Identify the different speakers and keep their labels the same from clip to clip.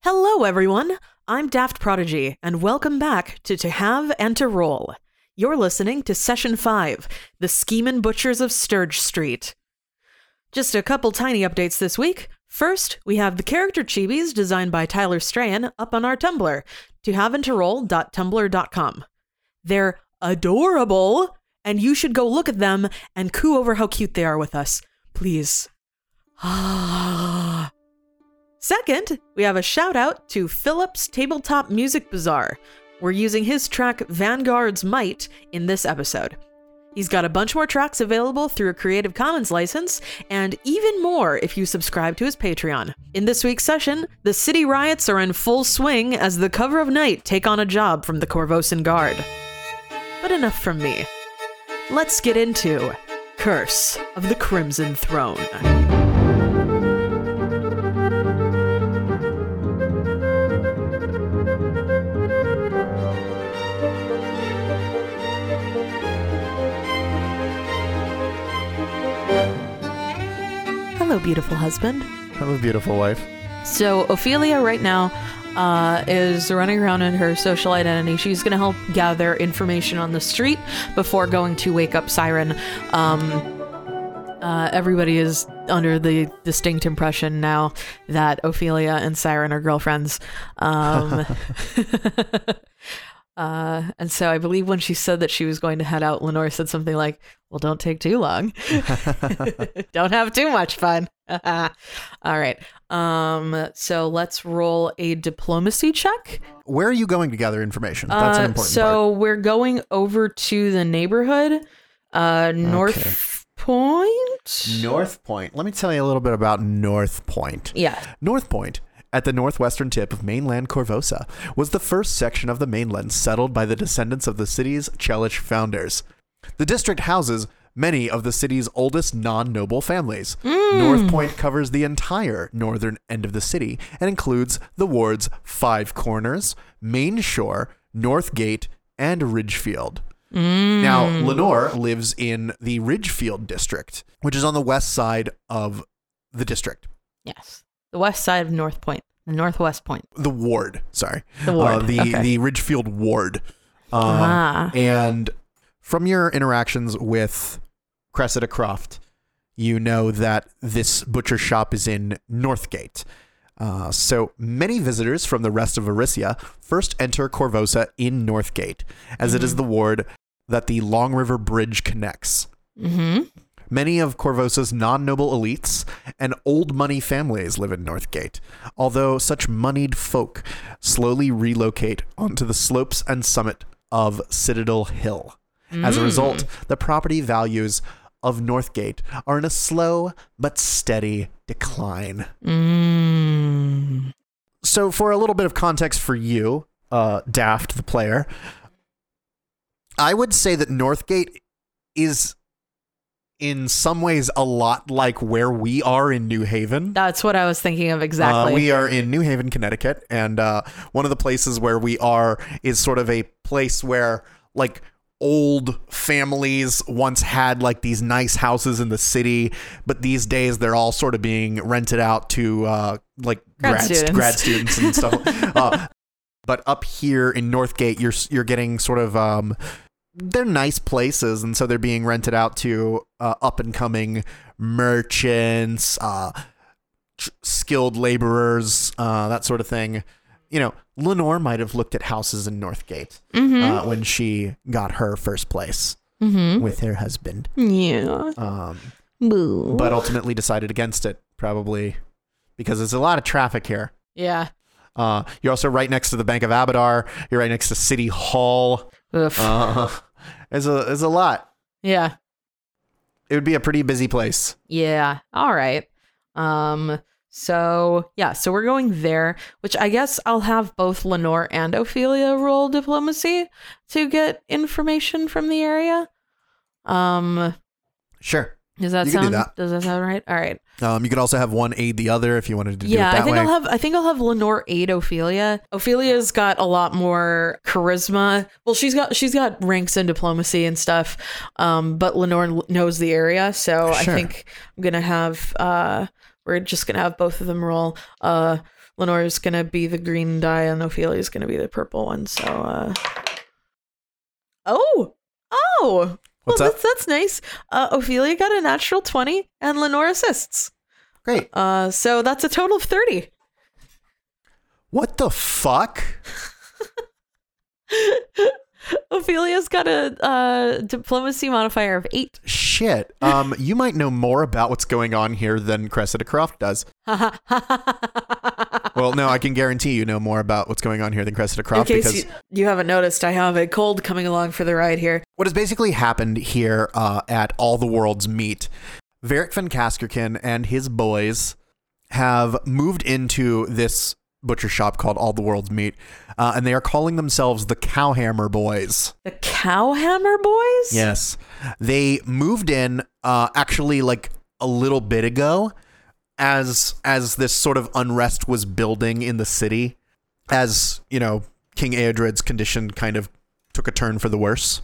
Speaker 1: Hello, everyone. I'm Daft Prodigy, and welcome back to To Have and To Roll. You're listening to Session 5 The Schemin' Butchers of Sturge Street. Just a couple tiny updates this week. First, we have the character chibis designed by Tyler Strahan up on our Tumblr, tohaveandtoroll.tumblr.com. They're adorable, and you should go look at them and coo over how cute they are with us. Please. Ah. Second, we have a shout out to Phillips Tabletop Music Bazaar. We're using his track Vanguard's Might in this episode. He's got a bunch more tracks available through a Creative Commons license, and even more if you subscribe to his Patreon. In this week's session, the city riots are in full swing as the cover of night take on a job from the Corvosan Guard. But enough from me. Let's get into Curse of the Crimson Throne. Hello, beautiful husband.
Speaker 2: Hello, beautiful wife.
Speaker 1: So, Ophelia right now uh, is running around in her social identity. She's going to help gather information on the street before going to wake up Siren. Um, uh, everybody is under the distinct impression now that Ophelia and Siren are girlfriends. Um, uh, and so I believe when she said that she was going to head out, Lenore said something like, Well, don't take too long. don't have too much fun. All right. Um, so let's roll a diplomacy check.
Speaker 2: Where are you going to gather information? That's an
Speaker 1: Uh,
Speaker 2: important
Speaker 1: so we're going over to the neighborhood, uh, North Point.
Speaker 2: part. North Point. Let me tell you a little bit about North Point.
Speaker 1: Yeah.
Speaker 2: North Point, at the northwestern tip of mainland Corvosa, was the first section of the mainland settled by the descendants of the city's Chelish founders. The district houses many of the city's oldest non noble families.
Speaker 1: Hmm.
Speaker 2: North Point covers the entire northern end of the city and includes the wards Five Corners, Main Shore, North Gate, and Ridgefield. Now,
Speaker 1: Mm. Hmm.
Speaker 2: Lenore lives in the Ridgefield district, which is on the west side of the district.
Speaker 1: Yes. The west side of North Point. The northwest point.
Speaker 2: the ward. Sorry,
Speaker 1: The ward,
Speaker 2: Uh, the
Speaker 1: okay.
Speaker 2: the Ridgefield ward. Um,
Speaker 1: Ah.
Speaker 2: And from your interactions with Cressida Croft, you know that this butcher shop is in Northgate. Uh, so many visitors from the rest of Arisia first enter Corvosa in Northgate, as it is the ward that the Long River Bridge connects.
Speaker 1: Mm-hmm.
Speaker 2: Many of Corvosa's non noble elites and old money families live in Northgate, although such moneyed folk slowly relocate onto the slopes and summit of Citadel Hill. As a result, the property values of Northgate are in a slow but steady decline.
Speaker 1: Mm.
Speaker 2: So, for a little bit of context for you, uh, Daft, the player, I would say that Northgate is in some ways a lot like where we are in New Haven.
Speaker 1: That's what I was thinking of exactly.
Speaker 2: Uh, we are in New Haven, Connecticut, and uh, one of the places where we are is sort of a place where like old families once had like these nice houses in the city, but these days they're all sort of being rented out to uh, like
Speaker 1: Grad
Speaker 2: grad, st-
Speaker 1: students.
Speaker 2: grad students and stuff. uh, but up here in Northgate, you're s- you're getting sort of um, they're nice places, and so they're being rented out to uh, up and coming merchants, uh, tr- skilled laborers, uh, that sort of thing. You know, Lenore might have looked at houses in Northgate
Speaker 1: Mm-hmm. Hmm?
Speaker 2: uh, when she got her first place with her husband,
Speaker 1: yeah.
Speaker 2: um,
Speaker 1: Boo.
Speaker 2: but ultimately decided against it, probably because there's a lot of traffic here.
Speaker 1: yeah.
Speaker 2: Uh, you're also right next to the Bank of Abadar. You're right next to City Hall.
Speaker 1: Oof.
Speaker 2: Uh, there's a there's a lot.
Speaker 1: yeah.
Speaker 2: It would be a pretty busy place.
Speaker 1: Yeah. All right. Um so yeah, so we're going there, which I guess I'll have both Lenore and Ophelia roll diplomacy to get information from the area. Um
Speaker 2: Sure.
Speaker 1: does that
Speaker 2: You can
Speaker 1: sound
Speaker 2: do that.
Speaker 1: does that sound right? All right.
Speaker 2: Um, you could also have one aid the other if you wanted to do
Speaker 1: yeah,
Speaker 2: it that
Speaker 1: I think
Speaker 2: way.
Speaker 1: I'll have I think I'll have Lenore aid Ophelia. Ophelia's got a lot more charisma. Well, she's got she's got ranks in diplomacy and stuff. Um, but Lenore l- knows the area, so I
Speaker 2: Sure.
Speaker 1: think I'm gonna have uh, we're just gonna have both of them roll uh Lenore's gonna be the green die and Ophelia's gonna be the purple one. So uh Oh! Oh!
Speaker 2: What's
Speaker 1: well
Speaker 2: up?
Speaker 1: that's that's nice. Uh Ophelia got a natural twenty and Lenore assists.
Speaker 2: Great.
Speaker 1: Uh so that's a total of thirty.
Speaker 2: What the fuck?
Speaker 1: Ophelia's got a uh diplomacy modifier of eight.
Speaker 2: Shit. Um, you might know more about what's going on here than Cressida Croft does.
Speaker 1: In
Speaker 2: Well, no, I can guarantee you know more about what's going on here than Cressida Croft
Speaker 1: case
Speaker 2: because
Speaker 1: you, you haven't noticed, I have a cold coming along for the ride here.
Speaker 2: what has basically happened here uh, at All the Worlds Meet, Varric van Kaskerkin and his boys have moved into this butcher shop called All the Worlds Meet, uh, and they are calling themselves the Cowhammer Boys.
Speaker 1: The Cowhammer Boys?
Speaker 2: Yes. They moved in uh actually like a little bit ago as as this sort of unrest was building in the city as, you know, King Eodred's condition kind of took a turn for the worse.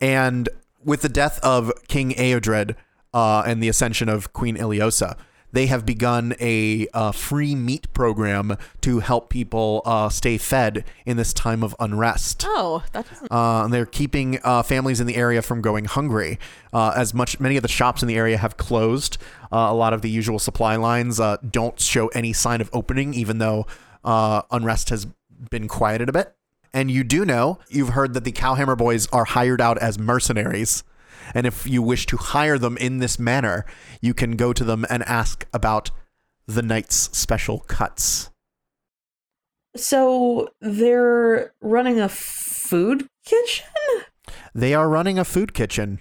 Speaker 2: And with the death of King Eodred uh, and the ascension of Queen Iliosa, they have begun a uh, free meat program to help people uh, stay fed in this time of unrest.
Speaker 1: Oh, that doesn't
Speaker 2: Uh, and they're keeping uh, families in the area from going hungry. Uh, as much, many of the shops in the area have closed. Uh, a lot of the usual supply lines uh, don't show any sign of opening, even though uh, unrest has been quieted a bit. And you do know, you've heard that the Cowhammer Boys are hired out as mercenaries. And if you wish to hire them in this manner, you can go to them and ask about the night's special cuts.
Speaker 1: So they're running a food kitchen?
Speaker 2: They are running a food kitchen.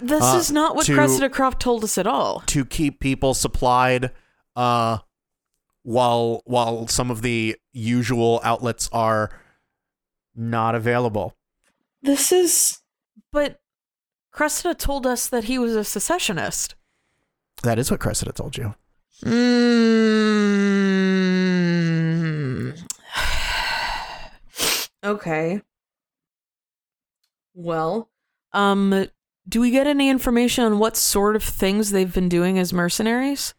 Speaker 1: This
Speaker 2: Uh,
Speaker 1: is not what
Speaker 2: to-
Speaker 1: Cressida Croft told us at all.
Speaker 2: to keep people supplied uh while while some of the usual outlets are not available.
Speaker 1: This is. But Cressida told us that he was a secessionist.
Speaker 2: That is what Cressida told you.
Speaker 1: Mm. okay. Well, um, do we get any information on what sort of things they've been doing as mercenaries?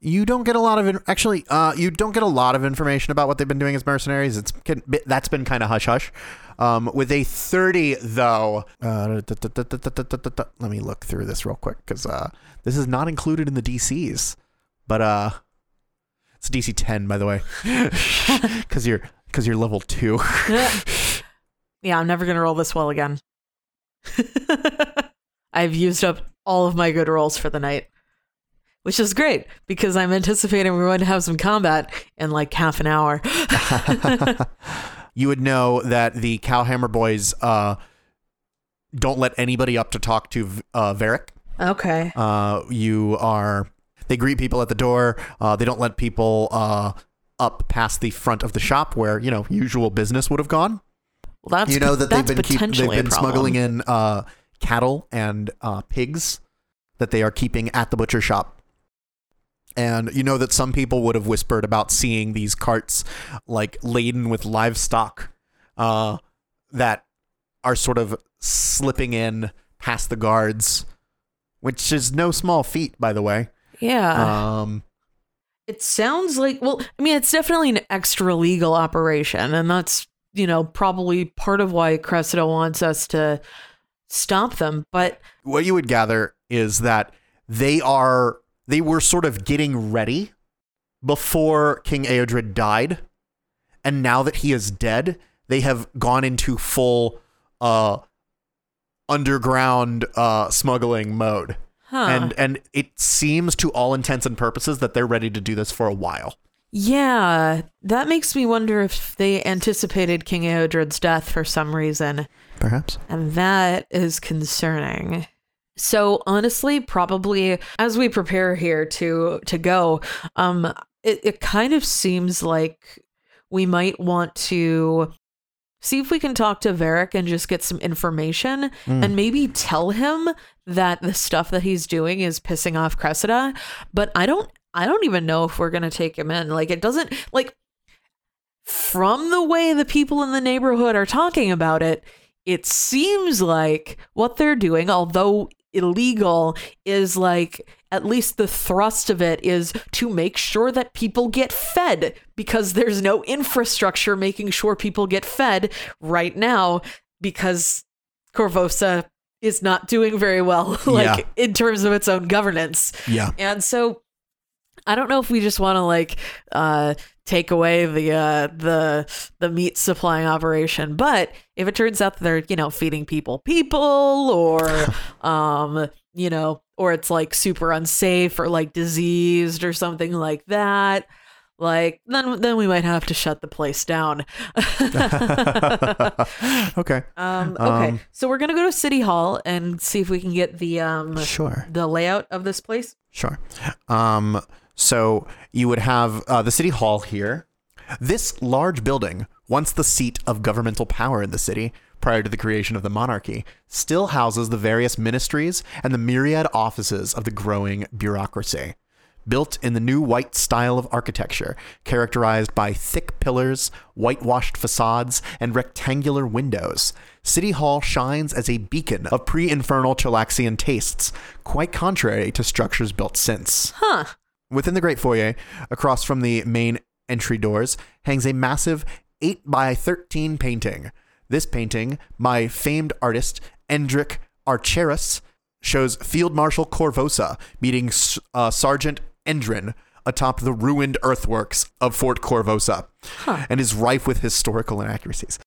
Speaker 2: You don't get a lot of in- actually uh you don't get a lot of information about what they've been doing as mercenaries. It's can, bi- that's been kind of hush hush. Um with a 30 though. Uh, da- da- da- da- da- da- da- da- da- let me look through this real quick cuz uh this is not included in the DCs. But uh it's DC 10 by the way. cuz you're cuz you're level 2.
Speaker 1: yeah, I'm never gonna roll this well again. I've used up all of my good rolls for the night, which is great because I'm anticipating we're going to have some combat in like half an hour.
Speaker 2: you would know that the Cowhammer boys uh, don't let anybody up to talk to uh, Varric.
Speaker 1: okay.
Speaker 2: Uh, you are they greet people at the door. Uh, they don't let people uh, up past the front of the shop where you know usual business would have gone.
Speaker 1: Well, that's
Speaker 2: you know that they've
Speaker 1: that's
Speaker 2: been keep, they've
Speaker 1: potentially a
Speaker 2: been
Speaker 1: problem.
Speaker 2: smuggling in uh, cattle and uh, pigs that they are keeping at the butcher shop. And you know that some people would have whispered about seeing these carts like laden with livestock uh, that are sort of slipping in past the guards, which is no small feat, by the way.
Speaker 1: Yeah,
Speaker 2: Um,
Speaker 1: it sounds like well, I mean, it's definitely an extra legal operation, and that's you know probably part of why Cressida wants us to stop them. But
Speaker 2: what you would gather is that they are they were sort of getting ready before King Eodred died, and now that he is dead, they have gone into full uh underground uh smuggling mode.
Speaker 1: huh.
Speaker 2: And and it seems to all intents and purposes that they're ready to do this for a while.
Speaker 1: Yeah, that makes me wonder if they anticipated King Eodred's death for some reason,
Speaker 2: Perhaps.
Speaker 1: and that is concerning. So honestly, probably as we prepare here to to go, um, it, it kind of seems like we might want to see if we can talk to Varric and just get some information and maybe tell him that the stuff that he's doing is pissing off Cressida. But I don't I don't even know if we're gonna take him in. Like it doesn't like from the way the people in the neighborhood are talking about it, it seems like what they're doing, although illegal, is like at least the thrust of it is to make sure that people get fed because there's no infrastructure making sure people get fed right now because Corvosa is not doing very well, like in terms of its own governance.
Speaker 2: Yeah.
Speaker 1: And so I don't know if we just want to like uh take away the uh the the meat supplying operation, but if it turns out that they're, you know, feeding people people or um, you know, or it's like super unsafe or like diseased or something like that, like then then we might have to shut the place down.
Speaker 2: okay.
Speaker 1: um okay.
Speaker 2: Um,
Speaker 1: so we're going to go to city hall and see if we can get the um
Speaker 2: Sure.
Speaker 1: the layout of this place.
Speaker 2: Sure. Um, so you would have uh, the city hall here. This large building, once the seat of governmental power in the city prior to the creation of the monarchy, still houses the various ministries and the myriad offices of the growing bureaucracy. Built in the new white style of architecture, characterized by thick pillars, whitewashed facades, and rectangular windows, City Hall shines as a beacon of pre infernal Chilaxian tastes, quite contrary to structures built since.
Speaker 1: Huh.
Speaker 2: Within the great foyer, across from the main entry doors, hangs a massive 8 by 13 painting. This painting, by famed artist Endric Archerus, shows Field Marshal Corvosa meeting S- uh, Sergeant Endrin atop the ruined earthworks of Fort Corvosa and is rife with historical inaccuracies.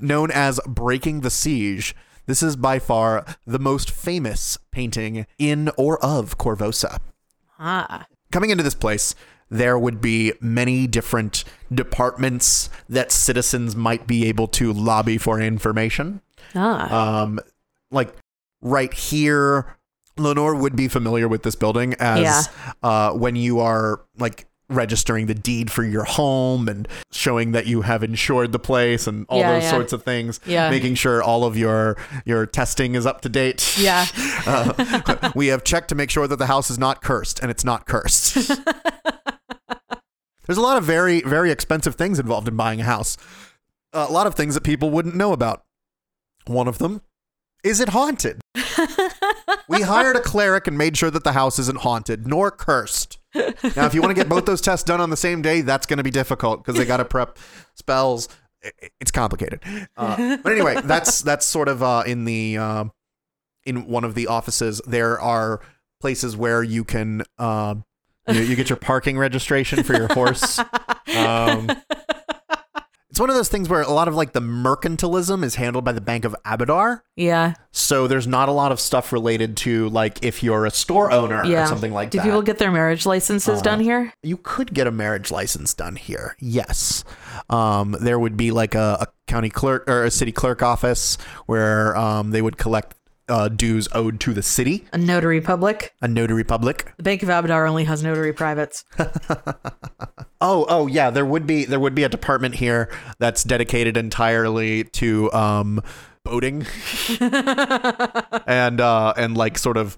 Speaker 2: Known as Breaking the Siege, this is by far the most famous painting in or of Corvosa
Speaker 1: Ah.
Speaker 2: coming into this place, there would be many different departments that citizens might be able to lobby for information.
Speaker 1: Ah.
Speaker 2: Um, like right here, Lenore would be familiar with this building as
Speaker 1: Yeah.
Speaker 2: uh, when you are like registering the deed for your home and showing that you have insured the place and all
Speaker 1: Yeah,
Speaker 2: those
Speaker 1: yeah.
Speaker 2: sorts of things,
Speaker 1: Yeah.
Speaker 2: making sure all of your your testing is up to date.
Speaker 1: Yeah.
Speaker 2: Uh, we have checked to make sure that the house is not cursed, and it's not cursed. There's a lot of very, very expensive things involved in buying a house. A lot of things that people wouldn't know about. One of them is it haunted? we hired a cleric and made sure that the house isn't haunted nor cursed. Now, if you want to get both those tests done on the same day, that's going to be difficult because they got to prep spells. I- I- It's complicated. Uh, but anyway, that's that's sort of uh, in the uh, in one of the offices. There are places where you can uh, you, you get your parking registration for your horse. Um, it's one of those things where a lot of like the mercantilism is handled by the Bank of Abadar.
Speaker 1: yeah.
Speaker 2: So there's not a lot of stuff related to like if you're a store owner
Speaker 1: Yeah.
Speaker 2: or something like
Speaker 1: Do
Speaker 2: that. Uh.
Speaker 1: people get their marriage licenses done here?
Speaker 2: you could get a marriage license done here. Yes. Um, there would be like a, a county clerk or a city clerk office where um, they would collect uh, dues owed to the city,
Speaker 1: A notary public.
Speaker 2: a notary public.
Speaker 1: The Bank of Abadar only has notary privates.
Speaker 2: Oh, oh yeah, there would be there would be a department here that's dedicated entirely to um boating and uh and like sort of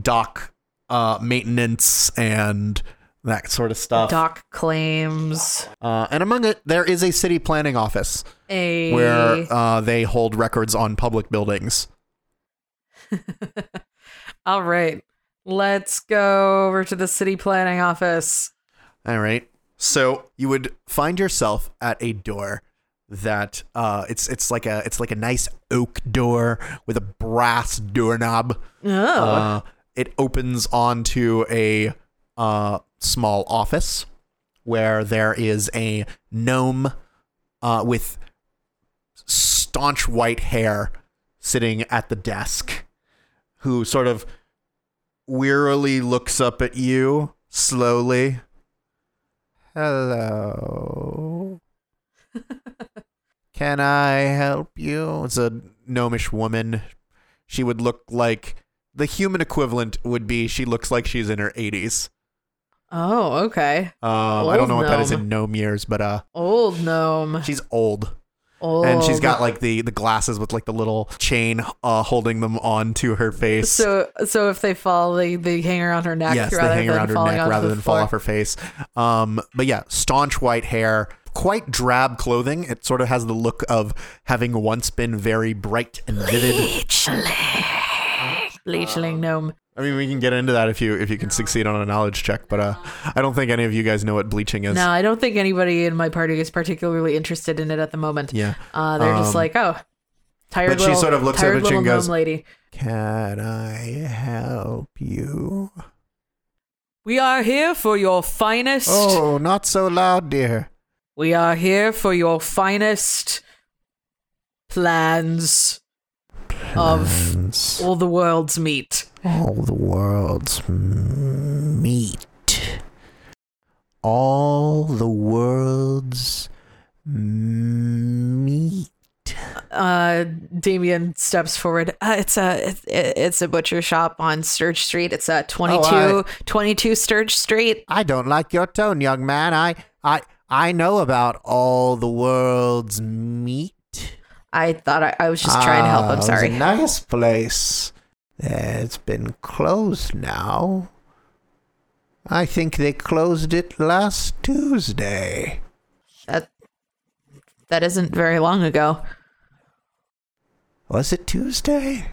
Speaker 2: dock uh maintenance and that sort of stuff.
Speaker 1: Doc claims
Speaker 2: Uh, and among it there is a city planning office
Speaker 1: a
Speaker 2: where uh they hold records on public buildings.
Speaker 1: All right. Let's go over to the city planning office.
Speaker 2: All right. So you would find yourself at a door that uh it's it's like a it's like a nice oak door with a brass doorknob.
Speaker 1: Oh.
Speaker 2: Uh, it opens onto a uh, small office where there is a gnome uh, with staunch white hair sitting at the desk who sort of wearily looks up at you slowly. Hello. Can I help you? It's a gnomish woman. She would look like the human equivalent would be she looks like she's in her 80s.
Speaker 1: oh, okay.
Speaker 2: Um, I don't
Speaker 1: Old
Speaker 2: know what that is
Speaker 1: gnome.
Speaker 2: in gnome years, but uh,
Speaker 1: Old gnome.
Speaker 2: she's old,
Speaker 1: Old.
Speaker 2: and she's got like the the glasses with like the little chain uh, holding them onto her face.
Speaker 1: so so if they fall, they, they hang around her neck
Speaker 2: yes, they
Speaker 1: rather
Speaker 2: hang
Speaker 1: than
Speaker 2: around her
Speaker 1: falling
Speaker 2: neck
Speaker 1: onto
Speaker 2: rather
Speaker 1: the
Speaker 2: than fall
Speaker 1: floor.
Speaker 2: off her face. Um, but yeah, staunch white hair, quite drab clothing. It sort of has the look of having once been very bright and vivid. Um,
Speaker 1: Bleachling. Bleachling gnome.
Speaker 2: I mean, we can get into that if you if you can succeed on a knowledge check, but uh, I don't think any of you guys know what bleaching is.
Speaker 1: No, I don't think anybody in my party is particularly interested in it at the moment.
Speaker 2: Yeah.
Speaker 1: Uh, they're just
Speaker 2: Um,
Speaker 1: like, oh, tired
Speaker 2: but she
Speaker 1: little,
Speaker 2: sort of looks up
Speaker 1: tired
Speaker 2: at you and
Speaker 1: little
Speaker 2: goes-
Speaker 1: gnome lady.
Speaker 2: Can I help you?
Speaker 1: We are here for your finest.
Speaker 2: Oh, not so loud, dear.
Speaker 1: We are here for your finest plans of
Speaker 2: Plans.
Speaker 1: all the world's meat.
Speaker 2: all the world's meat. All the world's meat.
Speaker 1: Uh, Damien steps forward. Uh, it's a it's, it's a butcher shop on Sturge Street. It's a 22,
Speaker 2: Oh,
Speaker 1: 22 Sturge Street.
Speaker 2: I don't like your tone, young man. I I I know about all the world's meat.
Speaker 1: I thought I, I was just trying to help.
Speaker 2: Ah, it
Speaker 1: I'm
Speaker 2: was
Speaker 1: sorry.
Speaker 2: A nice place. It's been closed now. I think they closed it last Tuesday.
Speaker 1: That that isn't very long ago.
Speaker 2: Was it Tuesday?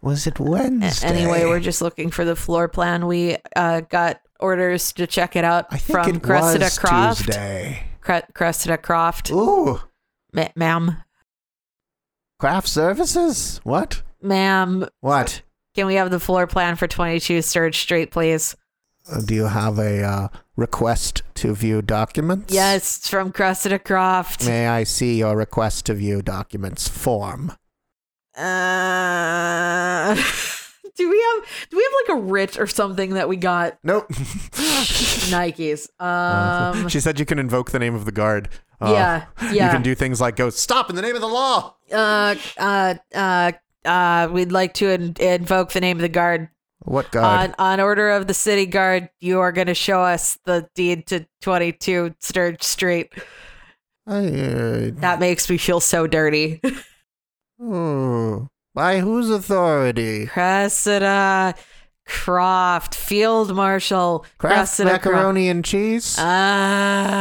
Speaker 2: Was it
Speaker 1: A-
Speaker 2: Wednesday?
Speaker 1: Anyway, we're just looking for the floor plan. We uh, got orders to check it out
Speaker 2: I think
Speaker 1: from
Speaker 2: it
Speaker 1: Cressida
Speaker 2: was
Speaker 1: Croft.
Speaker 2: Tuesday.
Speaker 1: Cre- Cressida Croft,
Speaker 2: Ooh,
Speaker 1: Ma- ma'am,
Speaker 2: craft services? What?
Speaker 1: ma'am.
Speaker 2: What?
Speaker 1: Can we have the floor plan for 22 Sturge Street, please?
Speaker 2: Uh, Do you have a uh, request to view documents?
Speaker 1: Yes, it's from Cressida Croft.
Speaker 2: May I see your request to view documents form?
Speaker 1: Uh, do we have do we have like a writ or something that we got
Speaker 2: Nope.
Speaker 1: Nikes? Um,
Speaker 2: she said you can invoke the name of the guard.
Speaker 1: yeah, yeah.
Speaker 2: Uh, You can do things like go stop in the name of the law.
Speaker 1: uh, uh, uh, uh, we'd like to in- invoke the name of the guard.
Speaker 2: What guard?
Speaker 1: On, on order of the city guard, you are going to show us the deed to 22 Sturge Street.
Speaker 2: Uh, I,
Speaker 1: That makes me feel so dirty.
Speaker 2: uh, ooh. by whose authority?
Speaker 1: Cressida Croft, Field Marshal
Speaker 2: Kraft
Speaker 1: Cressida Croft.
Speaker 2: macaroni and cheese.
Speaker 1: Ah.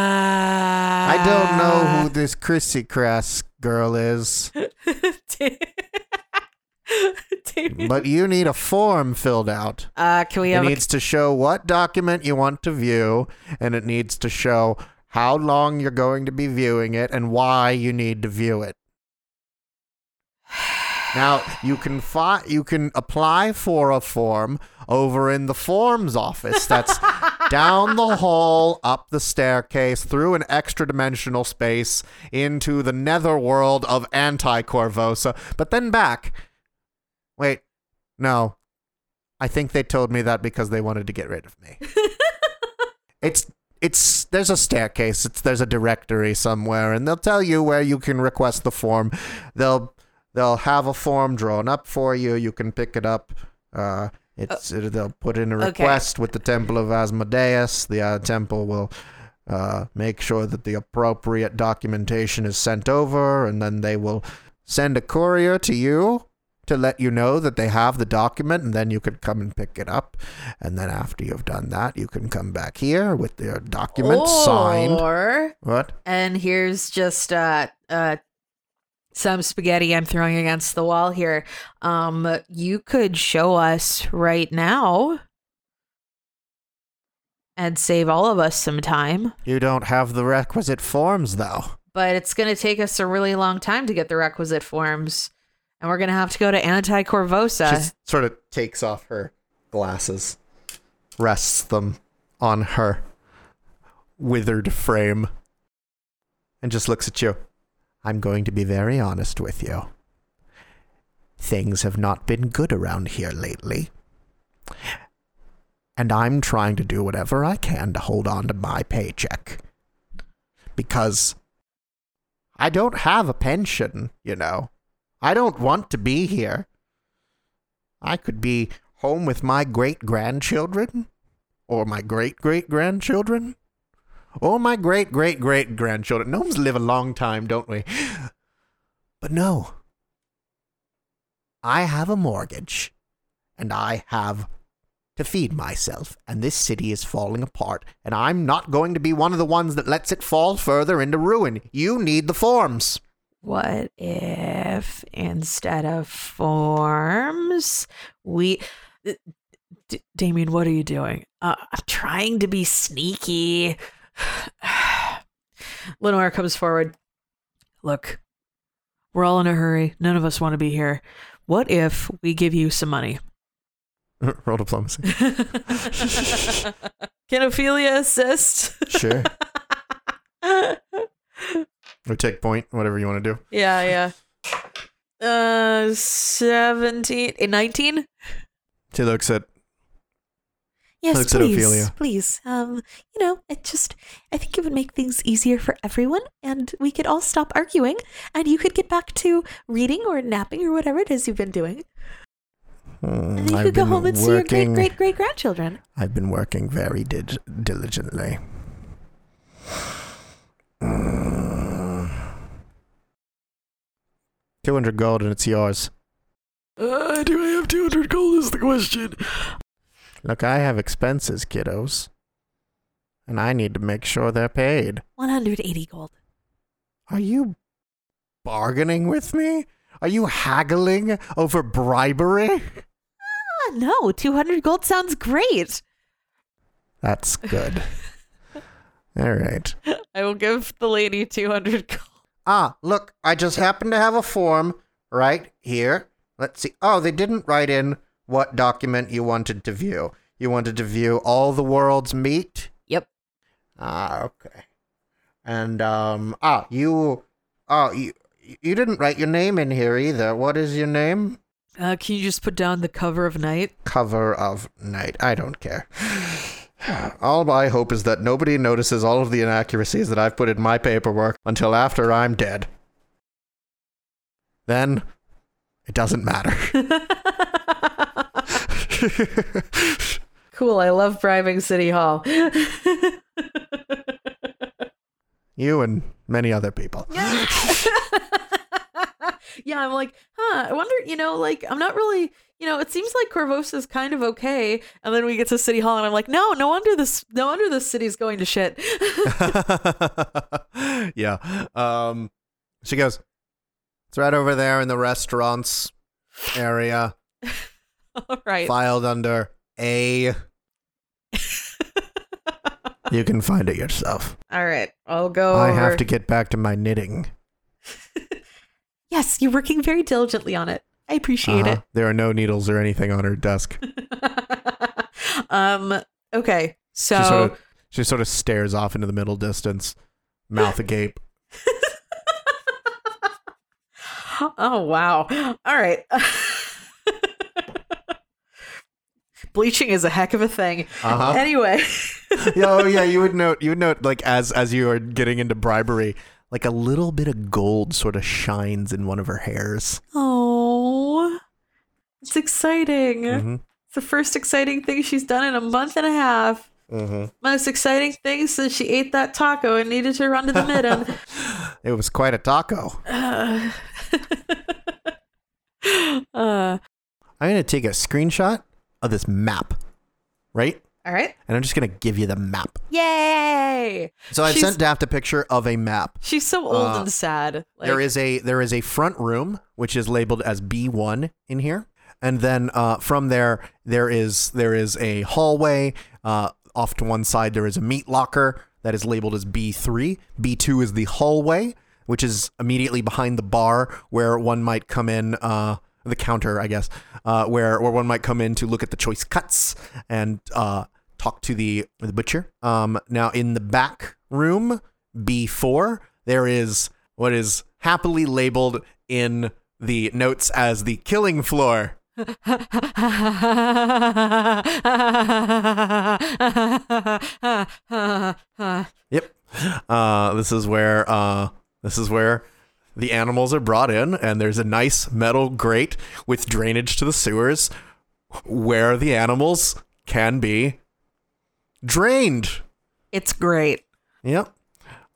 Speaker 2: I don't know who this Chrissy Crass girl is,
Speaker 1: Damien.
Speaker 2: but you need a form filled out.
Speaker 1: uh, can we
Speaker 2: It
Speaker 1: have a
Speaker 2: needs to show what document you want to view, and it needs to show how long you're going to be viewing it and why you need to view it. Now you can fi- you can apply for a form over in the forms office. That's down the hall, up the staircase, through an extra dimensional space into the netherworld of anti Corvosa, but then back. Wait, no. I think they told me that because they wanted to get rid of me. it's it's there's a staircase. It's there's a directory somewhere, and they'll tell you where you can request the form. They'll they'll have a form drawn up for you. You can pick it up. Uh, it's they'll put in a
Speaker 1: okay.
Speaker 2: request with the Temple of Asmodeus. The uh, temple will uh, make sure that the appropriate documentation is sent over, and then they will send a courier to you to let you know that they have the document, and then you could come and pick it up. And then after you've done that, you can come back here with your document
Speaker 1: Oh.
Speaker 2: signed.
Speaker 1: Or,
Speaker 2: What?
Speaker 1: and here's just uh, uh, some spaghetti I'm throwing against the wall here. Um, you could show us right now and save all of us some time.
Speaker 2: You don't have the requisite forms, though.
Speaker 1: but it's going to take us a really long time to get the requisite forms. And we're going to have to go to Anti
Speaker 2: She
Speaker 1: Corvosa.
Speaker 2: s- sort of takes off her glasses, rests them on her withered frame, and just looks at you. I'm going to be very honest with you. Things have not been good around here lately. And I'm trying to do whatever I can to hold on to my paycheck. Because I don't have a pension, you know. I don't want to be here. I could be home with my great grandchildren, or my great great grandchildren, or my great great great grandchildren. Gnomes live a long time, don't we? But no. I have a mortgage, and I have to feed myself, and this city is falling apart, and I'm not going to be one of the ones that lets it fall further into ruin. You need the forms.
Speaker 1: What if instead of forms, we. D- Damien, what are you doing? Uh, I'm trying to be sneaky. Lenoir comes forward. Look, we're all in a hurry. None of us want to be here. What if we give you some money?
Speaker 2: Roll diplomacy.
Speaker 1: Can Ophelia assist?
Speaker 2: Sure. or take point, whatever you want to do.
Speaker 1: Yeah, yeah. Uh, 17, eh, 19?
Speaker 2: She looks at
Speaker 3: Yes,
Speaker 2: Looks at
Speaker 3: please,
Speaker 2: Ophelia.
Speaker 3: please. Um, you know, it just I think it would make things easier for everyone, and we could all stop arguing, and you could get back to reading or napping or whatever it is you've been doing, and
Speaker 1: Mm,
Speaker 2: "Hmm,
Speaker 3: you
Speaker 2: I've
Speaker 3: could go
Speaker 2: been
Speaker 3: home and see your great
Speaker 2: working.
Speaker 3: great great grandchildren.
Speaker 2: I've been working very dig- diligently. Hmm. Two hundred gold, and it's yours.
Speaker 1: Uh, do I have 200 gold is the question.
Speaker 2: Look, I have expenses, kiddos, and I need to make sure they're paid.
Speaker 3: One hundred eighty gold.
Speaker 2: Are you bargaining with me? Are you haggling over bribery?
Speaker 3: Ah, no, two hundred gold sounds great.
Speaker 2: That's good. All right.
Speaker 1: I will give the lady 200 gold.
Speaker 2: Ah, look, I just happen to have a form right here. Let's see. Oh, they didn't write in what document you wanted to view. You wanted to view all the world's meat?
Speaker 3: Yep.
Speaker 2: Ah, okay. And um ah, you oh, you you didn't write your name in here either. What is your name?
Speaker 1: Uh, can you just put down the cover of night?
Speaker 2: Cover of night. I don't care. All I hope is that nobody notices all of the inaccuracies that I've put in my paperwork until after I'm dead. Then it doesn't matter.
Speaker 1: cool. I love bribing City Hall.
Speaker 2: you and many other people.
Speaker 1: yeah, I'm like, huh, I wonder, you know, like, I'm not really, you know, it seems like Corvosa's kind of okay. And then we get to City Hall and I'm like, no, no wonder this, no wonder this city's going to shit.
Speaker 2: yeah. Um she goes, It's right over there in the restaurants area,
Speaker 1: All right.
Speaker 2: filed under A. you can find it yourself.
Speaker 1: All right. I'll go.
Speaker 2: I
Speaker 1: over.
Speaker 2: have to get back to my knitting.
Speaker 3: Yes, you're working very diligently on it. I appreciate
Speaker 2: Uh-huh. There are no needles or anything on her desk.
Speaker 1: um, okay. So.
Speaker 2: She sort of she sort of stares off into the middle distance, mouth agape.
Speaker 1: Oh wow. All right. Bleaching is a heck of a thing.
Speaker 2: Uh
Speaker 1: Anyway,
Speaker 2: huh. oh yeah, you would note you would note like as as you are getting into bribery, like a little bit of gold sort of shines in one of her hairs.
Speaker 1: oh, it's exciting.
Speaker 2: Mm-hmm.
Speaker 1: It's the first exciting thing she's done in a month and a half.
Speaker 2: Mm-hmm.
Speaker 1: Most exciting thing since she ate that taco and needed to run to the midden.
Speaker 2: It was quite a taco.
Speaker 1: uh, uh,
Speaker 2: I'm gonna take a screenshot of this map, right?
Speaker 1: all right.
Speaker 2: And I'm just gonna give you the map.
Speaker 1: Yay!
Speaker 2: So I've
Speaker 1: She's-
Speaker 2: sent Daft a picture of a map.
Speaker 1: She's so old
Speaker 2: Uh,
Speaker 1: and sad. Like,
Speaker 2: there is a there is a front room which is labeled as B1 in here, and then uh, from there there is there is a hallway. Uh, off to one side there is a meat locker that is labeled as B3. B2 is the hallway, which is immediately behind the bar where one might come in. Uh, the counter, I guess, uh, where where one might come in to look at the choice cuts and uh, talk to the the butcher. Um, now in the back room, B4, there is what is happily labeled in the notes as the killing floor.
Speaker 1: Yep.
Speaker 2: Yep. Uh, this is where uh, this is where the animals are brought in, and there's a nice metal grate with drainage to the sewers, where the animals can be drained.
Speaker 1: It's great.
Speaker 2: Yep.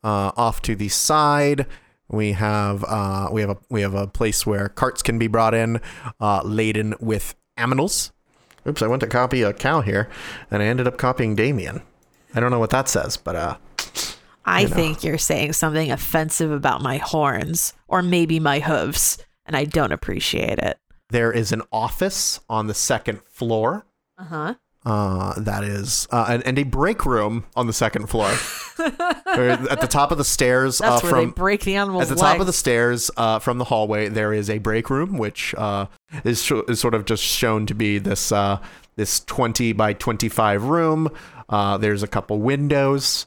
Speaker 2: Uh, off to the side, we have uh, we have a we have a place where carts can be brought in, uh, laden with aminals. Oops, I went to copy a cow here, and I ended up copying Damien. I don't know what that says, but uh,
Speaker 1: I
Speaker 2: You know.
Speaker 1: think you're saying something offensive about my horns or maybe my hooves, and I don't appreciate it.
Speaker 2: there is an office on the second floor.
Speaker 1: Uh huh.
Speaker 2: Uh, that is, uh, and, and a break room on the second floor, Or at the top of the stairs.
Speaker 1: That's
Speaker 2: uh,
Speaker 1: where
Speaker 2: from
Speaker 1: they break the animal's
Speaker 2: at the top
Speaker 1: legs.
Speaker 2: of the stairs uh, from the hallway, there is a break room, which uh, is, sh- is sort of just shown to be this uh, this twenty by twenty five room. Uh, there's a couple windows,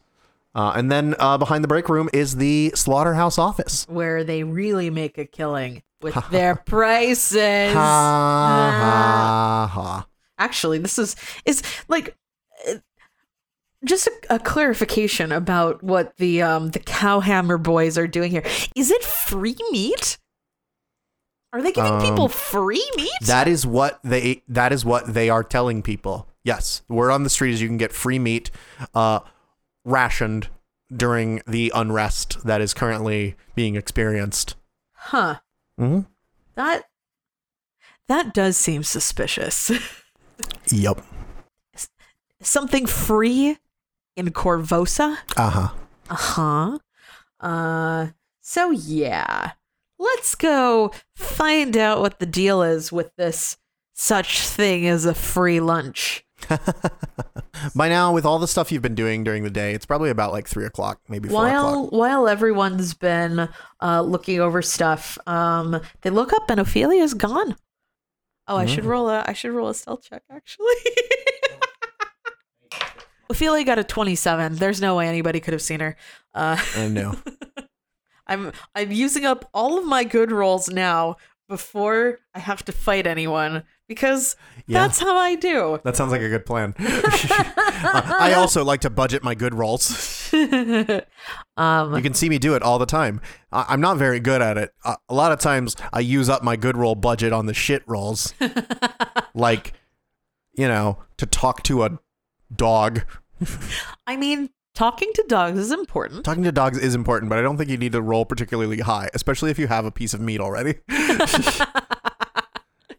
Speaker 2: uh, and then uh, behind the break room is the slaughterhouse office.
Speaker 1: where they really make a killing with their prices.
Speaker 2: Ha ha ha.
Speaker 1: Actually, this is is like uh, just a, a clarification about what the um the cowhammer boys are doing here. Is it free meat? Are they giving
Speaker 2: Um,
Speaker 1: people free meat?
Speaker 2: That is what they that is what they are telling people. Yes, word on the street is you can get free meat uh, rationed during the unrest that is currently being experienced.
Speaker 1: huh.
Speaker 2: Mm-hmm.
Speaker 1: That that does seem suspicious.
Speaker 2: Yep.
Speaker 1: Something free in Corvosa?
Speaker 2: Uh huh.
Speaker 1: Uh-huh. Uh so yeah. Let's go find out what the deal is with this such thing as a free lunch.
Speaker 2: By now, with all the stuff you've been doing during the day, it's probably about like three o'clock, maybe four
Speaker 1: While
Speaker 2: o'clock.
Speaker 1: while everyone's been uh looking over stuff, um they look up and Ophelia's gone.
Speaker 3: Oh, I should roll a I should roll a stealth check actually.
Speaker 1: Ophelia got a 27. There's no way anybody could have seen her. Uh
Speaker 2: I know.
Speaker 1: I'm I'm using up all of my good rolls now before I have to fight anyone because
Speaker 2: Yeah.
Speaker 1: that's how I do.
Speaker 2: That sounds like a good plan. Uh, I also like to budget my good rolls. You
Speaker 1: um
Speaker 2: can see me do it all the time. I- I'm not very good at it. Uh, a lot of times, I use up my good roll budget on the shit rolls, like you know, to talk to a dog.
Speaker 1: I mean talking to dogs is important.
Speaker 2: Talking to dogs is important, but I don't think you need to roll particularly high, especially if you have a piece of meat already.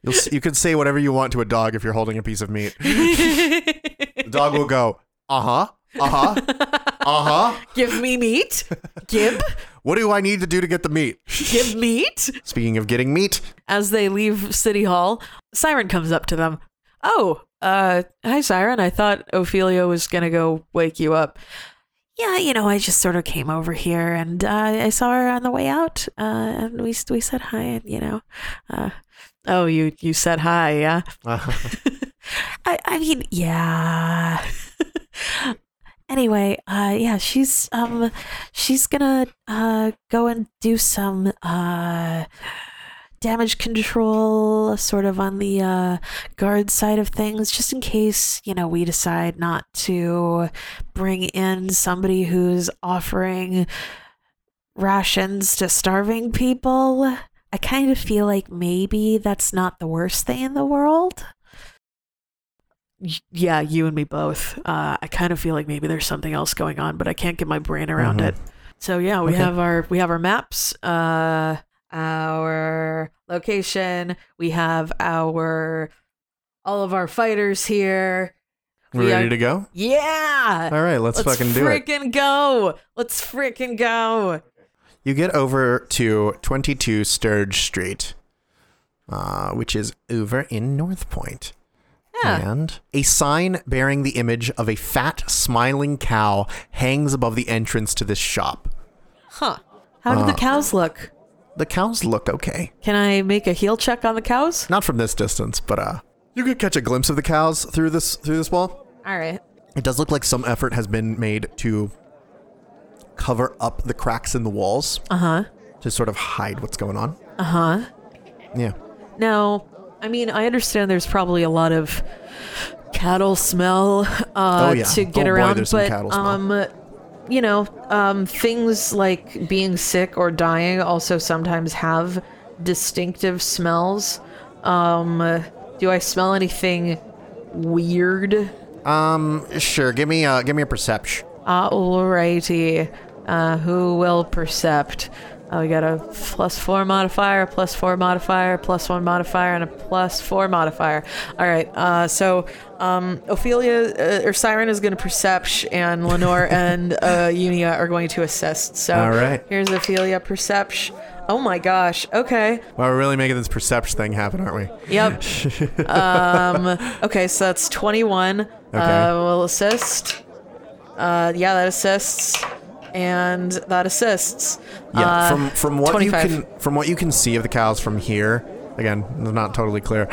Speaker 2: You'll, s- you can say whatever you want to a dog if you're holding a piece of meat. The dog will go, uh huh, uh huh, uh huh.
Speaker 1: Give me meat. Give
Speaker 2: What do I need to do to get the meat?
Speaker 1: give meat.
Speaker 2: Speaking of getting meat,
Speaker 1: As they leave City Hall, Siren comes up to them. Oh, uh hi Siren. I thought Ophelia was gonna go wake you up.
Speaker 3: yeah, you know, I just sort of came over here and uh, I saw her on the way out, uh, and we we said hi, and you know, uh,
Speaker 1: Oh, you you said hi, yeah.
Speaker 3: I I mean, yeah. anyway, uh, yeah, she's um, she's gonna uh go and do some uh damage control, sort of on the uh guard side of things, just in case you know we decide not to bring in somebody who's offering rations to starving people. I kind of feel like maybe that's not the worst thing in the world.
Speaker 1: y- yeah, you and me both. Uh, I kind of feel like maybe there's something else going on, but I can't get my brain around
Speaker 2: Mhm.
Speaker 1: it. So yeah, we
Speaker 2: Okay.
Speaker 1: have our we have our maps, uh, our location. We have our all of our fighters here.
Speaker 2: we
Speaker 1: Yeah.
Speaker 2: ready to go?
Speaker 1: Yeah,
Speaker 2: All right, let's, fucking do it.
Speaker 1: Freaking go! Let's freaking go!
Speaker 2: You get over to 22 Sturge Street, uh, which is over in North Point.
Speaker 1: Yeah.
Speaker 2: And a sign bearing the image of a fat, smiling cow hangs above the entrance to this shop.
Speaker 1: Huh? How do the cows look?
Speaker 2: The cows look okay.
Speaker 1: Can I make a heel check on the cows?
Speaker 2: Not from this distance, but uh, you could catch a glimpse of the cows through this through this wall.
Speaker 1: All right.
Speaker 2: It does look like some effort has been made to cover up the cracks in the walls
Speaker 1: Uh huh.
Speaker 2: to sort of hide what's going on.
Speaker 1: Uh huh.
Speaker 2: Yeah.
Speaker 1: Now, I mean, I understand there's probably a lot of cattle smell uh,
Speaker 2: Oh, yeah.
Speaker 1: to get
Speaker 2: Oh, boy,
Speaker 1: around,
Speaker 2: there's some
Speaker 1: but
Speaker 2: cattle smell.
Speaker 1: um, you know, um, things like being sick or dying also sometimes have distinctive smells. Um, do I smell anything weird?
Speaker 2: Um. Sure. Give me uh. Give me a perception.
Speaker 1: Alrighty, uh, who will percept? Oh, we got a plus four modifier, a plus four modifier, a plus one modifier, and a plus four modifier. All right. Uh, so um, Ophelia uh, or Siren is going to percept, and Lenore and uh, Unia are going to assist. So
Speaker 2: All right.
Speaker 1: here's Ophelia percept. Oh my gosh. Okay.
Speaker 2: Well, we're really making this perception thing happen, aren't we?
Speaker 1: Yep. um, okay, so that's 21. Uh, will assist. Uh, yeah, that assists. And that assists.
Speaker 2: Yeah.
Speaker 1: Uh,
Speaker 2: from from what
Speaker 1: 25.
Speaker 2: you can from what you can see of the cows from here, again, they're not totally clear.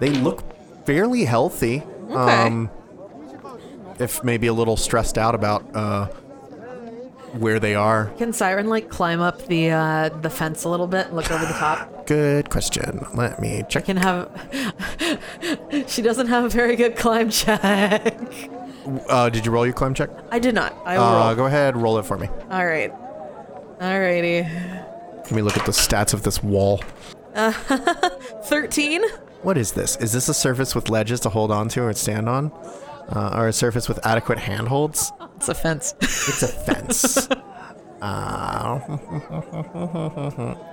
Speaker 2: They look fairly healthy. Um, if maybe a little stressed out about uh, where they are.
Speaker 1: Can Siren like climb up the uh, the fence a little bit and look over the top?
Speaker 2: Good question. Let me check.
Speaker 1: Can have. she doesn't have a very good climb check.
Speaker 2: Uh, did you roll your climb check?
Speaker 1: I did not. I will.
Speaker 2: Uh,
Speaker 1: roll.
Speaker 2: go ahead, roll it for me.
Speaker 1: All right. Alrighty.
Speaker 2: Let me look at the stats of this wall.
Speaker 1: Thirteen.
Speaker 2: What is this? Is this a surface with ledges to hold onto or stand on? Uh, or a surface with adequate handholds?
Speaker 1: It's a fence.
Speaker 2: It's a fence. uh,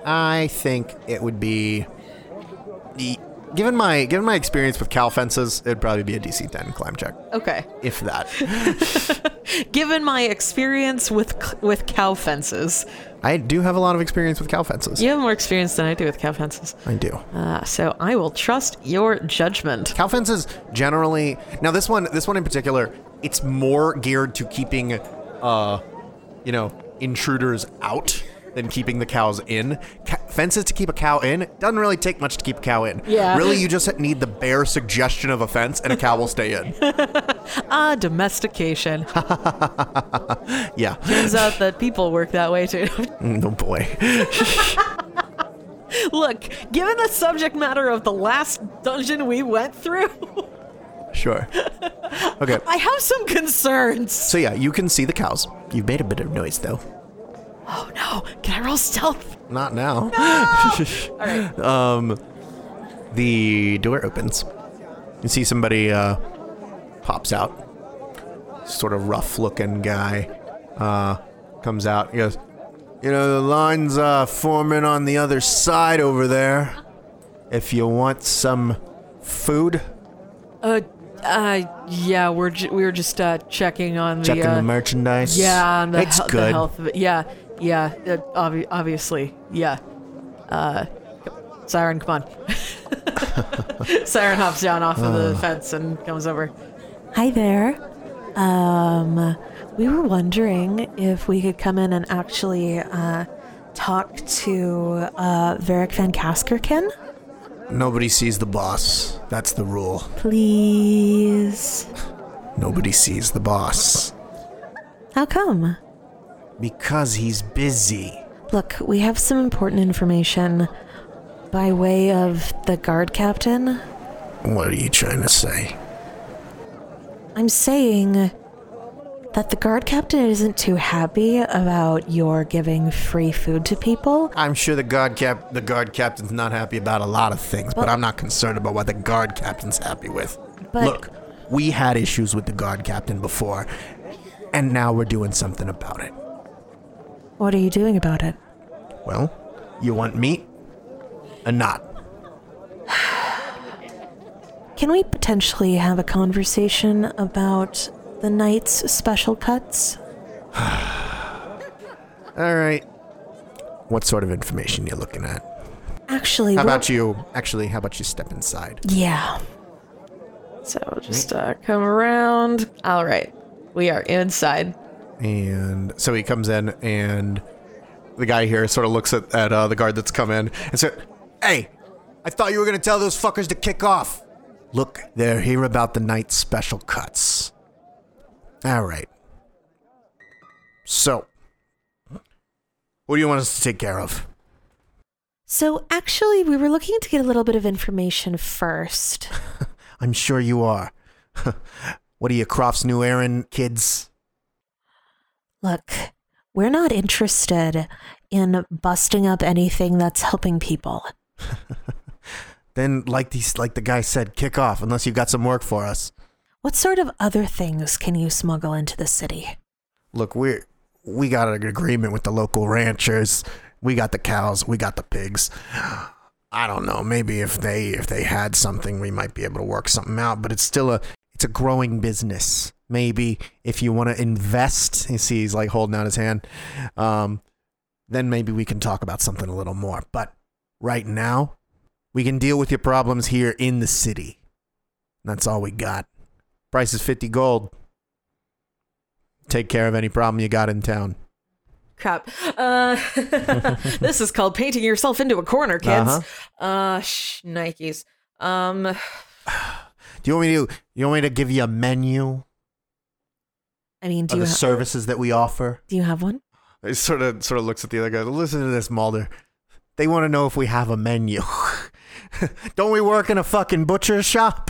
Speaker 2: I think it would be. e- Given my given my experience with cow fences, it'd probably be a DC 10 climb check,
Speaker 1: okay.
Speaker 2: if that.
Speaker 1: Given my experience with c- with cow fences,
Speaker 2: I do have a lot of experience with cow fences.
Speaker 1: you have more experience than I do with cow fences.
Speaker 2: I do.
Speaker 1: Uh, so I will trust your judgment.
Speaker 2: Cow fences generally now this one this one in particular, it's more geared to keeping uh you know, intruders out than keeping the cows in. Ca- fences to keep a cow in doesn't really take much to keep a cow in.
Speaker 1: Yeah.
Speaker 2: Really you just need the bare suggestion of a fence and a cow will stay in.
Speaker 1: Ah, domestication.
Speaker 2: Yeah.
Speaker 1: Turns out that people work that way too.
Speaker 2: Mm, Oh boy.
Speaker 1: Look, given the subject matter of the last dungeon we went through,
Speaker 2: Sure. Okay.
Speaker 1: I have some concerns.
Speaker 2: So yeah, you can see the cows. You've made a bit of noise though.
Speaker 1: Oh no, can I roll stealth?
Speaker 2: Not now.
Speaker 1: All right.
Speaker 2: Um, the door opens. You see somebody uh, pops out. Sort of rough looking guy uh, comes out. He goes, You know, the line's uh, forming on the other side over there. If you want some food,
Speaker 1: Uh, uh, yeah, we're ju- we were just uh checking on the
Speaker 2: checking
Speaker 1: uh,
Speaker 2: the merchandise.
Speaker 1: yeah, on the,
Speaker 2: it's
Speaker 1: hel-
Speaker 2: good.
Speaker 1: the health of it. Yeah, yeah, uh, obvi- obviously, yeah. Uh, c- siren, come on. siren hops down off of
Speaker 2: Uh.
Speaker 1: the fence and comes over.
Speaker 3: Hi there. Um, we were wondering if we could come in and actually uh, talk to uh, Varric Van Kaskerkin,
Speaker 2: Nobody sees the boss. That's the rule.
Speaker 3: please.
Speaker 2: Nobody sees the boss
Speaker 3: How come?
Speaker 2: because he's busy.
Speaker 3: Look, we have some important information by way of the guard captain.
Speaker 2: What are you trying to say?
Speaker 3: I'm saying that the guard captain isn't too happy about your giving free food to people.
Speaker 2: I'm sure the guard cap the guard captain's not happy about a lot of things, but I'm not concerned about what the guard captain's happy with.
Speaker 3: But-
Speaker 2: Look, we had issues with the guard captain before, and now we're doing something about it.
Speaker 3: What are you doing about it?
Speaker 2: Well, you want meat? A not.
Speaker 3: Can we potentially have a conversation about the night's special cuts?
Speaker 2: All right. What sort of information you looking at?
Speaker 3: Actually,
Speaker 2: How
Speaker 3: we're-
Speaker 2: about you? Actually, how about you step inside?
Speaker 3: yeah.
Speaker 1: So just uh, come around. All right, we are inside.
Speaker 2: And so he comes in, and the guy here sort of looks at, at uh, the guard that's come in and said, Hey, I thought you were going to tell those fuckers to kick off. Look, they're here about the night's special cuts. All right. So, what do you want us to take care of?
Speaker 3: So actually, we were looking to get a little bit of information first.
Speaker 2: I'm sure you are. what are you, Croft's new errand, kids?
Speaker 3: Look, we're not interested in busting up anything that's helping people.
Speaker 2: Then, like, these, like the guy said, kick off unless you've got some work for us.
Speaker 3: What sort of other things can you smuggle into the city?
Speaker 2: look, we we got an agreement with the local ranchers, We got the cows, we got the pigs. I don't know. Maybe if they if they had something, we might be able to work something out. But it's still a it's a growing business. Maybe if you want to invest, you see, he's like holding out his hand. Um, then maybe we can talk about something a little more. But right now, we can deal with your problems here in the city. That's all we got. Price is fifty gold. Take care of any problem you got in town.
Speaker 1: Crap. Uh, this is called painting yourself into a corner, kids.
Speaker 2: Uh-huh.
Speaker 1: Uh, sh- Nikes. Um,
Speaker 2: Do you want me to? You want me to give you a menu
Speaker 3: I mean, do
Speaker 2: of
Speaker 3: you
Speaker 2: the
Speaker 3: ha-
Speaker 2: services that we offer?
Speaker 3: do you have one?
Speaker 2: He sort of sort of looks at the other guy. Listen to this, Mulder. They want to know if we have a menu. Don't we work in a fucking butcher shop?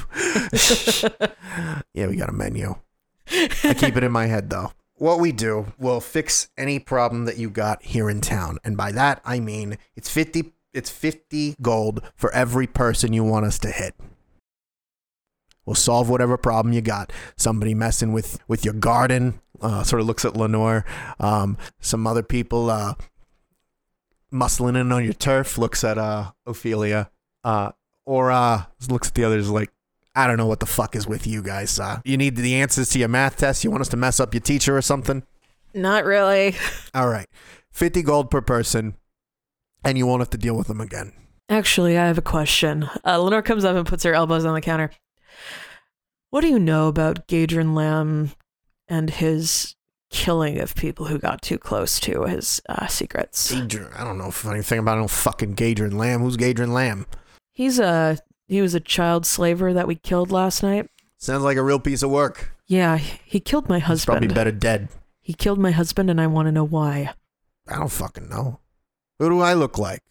Speaker 2: yeah, we got a menu. I keep it in my head though. What we do will fix any problem that you got here in town, and by that I mean it's fifty. It's fifty gold for every person you want us to hit. We'll solve whatever problem you got. Somebody messing with with your garden. Uh, sort of looks at Lenore. Um, some other people uh, muscling in on your turf. Looks at uh, Ophelia. Uh, or uh, looks at the others like, I don't know what the fuck is with you guys. Uh, you need the answers to your math test. You want us to mess up your teacher or something?
Speaker 1: not really.
Speaker 2: All right, fifty gold per person, and you won't have to deal with them again.
Speaker 1: Actually, I have a question. Uh, Lenore comes up and puts her elbows on the counter. What do you know about Gadrin Lamb and his killing of people who got too close to his uh, secrets?
Speaker 2: Gadrin, I don't know if anything about no fucking Gadrin Lamb. Who's Gadrin Lamb?
Speaker 1: He's a he was a child slaver that we killed last night.
Speaker 2: Sounds like a real piece of work.
Speaker 1: Yeah, he killed my
Speaker 2: He's probably
Speaker 1: husband.
Speaker 2: better dead.
Speaker 1: He killed my husband, and I want to know why.
Speaker 2: I don't fucking know. Who do I look like?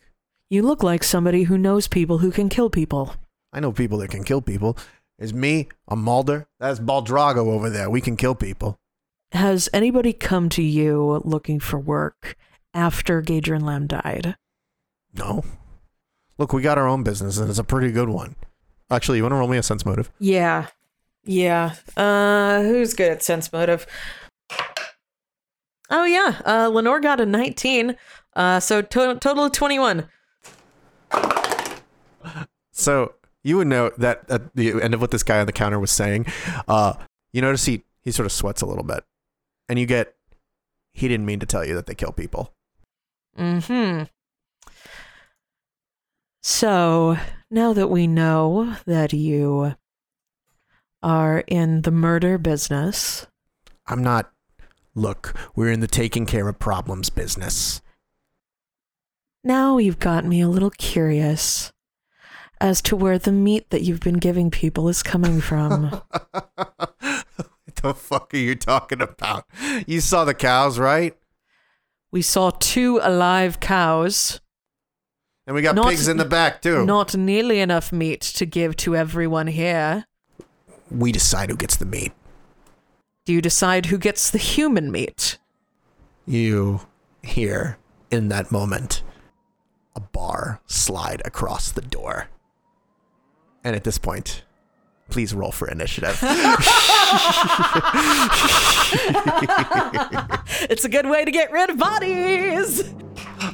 Speaker 1: You look like somebody who knows people who can kill people.
Speaker 2: I know people that can kill people. There's me, a Mulder. That's Baldrago over there. We can kill people.
Speaker 1: Has anybody come to you looking for work after Gadrin Lamb died?
Speaker 2: No. Look, we got our own business, and it's a pretty good one. Actually, you want to roll me a sense motive?
Speaker 1: Yeah. Yeah. Uh who's good at sense motive? Oh yeah. Uh Lenore got a 19. Uh so to- total of 21.
Speaker 2: So you would know that at the end of what this guy on the counter was saying, uh, you notice he he sort of sweats a little bit, and you get he didn't mean to tell you that they kill people.
Speaker 1: Mhm. So, now that we know that you are in the murder business,
Speaker 2: I'm not. Look, we're in the taking care of problems business.
Speaker 1: Now you've got me a little curious as to where the meat that you've been giving people is coming from.
Speaker 2: what the fuck are you talking about? You saw the cows, right?
Speaker 1: we saw two alive cows,
Speaker 2: And we got
Speaker 1: Not-
Speaker 2: pigs in the back too.
Speaker 1: not nearly enough meat to give to everyone here.
Speaker 2: we decide who gets the meat.
Speaker 1: Do you decide who gets the human meat?
Speaker 2: You hear in that moment a bar slide across the door. And at this point, please roll for initiative.
Speaker 1: It's a good way to get rid of bodies.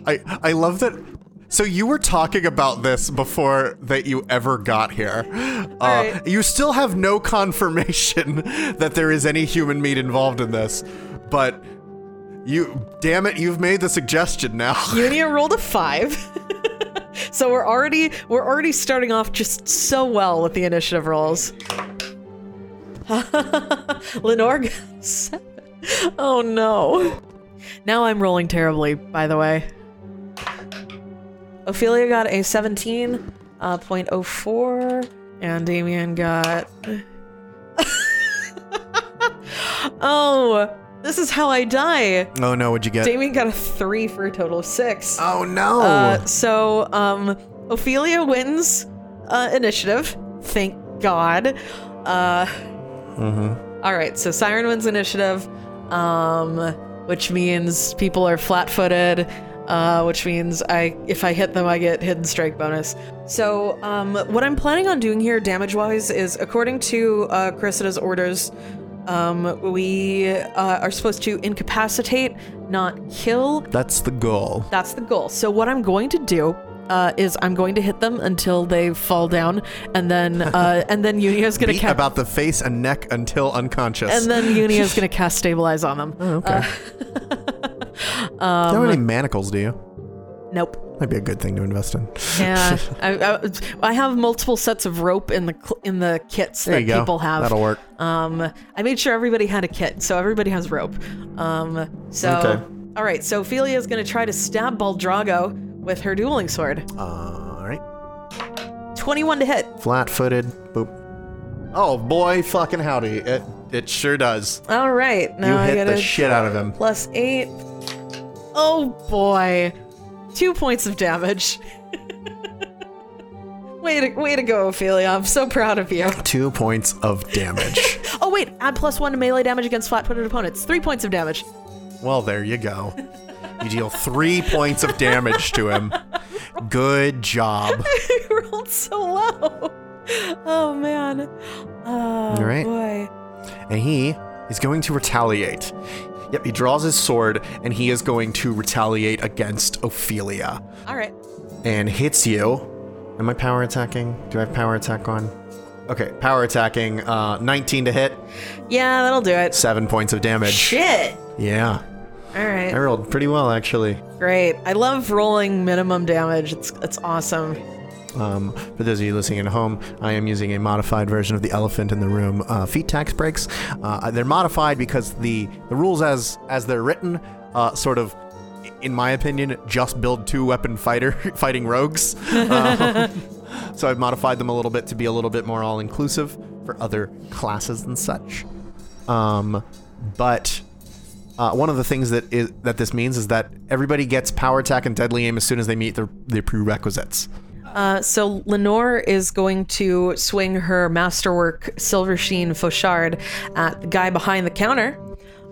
Speaker 2: I, I love that. So you were talking about this before that you ever got here. Uh,
Speaker 1: Alright.
Speaker 2: You still have no confirmation that there is any human meat involved in this, but you, damn it, you've made the suggestion now.
Speaker 1: Unia rolled a five. so we're already we're already starting off just so well with the initiative rolls. Lenore got a seven. Oh no. Now I'm rolling terribly, by the way. Ophelia got a 17, uh, 0.04, and Damien got. oh, this is how I die.
Speaker 2: Oh no, what'd you get?
Speaker 1: Damien got a three for a total of six.
Speaker 2: Oh no.
Speaker 1: Uh, so, um, Ophelia wins uh, initiative. Thank God. Uh, all right, so Siren wins initiative, um, which means people are flat-footed, uh, which means I, if I hit them, I get hidden strike bonus. So, um, what I'm planning on doing here, damage-wise, is according to uh, Cressida's orders, Um, we uh, are supposed to incapacitate, not kill.
Speaker 2: That's the goal.
Speaker 1: That's the goal. So what I'm going to do uh, is I'm going to hit them until they fall down, and then uh, and then Unio's gonna
Speaker 2: Beat
Speaker 1: ca-
Speaker 2: about the face and neck until unconscious.
Speaker 1: and then uh, Unio's gonna cast stabilize on them.
Speaker 2: oh, okay.
Speaker 1: um,
Speaker 2: Don't have any manacles, do you?
Speaker 1: Nope.
Speaker 2: Might be a good thing to invest in.
Speaker 1: Yeah, I, I, I have multiple sets of rope in the cl- in the kits
Speaker 2: there
Speaker 1: that
Speaker 2: you go.
Speaker 1: people have.
Speaker 2: That'll work.
Speaker 1: Um, I made sure everybody had a kit, so everybody has rope. Um, so
Speaker 2: Okay.
Speaker 1: all right, so Ophelia is going to try to stab Baldrago with her dueling sword.
Speaker 2: All right.
Speaker 1: Twenty-one to hit.
Speaker 2: Flat-footed. Boop. Oh boy, fucking howdy! It it sure does.
Speaker 1: All right, now
Speaker 2: you
Speaker 1: I
Speaker 2: hit
Speaker 1: gotta
Speaker 2: the shit out of him.
Speaker 1: plus eight. Oh boy, two points of damage. way to way to go, Ophelia! I'm so proud of you.
Speaker 2: Two points of damage.
Speaker 1: Oh wait, add plus one to melee damage against flat-footed opponents. Three points of damage.
Speaker 2: well, there you go. You deal three points of damage to him. Good job.
Speaker 1: I rolled so low. Oh man. Oh
Speaker 2: All right.
Speaker 1: boy.
Speaker 2: and he is going to retaliate. Yep, he draws his sword and he is going to retaliate against Ophelia
Speaker 1: All right.
Speaker 2: and hits you. Am I power attacking? Do I have power attack on? Okay, power attacking. Uh, 19 to hit,
Speaker 1: Yeah, that'll do it.
Speaker 2: seven points of damage.
Speaker 1: Shit.
Speaker 2: Yeah,
Speaker 1: All
Speaker 2: I
Speaker 1: right.
Speaker 2: rolled pretty well actually.
Speaker 1: Great. I love rolling minimum damage. It's it's awesome.
Speaker 2: Um, for those of you listening at home, I am using a modified version of the elephant in the room uh, feet tax breaks. Uh, they're modified because the the rules as as they're written uh, sort of. In my opinion, just build two weapon fighter fighting rogues. Um, so I've modified them a little bit to be a little bit more all inclusive for other classes and such. Um, but uh, one of the things that is that this means is that everybody gets power attack and deadly aim as soon as they meet their, their prerequisites.
Speaker 1: Uh, so Lenore is going to swing her masterwork silver sheen fauchard at the guy behind the counter.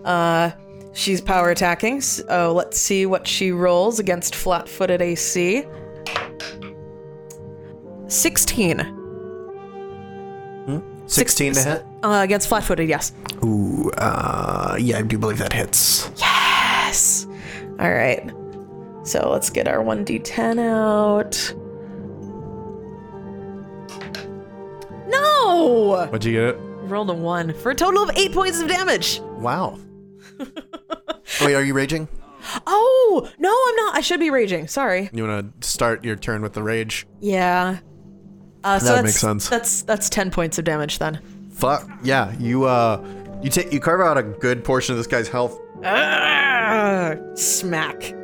Speaker 1: Uh, she's power attacking. So let's see what she rolls against flat-footed AC. Sixteen uh,
Speaker 2: 16 to hit.
Speaker 1: against flat-footed. Yes.
Speaker 2: Ooh, uh, yeah, I do believe that hits.
Speaker 1: Yes. All right. So let's get our 1d10 out. No!
Speaker 2: What'd you get it?
Speaker 1: Rolled a 1 for a total of 8 points of damage.
Speaker 2: Wow. Wait, are you raging?
Speaker 1: Oh, no, I'm not. I should be raging. Sorry.
Speaker 2: You want to start your turn with the rage?
Speaker 1: Yeah. Uh, so
Speaker 2: That
Speaker 1: that's-
Speaker 2: makes sense.
Speaker 1: That's that's 10 points of damage then.
Speaker 2: Fuck yeah! You uh, you take you carve out a good portion of this guy's health.
Speaker 1: Ah, smack.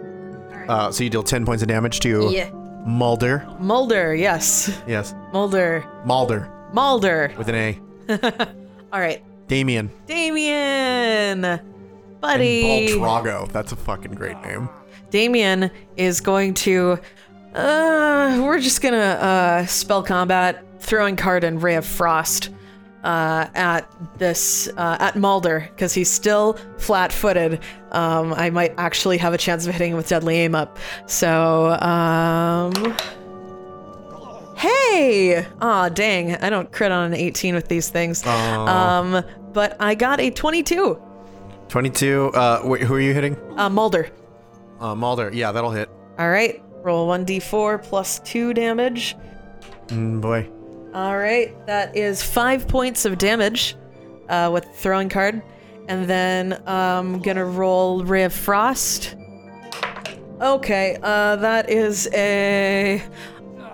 Speaker 2: Uh, so you deal ten points of damage to Mulder.
Speaker 1: Mulder, yes.
Speaker 2: Yes,
Speaker 1: Mulder.
Speaker 2: Mulder
Speaker 1: Mulder.
Speaker 2: with an A.
Speaker 1: All right.
Speaker 2: Damien
Speaker 1: Damien. Buddy.
Speaker 2: Baldrago. That's a fucking great name.
Speaker 1: Damien is going to. Uh, we're just gonna uh, spell combat, throwing card and ray of frost uh, at this uh, at Mulder because he's still flat-footed. Um, I might actually have a chance of hitting him with deadly aim up. So, um, hey, ah, dang, I don't crit on an 18 with these things. Um, but I got a 22.
Speaker 2: Twenty-two. Uh, wait, who are you hitting?
Speaker 1: Uh, Mulder.
Speaker 2: Uh, Mulder. Yeah, that'll hit.
Speaker 1: All right, roll 1d4 plus 2 damage.
Speaker 2: Mm, boy.
Speaker 1: All right, that is 5 points of damage uh, with throwing card. And then I'm um, gonna roll Ray of Frost. Okay, uh, that is a.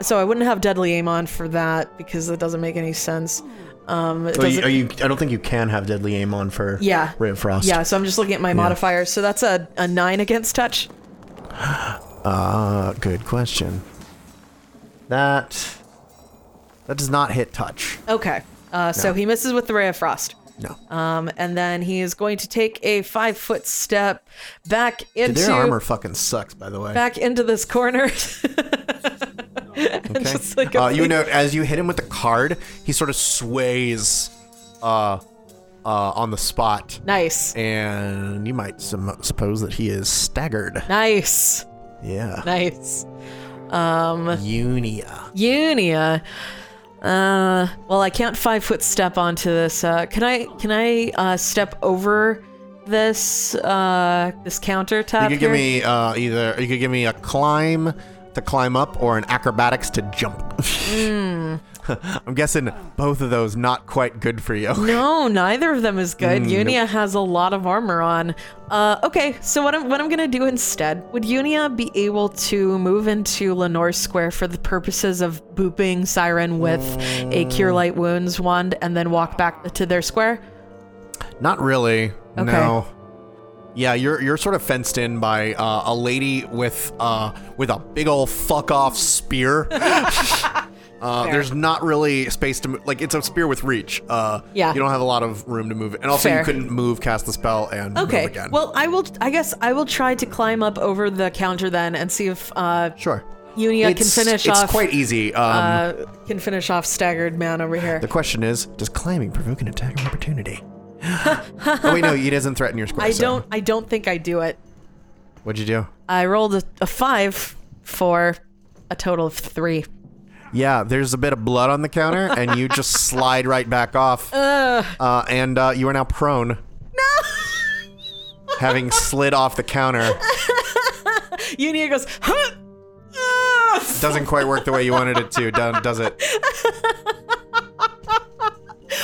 Speaker 1: So I wouldn't have deadly aim on for that because that doesn't make any sense. Um, it
Speaker 2: Are Oh, you,
Speaker 1: doesn't-
Speaker 2: are you? I don't think you can have deadly aim on for
Speaker 1: Yeah.
Speaker 2: Ray of Frost.
Speaker 1: yeah, so I'm just looking at my modifier. So that's a, a nine against touch.
Speaker 2: Uh, good question. That that does not hit touch.
Speaker 1: Okay, uh, so he misses with the Ray of Frost.
Speaker 2: No.
Speaker 1: Um, and then he is going to take a five foot step back
Speaker 2: Dude,
Speaker 1: into
Speaker 2: their armor fucking sucks, by the way.
Speaker 1: back into this corner. And
Speaker 2: okay?
Speaker 1: just like
Speaker 2: uh,
Speaker 1: a-
Speaker 2: you know, as you hit him with the card, he sort of sways, uh, uh, on the spot,
Speaker 1: nice,
Speaker 2: and you might sum- suppose that he is staggered.
Speaker 1: nice,
Speaker 2: Yeah.
Speaker 1: nice.
Speaker 2: Unia.
Speaker 1: Unia. Uh, well, I can't five foot step onto this. Uh, can I? Can I uh, step over this uh, this countertop
Speaker 2: You could
Speaker 1: here?
Speaker 2: give me uh, either you could give me a climb to climb up or an acrobatics to jump.
Speaker 1: Hmm.
Speaker 2: I'm guessing both of those not quite good for you.
Speaker 1: No, neither of them is
Speaker 2: Hmm,
Speaker 1: good. Unia has a lot of armor on. Uh, okay, so what I'm what I'm gonna do instead? Would Unia be able to move into Lenore's square for the purposes of booping Siren with a Cure
Speaker 2: Uh.
Speaker 1: Light Wounds wand, and then walk back to their square?
Speaker 2: Not really.
Speaker 1: Okay.
Speaker 2: No. Yeah, you're you're sort of fenced in by uh, a lady with uh, with a big old fuck off spear. Uh, there's not really space to mo- like. It's a spear with reach. Uh,
Speaker 1: Yeah.
Speaker 2: You don't have a lot of room to move, it. and also
Speaker 1: Fair.
Speaker 2: you couldn't move, cast the spell, and move
Speaker 1: Okay.
Speaker 2: again.
Speaker 1: Well, I will. I guess I will try to climb up over the counter then and see if uh,
Speaker 2: sure.
Speaker 1: Unia can
Speaker 2: It's-
Speaker 1: finish
Speaker 2: It's
Speaker 1: off.
Speaker 2: quite easy. Um,
Speaker 1: uh, can finish off staggered man over here.
Speaker 2: The question is, does climbing provoke an attack of opportunity? oh wait, no, he doesn't threaten your square.
Speaker 1: I
Speaker 2: so-
Speaker 1: don't. I don't think I do it.
Speaker 2: What'd you do?
Speaker 1: I rolled a, a five for a total of three.
Speaker 2: Yeah, there's a bit of blood on the counter, and you just slide right back off. Uh, and uh, you are now prone, having slid off the counter.
Speaker 1: Unia goes, huh? Ah!
Speaker 2: Doesn't quite work the way you wanted it to, do- does it?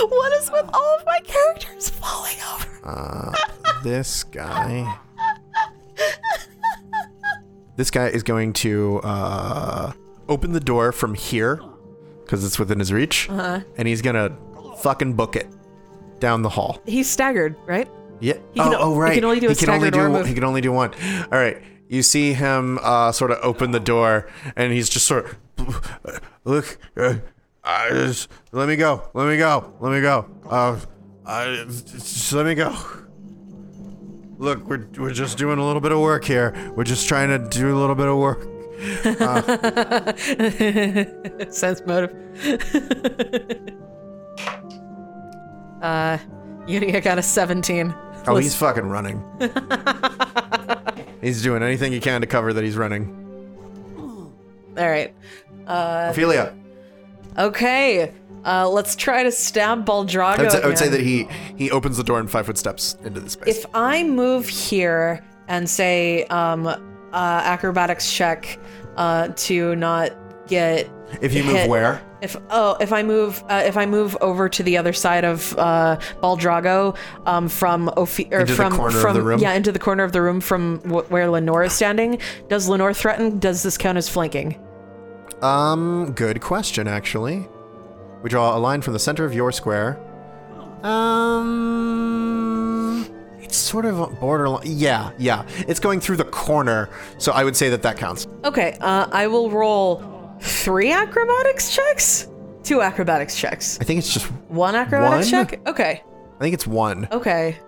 Speaker 1: What is with all of my characters falling over?
Speaker 2: This guy. This guy is going to uh, open the door from here, because it's within his reach, uh-huh. and he's gonna fucking book it down the hall.
Speaker 1: He's staggered, right?
Speaker 2: Yeah.
Speaker 1: He can
Speaker 2: oh,
Speaker 1: o-
Speaker 2: oh,
Speaker 1: he
Speaker 2: right.
Speaker 1: can only do a
Speaker 2: only
Speaker 1: staggered or a
Speaker 2: do-
Speaker 1: move.
Speaker 2: He can only do one. All right. You see him uh, sort of open the door, and he's just sort of look. Uh, I just, let me go. Let me go. Let me go. Uh, I, just let me go. Look, we're, we're just doing a little bit of work here. We're just trying to do a little bit of work.
Speaker 1: Sense motive. uh, Unia got a 17.
Speaker 2: Oh, he's fucking running. he's doing anything he can to cover that he's running.
Speaker 1: All right. Uh,
Speaker 2: Ophelia,
Speaker 1: Okay. Uh, let's try to stab Baldrago.
Speaker 2: I would, say, I would say
Speaker 1: again.
Speaker 2: that he he opens the door in five foot steps into the space.
Speaker 1: If I move here and say um, uh, acrobatics check uh, to not get
Speaker 2: If you move
Speaker 1: hit-
Speaker 2: where?
Speaker 1: If oh, if I move uh, if I move over to the other side of uh, Baldrago um, from Ophi- or
Speaker 2: Into the
Speaker 1: from
Speaker 2: corner of
Speaker 1: from
Speaker 2: the room?
Speaker 1: yeah into the corner of the room from wh- where Lenore is standing, does Lenore threaten? Does this count as flanking?
Speaker 2: Um, good question, actually. We draw a line from the center of your square. Um, it's sort of a borderline. Yeah, yeah. It's going through the corner, so I would say that that counts.
Speaker 1: Okay, uh, I will roll three acrobatics checks, two acrobatics checks,
Speaker 2: I think it's just.
Speaker 1: one acrobatics
Speaker 2: One?
Speaker 1: check. Okay,
Speaker 2: I think it's one
Speaker 1: okay.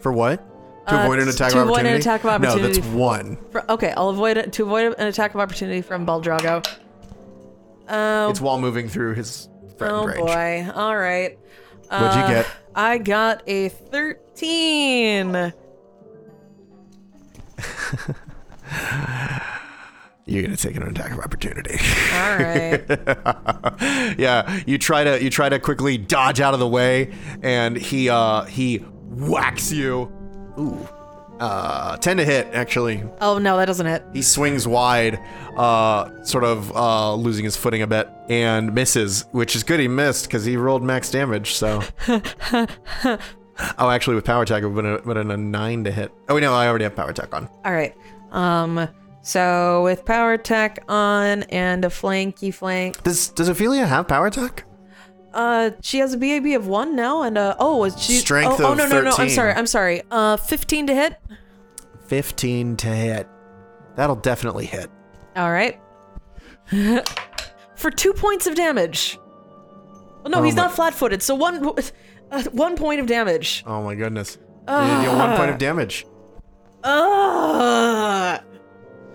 Speaker 2: for what? To
Speaker 1: Oh. Uh,
Speaker 2: avoid an
Speaker 1: t-
Speaker 2: attack
Speaker 1: to
Speaker 2: of
Speaker 1: avoid an
Speaker 2: opportunity.
Speaker 1: attack of
Speaker 2: No, that's
Speaker 1: opportunity.
Speaker 2: one.
Speaker 1: For, okay, I'll avoid it to avoid an attack of opportunity from Baldrago. Oh,
Speaker 2: It's while moving through his threatened
Speaker 1: oh
Speaker 2: range.
Speaker 1: boy! All right.
Speaker 2: What'd you
Speaker 1: Uh,
Speaker 2: get?
Speaker 1: I got a thirteen.
Speaker 2: You're gonna take an attack of opportunity.
Speaker 1: All right.
Speaker 2: yeah, you try to you try to quickly dodge out of the way, and he uh he whacks you. Ooh, uh, ten to hit actually.
Speaker 1: oh no, that doesn't hit.
Speaker 2: He swings wide, uh, sort of uh, losing his footing a bit, and misses, which is good. He missed because he rolled max damage. So, oh, actually, with power attack, it would have been a, would've been a nine to hit. Oh wait, no, I already have power attack on.
Speaker 1: All right. Um. So with power attack on and a flanky flank,
Speaker 2: Does does Ophelia have power attack?
Speaker 1: uh, she has a BAB of one now, and uh, oh, was she
Speaker 2: Strength
Speaker 1: oh, oh
Speaker 2: of
Speaker 1: no no no, I'm
Speaker 2: 13.
Speaker 1: sorry, I'm sorry. Uh, fifteen to hit.
Speaker 2: 15 to hit. That'll definitely hit.
Speaker 1: All right. For two points of damage. Well, no,
Speaker 2: Oh
Speaker 1: he's
Speaker 2: my-
Speaker 1: not flat-footed, so one, uh, one point of damage.
Speaker 2: Oh my goodness. You deal one point of damage.
Speaker 1: Ugh.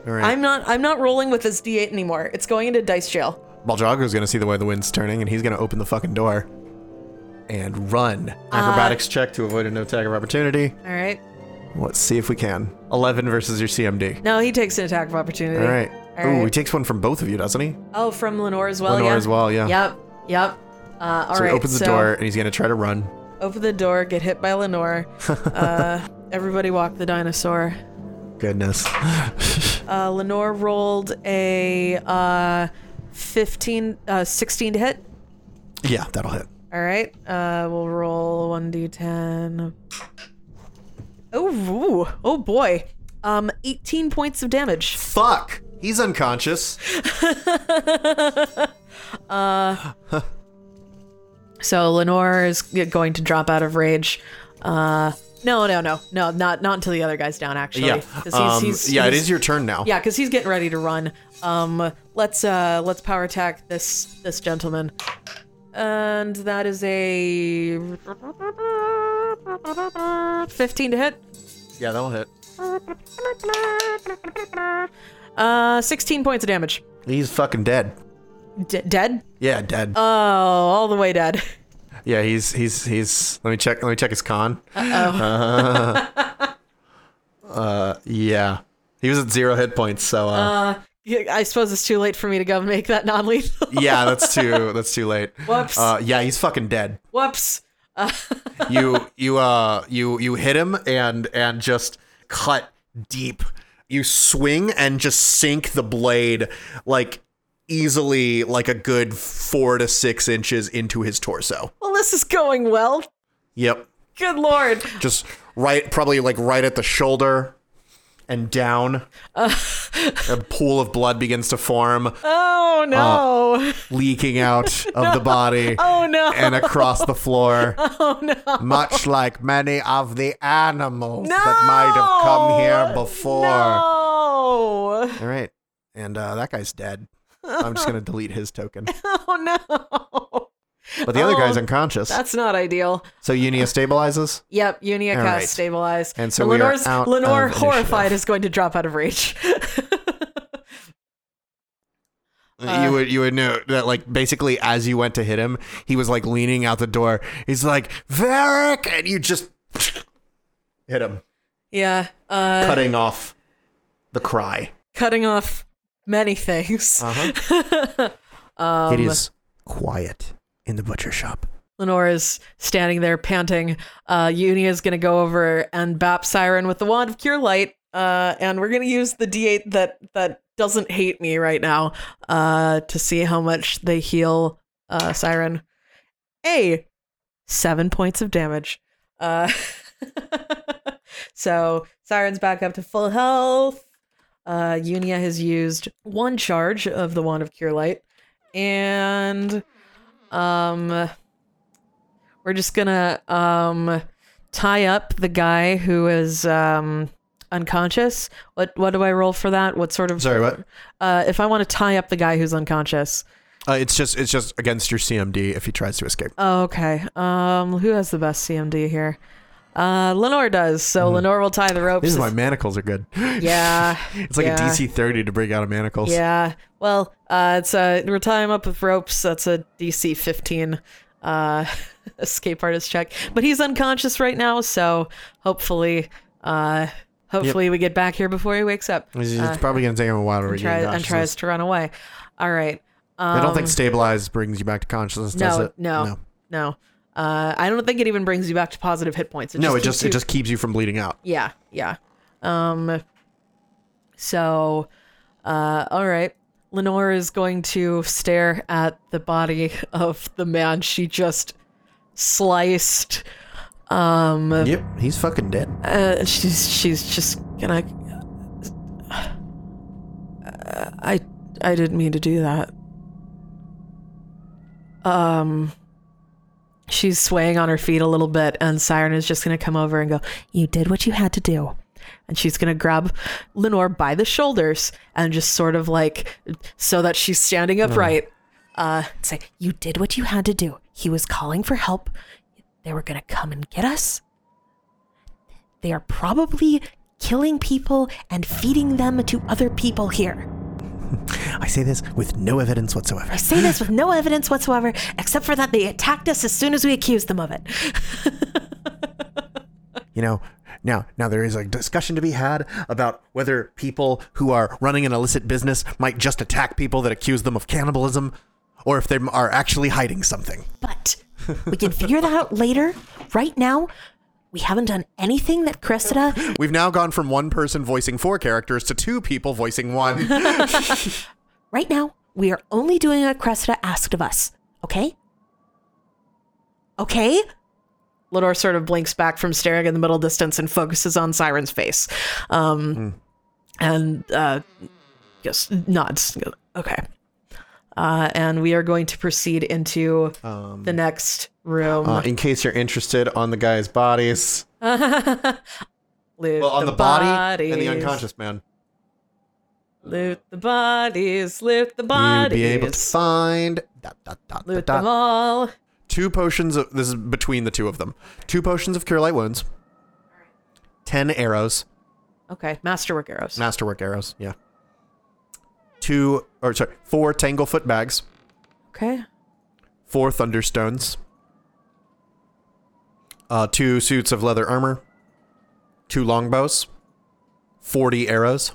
Speaker 2: All right.
Speaker 1: I'm not. I'm not rolling with this D8 anymore. It's going into dice jail.
Speaker 2: Baldrago's going to see the way the wind's turning and he's going to open the fucking door and run.
Speaker 1: Uh,
Speaker 2: Acrobatics check to avoid an attack of opportunity.
Speaker 1: All right.
Speaker 2: Let's see if we can. 11 versus your CMD.
Speaker 1: No, he takes an attack of opportunity.
Speaker 2: All right.
Speaker 1: All
Speaker 2: Ooh,
Speaker 1: right.
Speaker 2: he takes one from both of you, doesn't he?
Speaker 1: Oh, from Lenore as well.
Speaker 2: Lenore
Speaker 1: yeah.
Speaker 2: as well, yeah.
Speaker 1: Yep. Yep. Uh, all
Speaker 2: so
Speaker 1: right,
Speaker 2: he opens
Speaker 1: so
Speaker 2: the door and he's going to try to run.
Speaker 1: Open the door. Get hit by Lenore. uh, everybody walk the dinosaur.
Speaker 2: Goodness.
Speaker 1: Uh, Lenore rolled a uh, 15, uh, 16 to hit.
Speaker 2: yeah, that'll hit.
Speaker 1: All right. Uh, we'll roll 1d10. Oh, ooh, oh boy. Um, 18 points of damage.
Speaker 2: Fuck. He's unconscious.
Speaker 1: So Lenore is going to drop out of rage. Uh, no, no, no, no, not not until the other guy's down. Actually,
Speaker 2: Yeah.
Speaker 1: 'Cause he's-
Speaker 2: Um,
Speaker 1: he's-
Speaker 2: yeah, it
Speaker 1: he's-
Speaker 2: is your turn now.
Speaker 1: Yeah, because he's getting ready to run. Um, let's uh, let's power attack this this gentleman, and that is a fifteen to hit.
Speaker 2: Yeah, that'll hit.
Speaker 1: Uh, sixteen points of damage.
Speaker 2: He's fucking dead.
Speaker 1: D- dead?
Speaker 2: Yeah, dead.
Speaker 1: Oh, all the way dead.
Speaker 2: yeah, he's he's he's. Let me check. Let me check his con. Uh-oh. uh, yeah, he was at zero hit points. So uh,
Speaker 1: Yeah, I suppose it's too late for me to go make that non-lethal.
Speaker 2: yeah, that's too that's too late.
Speaker 1: Whoops.
Speaker 2: Uh, yeah, he's fucking dead.
Speaker 1: Whoops.
Speaker 2: You you uh you you hit him and and just cut deep. You swing and just sink the blade like easily like a good four to six inches into his torso.
Speaker 1: Well, this is going well.
Speaker 2: Yep.
Speaker 1: Good lord.
Speaker 2: Just right probably like right at the shoulder and down.
Speaker 1: Uh.
Speaker 2: a pool of blood begins to form, Uh,
Speaker 1: Oh no.
Speaker 2: leaking out of the body.
Speaker 1: oh no.
Speaker 2: and across the floor. Oh no. Much like many of the animals that might have come here before.
Speaker 1: No.
Speaker 2: All right. And uh, that guy's dead. I'm just going to delete his token.
Speaker 1: Oh no.
Speaker 2: But the other
Speaker 1: Oh,
Speaker 2: guy's unconscious.
Speaker 1: That's not ideal.
Speaker 2: So Unia stabilizes.
Speaker 1: Yep, Unia
Speaker 2: All
Speaker 1: cast
Speaker 2: right.
Speaker 1: stabilize.
Speaker 2: And so we are out
Speaker 1: Lenore
Speaker 2: of
Speaker 1: horrified
Speaker 2: initiative.
Speaker 1: is going to drop out of rage. Uh,
Speaker 2: you would you would note that like basically as you went to hit him, he was like leaning out the door. He's like, "Varric," and you just hit him,
Speaker 1: yeah. Uh
Speaker 2: cutting off the cry.
Speaker 1: cutting off many things.
Speaker 2: Uh-huh.
Speaker 1: um,
Speaker 2: it is quiet in the butcher shop.
Speaker 1: Lenore is standing there panting. Uh, Unia is going to go over and bap Siren with the wand of Cure Light. Uh, and we're going to use the D8 that, that doesn't hate me right now uh, to see how much they heal uh, Siren. A, seven points of damage. Uh, so Siren's back up to full health. Uh, Unia has used one charge of the Wand of Cure Light. And. Um, we're just gonna um tie up the guy who is um unconscious. What what do I roll for that? What sort of
Speaker 2: Sorry, what?
Speaker 1: Uh, if I want to tie up the guy who's unconscious.
Speaker 2: Uh, it's just it's just against your CMD if he tries to escape.
Speaker 1: Oh, okay. Um, who has the best CMD here? Uh, Lenore does. So Lenore will tie the ropes.
Speaker 2: These
Speaker 1: if-
Speaker 2: are Mm-hmm. my manacles are good.
Speaker 1: yeah.
Speaker 2: It's like
Speaker 1: yeah.
Speaker 2: a DC 30 to bring out a manacles.
Speaker 1: Yeah. Well, uh, it's a we're tying him up with ropes. That's a DC 15 uh, escape artist check. But he's unconscious right now, so hopefully, uh, hopefully we get back here before he wakes up
Speaker 2: It's, it's probably going to take him a while to regain
Speaker 1: Uh, try, and tries
Speaker 2: consciousness.
Speaker 1: to run away. All right. Um,
Speaker 2: I don't think stabilize brings you back to consciousness, does
Speaker 1: no,
Speaker 2: it?
Speaker 1: no, no, Uh, I don't think it even brings you back to positive hit points.
Speaker 2: No, it
Speaker 1: keeps
Speaker 2: just
Speaker 1: you-
Speaker 2: it just keeps you from bleeding out.
Speaker 1: yeah, yeah. Um so uh all right. Lenore is going to stare at the body of the man she just sliced. Um
Speaker 2: Yep, he's fucking dead.
Speaker 1: uh, she's she's just gonna Uh, I I didn't mean to do that. Um she's swaying on her feet a little bit and Siren is just gonna come over and go, You did what you had to do. And she's gonna grab Lenore by the shoulders and just sort of like so that she's
Speaker 2: Hmm.
Speaker 1: standing upright. Uh
Speaker 3: Say, you did what you had to do. He was calling for help. They were going to come and get us. They are probably killing people and feeding them to other people here.
Speaker 2: I say this with no evidence whatsoever.
Speaker 3: I say this with no evidence whatsoever, except for that they attacked us as soon as we accused them of it.
Speaker 2: You know, now now there is a discussion to be had about whether people who are running an illicit business might just attack people that accuse them of cannibalism or if they are actually hiding something.
Speaker 3: But we can figure that out later. Right now, we haven't done anything that Cressida.
Speaker 2: We've now gone from one person voicing four characters to two people voicing one.
Speaker 3: Right now, we are only doing what Cressida asked of us. Okay? Okay?
Speaker 1: Lenore sort of blinks back from staring in the middle distance and focuses on Siren's face. Um,
Speaker 2: Hmm.
Speaker 1: And uh, just nods. Okay. Uh, and we are going to proceed into
Speaker 2: Um,
Speaker 1: the
Speaker 2: uh,
Speaker 1: next room.
Speaker 4: Uh, in case you're interested on the guy's bodies.
Speaker 1: loot
Speaker 2: well, Uh, on the, body
Speaker 1: bodies,
Speaker 2: and the unconscious man.
Speaker 1: Loot the bodies. Loot the
Speaker 2: You'd
Speaker 1: bodies.
Speaker 2: be able to find dot, dot, dot,
Speaker 1: loot
Speaker 2: dot,
Speaker 1: them
Speaker 2: dot.
Speaker 1: all.
Speaker 2: two potions. Of, this is between the two of them. Two potions of cure light wounds. Ten arrows,
Speaker 1: Okay. Masterwork arrows.
Speaker 2: masterwork arrows. Yeah. Two or sorry, four tanglefoot bags,
Speaker 1: okay.
Speaker 2: four thunderstones, uh, two suits of leather armor, two longbows, forty arrows,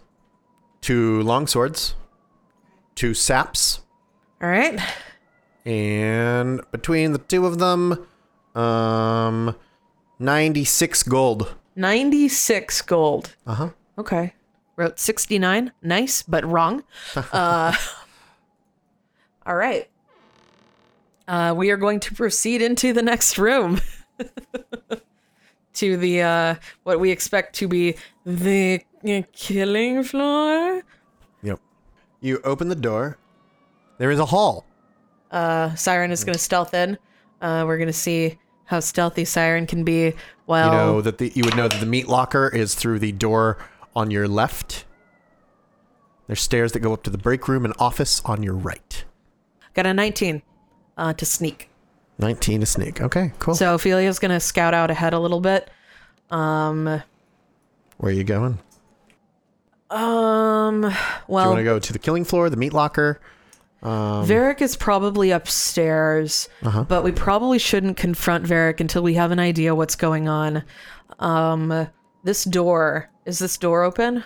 Speaker 2: two longswords, two saps.
Speaker 1: All right.
Speaker 2: And between the two of them, um, 96 gold.
Speaker 1: 96 gold.
Speaker 2: Uh huh.
Speaker 1: Okay. Wrote 69. Nice, but wrong. uh, all right. Uh, we are going to proceed into the next room. to the uh, what we expect to be the uh, killing floor.
Speaker 2: Yep. You open the door. There is a hall.
Speaker 1: Uh, Siren
Speaker 2: Hmm.
Speaker 1: is going to stealth in. Uh, we're going to see how stealthy Siren can be
Speaker 2: You
Speaker 1: while
Speaker 2: know that the you would know that the meat locker is through the door on your left. There's stairs that go up to the break room and office on your right.
Speaker 1: got a 19 uh, to sneak.
Speaker 2: 19 to sneak. Okay, cool.
Speaker 1: So Ophelia's going to scout out ahead a little bit. Um,
Speaker 2: Where are you going?
Speaker 1: Um.
Speaker 2: Do you
Speaker 1: Well,
Speaker 2: want to go um, to the killing floor, the meat locker?
Speaker 1: Varric is probably upstairs,
Speaker 2: Uh-huh.
Speaker 1: but we probably shouldn't confront Varric until we have an idea what's going on. Um, this door is this door open?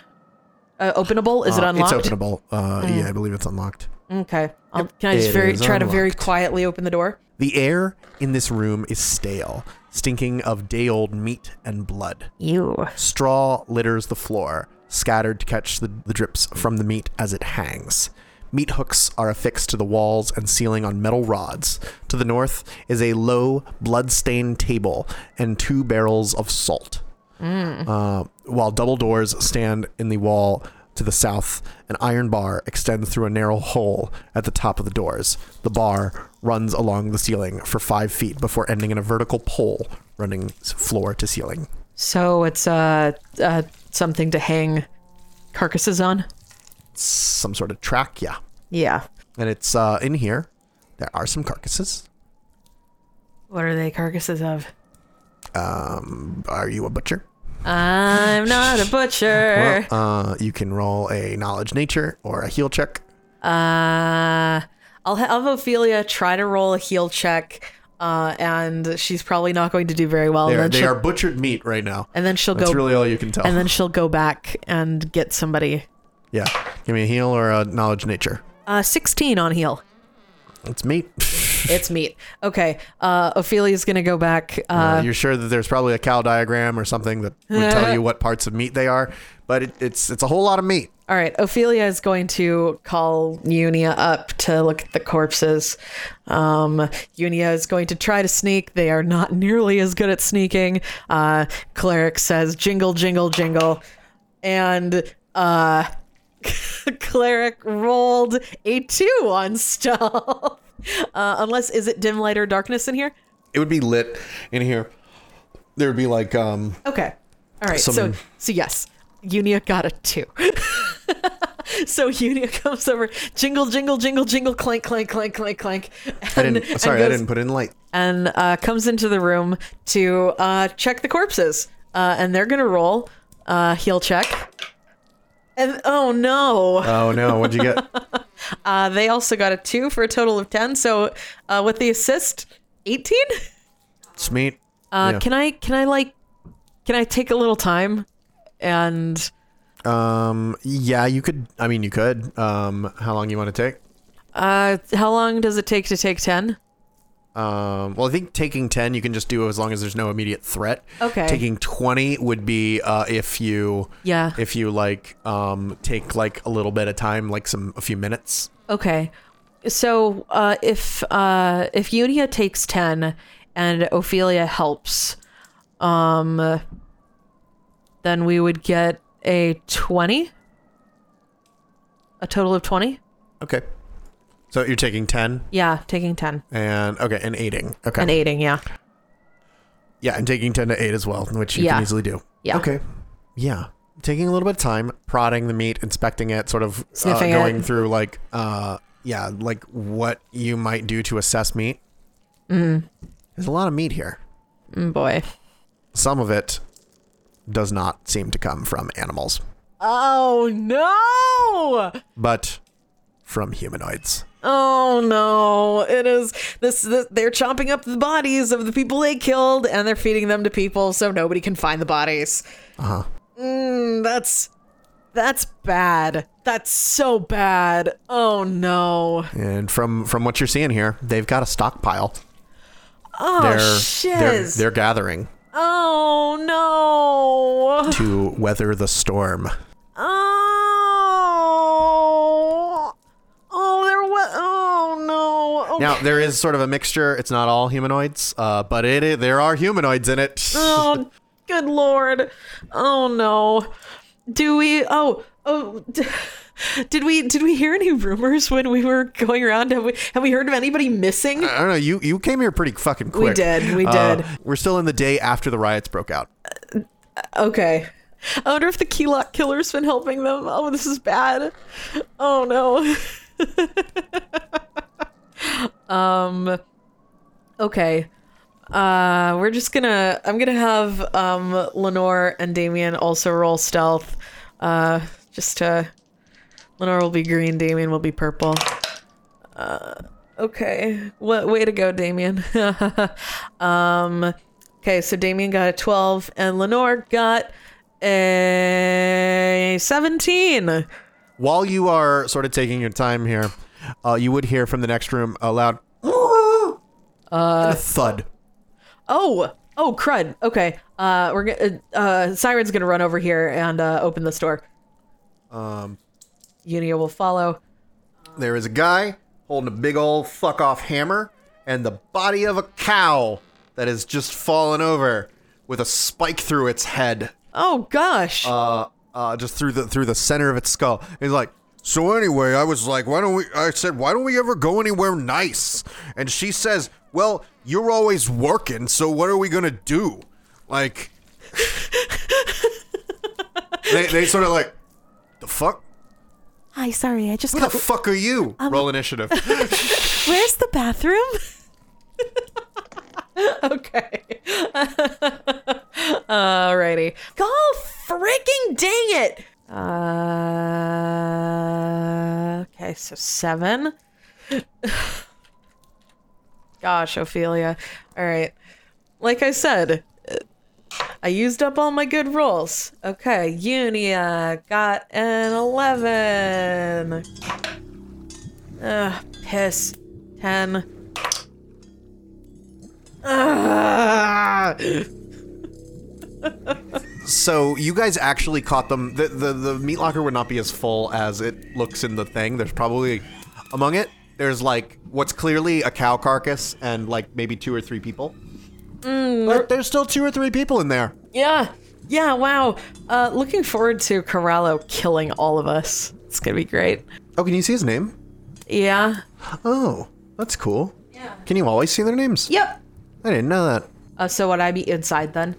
Speaker 1: Uh, openable? Is it
Speaker 2: Uh,
Speaker 1: unlocked? Oh.
Speaker 2: It's openable. Uh, Yeah, I believe it's unlocked.
Speaker 1: Okay. I'll, can I just
Speaker 2: It
Speaker 1: very
Speaker 2: is
Speaker 1: try to very
Speaker 2: unlocked.
Speaker 1: quietly open the door?
Speaker 2: The air in this room is stale, stinking of day old meat and blood.
Speaker 3: You.
Speaker 2: Straw litters the floor, scattered to catch the, the drips from the meat as it hangs. Meat hooks are affixed to the walls and ceiling on metal rods. To the north is a low, blood stained table and two barrels of salt. Uh, while double doors stand in the wall to the south, an iron bar extends through a narrow hole at the top of the doors. The bar runs along the ceiling for five feet before ending in a vertical pole running s- floor to ceiling.
Speaker 1: So it's uh, uh something to hang carcasses on.
Speaker 2: Some sort of track, yeah.
Speaker 1: Yeah.
Speaker 2: And it's uh, in here. There are some carcasses.
Speaker 1: What are they carcasses of?
Speaker 2: Um, are you a butcher?
Speaker 1: I'm not a butcher.
Speaker 2: Well, uh, you can roll a knowledge nature or a heal check.
Speaker 1: Uh, I'll have Ophelia try to roll a heal check, uh, and she's probably not going to do very well.
Speaker 2: They
Speaker 1: and
Speaker 2: are,
Speaker 1: then
Speaker 2: they
Speaker 1: she'll,
Speaker 2: are butchered meat right now.
Speaker 1: and then she'll
Speaker 2: That's
Speaker 1: go,
Speaker 2: really all you can tell.
Speaker 1: and then she'll go back and get somebody.
Speaker 2: yeah. Give me a heal or a knowledge nature.
Speaker 1: Uh, sixteen on heal.
Speaker 2: It's meat.
Speaker 1: It's meat. Okay. Uh, Ophelia's gonna go back.
Speaker 2: Uh,
Speaker 1: Uh,
Speaker 2: you're sure that there's probably a cow diagram or something that would tell you what parts of meat they are, but it, it's it's a whole lot of meat.
Speaker 1: all right. Ophelia is going to call Unia up to look at the corpses. Um, Unia is going to try to sneak. They are not nearly as good at sneaking. Uh, Cleric says, "Jingle, jingle, jingle," and uh, cleric rolled a two on stealth. Uh, unless is it dim light or darkness in here?
Speaker 2: It would be lit in here. There would be like um
Speaker 1: Okay. All right. So
Speaker 2: Some-
Speaker 1: so yes, Unia got a two. so Unia comes over, jingle, jingle, jingle, jingle, clank, clank, clank, clank, clank.
Speaker 2: I
Speaker 1: and-
Speaker 2: didn't sorry,
Speaker 1: and
Speaker 2: I
Speaker 1: goes-
Speaker 2: didn't put in light.
Speaker 1: And uh, comes into the room to uh, check the corpses, uh, and they're gonna roll uh, heal check. And oh no.
Speaker 2: Oh no, what'd you get?
Speaker 1: Uh, they also got a two for a total of ten. So uh, with the assist, eighteen.
Speaker 2: it's meat.
Speaker 1: Uh,
Speaker 2: Yeah.
Speaker 1: Can I? Can I like? Can I take a little time? And
Speaker 2: Um yeah, you could I mean you could. Um how long you want to take?
Speaker 1: Uh, how long does it take to take 10?
Speaker 2: Um, well, I think taking 10 you can just do as long as there's no immediate threat.
Speaker 1: Okay.
Speaker 2: Taking 20 would be uh, if you
Speaker 1: yeah.
Speaker 2: if you like um, take like a little bit of time, like some a few minutes.
Speaker 1: Okay. So uh, if uh, if Unia takes ten and Ophelia helps, um, then we would get a twenty. A total of twenty.
Speaker 2: Okay. So you're taking 10
Speaker 1: Yeah, taking ten
Speaker 2: and okay, and aiding. Okay.
Speaker 1: and aiding. Yeah.
Speaker 2: Yeah, and taking 10 to 8 as well, which you
Speaker 1: Yeah.
Speaker 2: can easily do.
Speaker 1: Yeah.
Speaker 2: Okay. Yeah. Taking a little bit of time, prodding the meat, inspecting it, sort of uh,
Speaker 1: Sniffing it.
Speaker 2: going through like, uh, yeah, like what you might do to assess meat. Mm.
Speaker 1: Mm-hmm.
Speaker 2: There's a lot of meat here.
Speaker 1: Mm, boy.
Speaker 2: Some of it does not seem to come from animals,
Speaker 1: Oh no!
Speaker 2: but from humanoids.
Speaker 1: Oh no! It is this, this. They're chomping up the bodies of the people they killed, and they're feeding them to people, so nobody can find the bodies.
Speaker 2: Uh huh.
Speaker 1: Mm, that's that's bad. That's so bad. Oh no.
Speaker 2: And from from what you're seeing here, they've got a stockpile.
Speaker 1: Oh
Speaker 2: They're they're,
Speaker 1: shiz.
Speaker 2: they're gathering
Speaker 1: oh no.
Speaker 2: to weather the storm.
Speaker 1: Oh. Oh, they're what? Oh no. Okay.
Speaker 2: Now there is sort of a mixture. It's not all humanoids, uh, but it, i there are humanoids in it.
Speaker 1: oh, good lord. Oh no. Do we? Oh, oh. d- Did we did we hear any rumors when we were going around? Have we have we heard of anybody missing?
Speaker 2: I don't know. You you came here pretty fucking quick.
Speaker 1: did, we
Speaker 2: Uh,
Speaker 1: did.
Speaker 2: we're still in the day after the riots broke out.
Speaker 1: Okay. I wonder if the Kelock killer's been helping them. Oh, this is bad. Oh no. um okay. Uh we're just gonna I'm gonna have um Lenore and Damien also roll stealth. Uh just to Lenore will be green, Damien will be purple. Uh okay. What way to go, Damien. um Okay, so Damien got a 12 and Lenore got a 17.
Speaker 2: While you are sort of taking your time here, uh, you would hear from the next room a loud uh, thud.
Speaker 1: Oh, oh, crud. Okay, uh, we're gonna, uh, uh, Siren's gonna run over here and uh, open this door.
Speaker 2: Um,
Speaker 1: Unia will follow.
Speaker 2: there is a guy holding a big old fuck off hammer and the body of a cow that has just fallen over with a spike through its head.
Speaker 1: Oh, gosh.
Speaker 2: uh, uh, just through the through the center of its skull. He's like, so anyway, I was like, why don't we? I said, why don't we ever go anywhere nice? And she says, well, you're always working, so what are we gonna do? Like, they they sort of like, the fuck.
Speaker 3: Hi, sorry, I just
Speaker 2: Who the
Speaker 3: got.
Speaker 2: fuck are you? Roll initiative.
Speaker 3: Where's the bathroom?
Speaker 1: okay. Alrighty. Oh, freaking dang it! Uh, okay, so seven. Gosh, Ophelia. All right. Like I said, I used up all my good rolls. Okay, Unia got an 11. Ugh, piss. 10. Ugh.
Speaker 2: so you guys actually caught them. The, the the meat locker would not be as full as it looks in the thing. There's probably among it. There's like what's clearly a cow carcass and like maybe two or three people. but there's still two or three people in there.
Speaker 1: Yeah. Yeah, wow. Uh, looking forward to Corallo killing all of us. It's going to be great.
Speaker 2: Oh, can you see his name?
Speaker 1: Yeah.
Speaker 2: Oh, that's cool. Yeah. Can you always see their names?
Speaker 1: Yep.
Speaker 2: I didn't know that.
Speaker 1: Uh, so would I be inside then?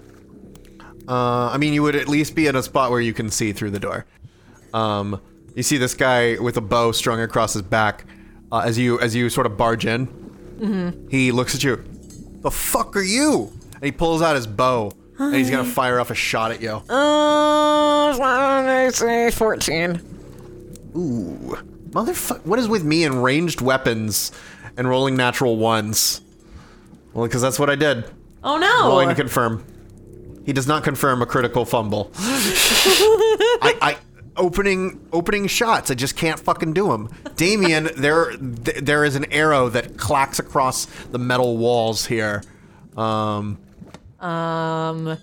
Speaker 2: Uh, I mean, you would at least be in a spot where you can see through the door. Um, you see this guy with a bow strung across his back uh, as you as you sort of barge in. He looks at you. The fuck are you? And he pulls out his bow and he's gonna fire off a shot at you.
Speaker 1: Uh, 14.
Speaker 2: Ooh, motherfucker! What is with me and ranged weapons and rolling natural ones? Well, because that's what I did.
Speaker 1: Oh, no.
Speaker 2: Rolling to confirm. He does not confirm a critical fumble. I, I opening opening shots. I just can't fucking do them. Damien, there th- there is an arrow that clacks across the metal walls here. Um,
Speaker 1: Um,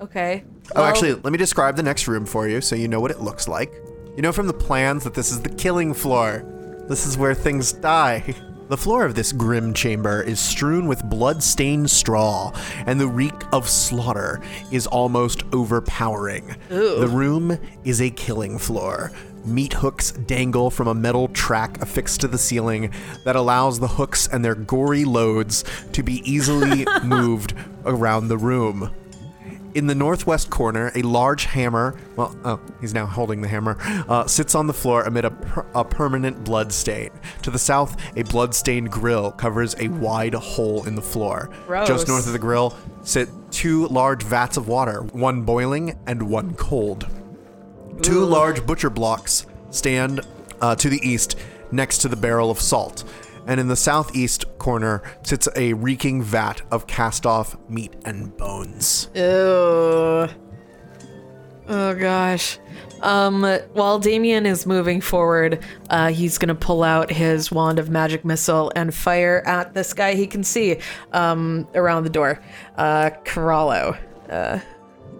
Speaker 1: okay.
Speaker 2: oh, actually, let me describe the next room for you so you know what it looks like. You know from the plans that this is the killing floor. This is where things die. The floor of this grim chamber is strewn with blood-stained straw, and the reek of slaughter is almost overpowering. The room is a killing floor. Meat hooks dangle from a metal track affixed to the ceiling that allows the hooks and their gory loads to be easily moved around the room. In the northwest corner, a large hammer, well, oh, he's now holding the hammer, uh, sits on the floor amid a, per- a permanent blood stain. To the south, a blood stained grill covers a wide hole in the floor.
Speaker 1: Gross.
Speaker 2: Just north of the grill sit two large vats of water, one boiling and one cold. Two large butcher blocks stand uh, to the east next to the barrel of salt, and in the southeast corner sits a reeking vat of cast off meat and bones.
Speaker 1: Ew. Oh gosh. Um, while Damien is moving forward, uh, he's gonna pull out his wand of magic missile and fire at this guy he can see um, around the door, uh, Corallo, uh,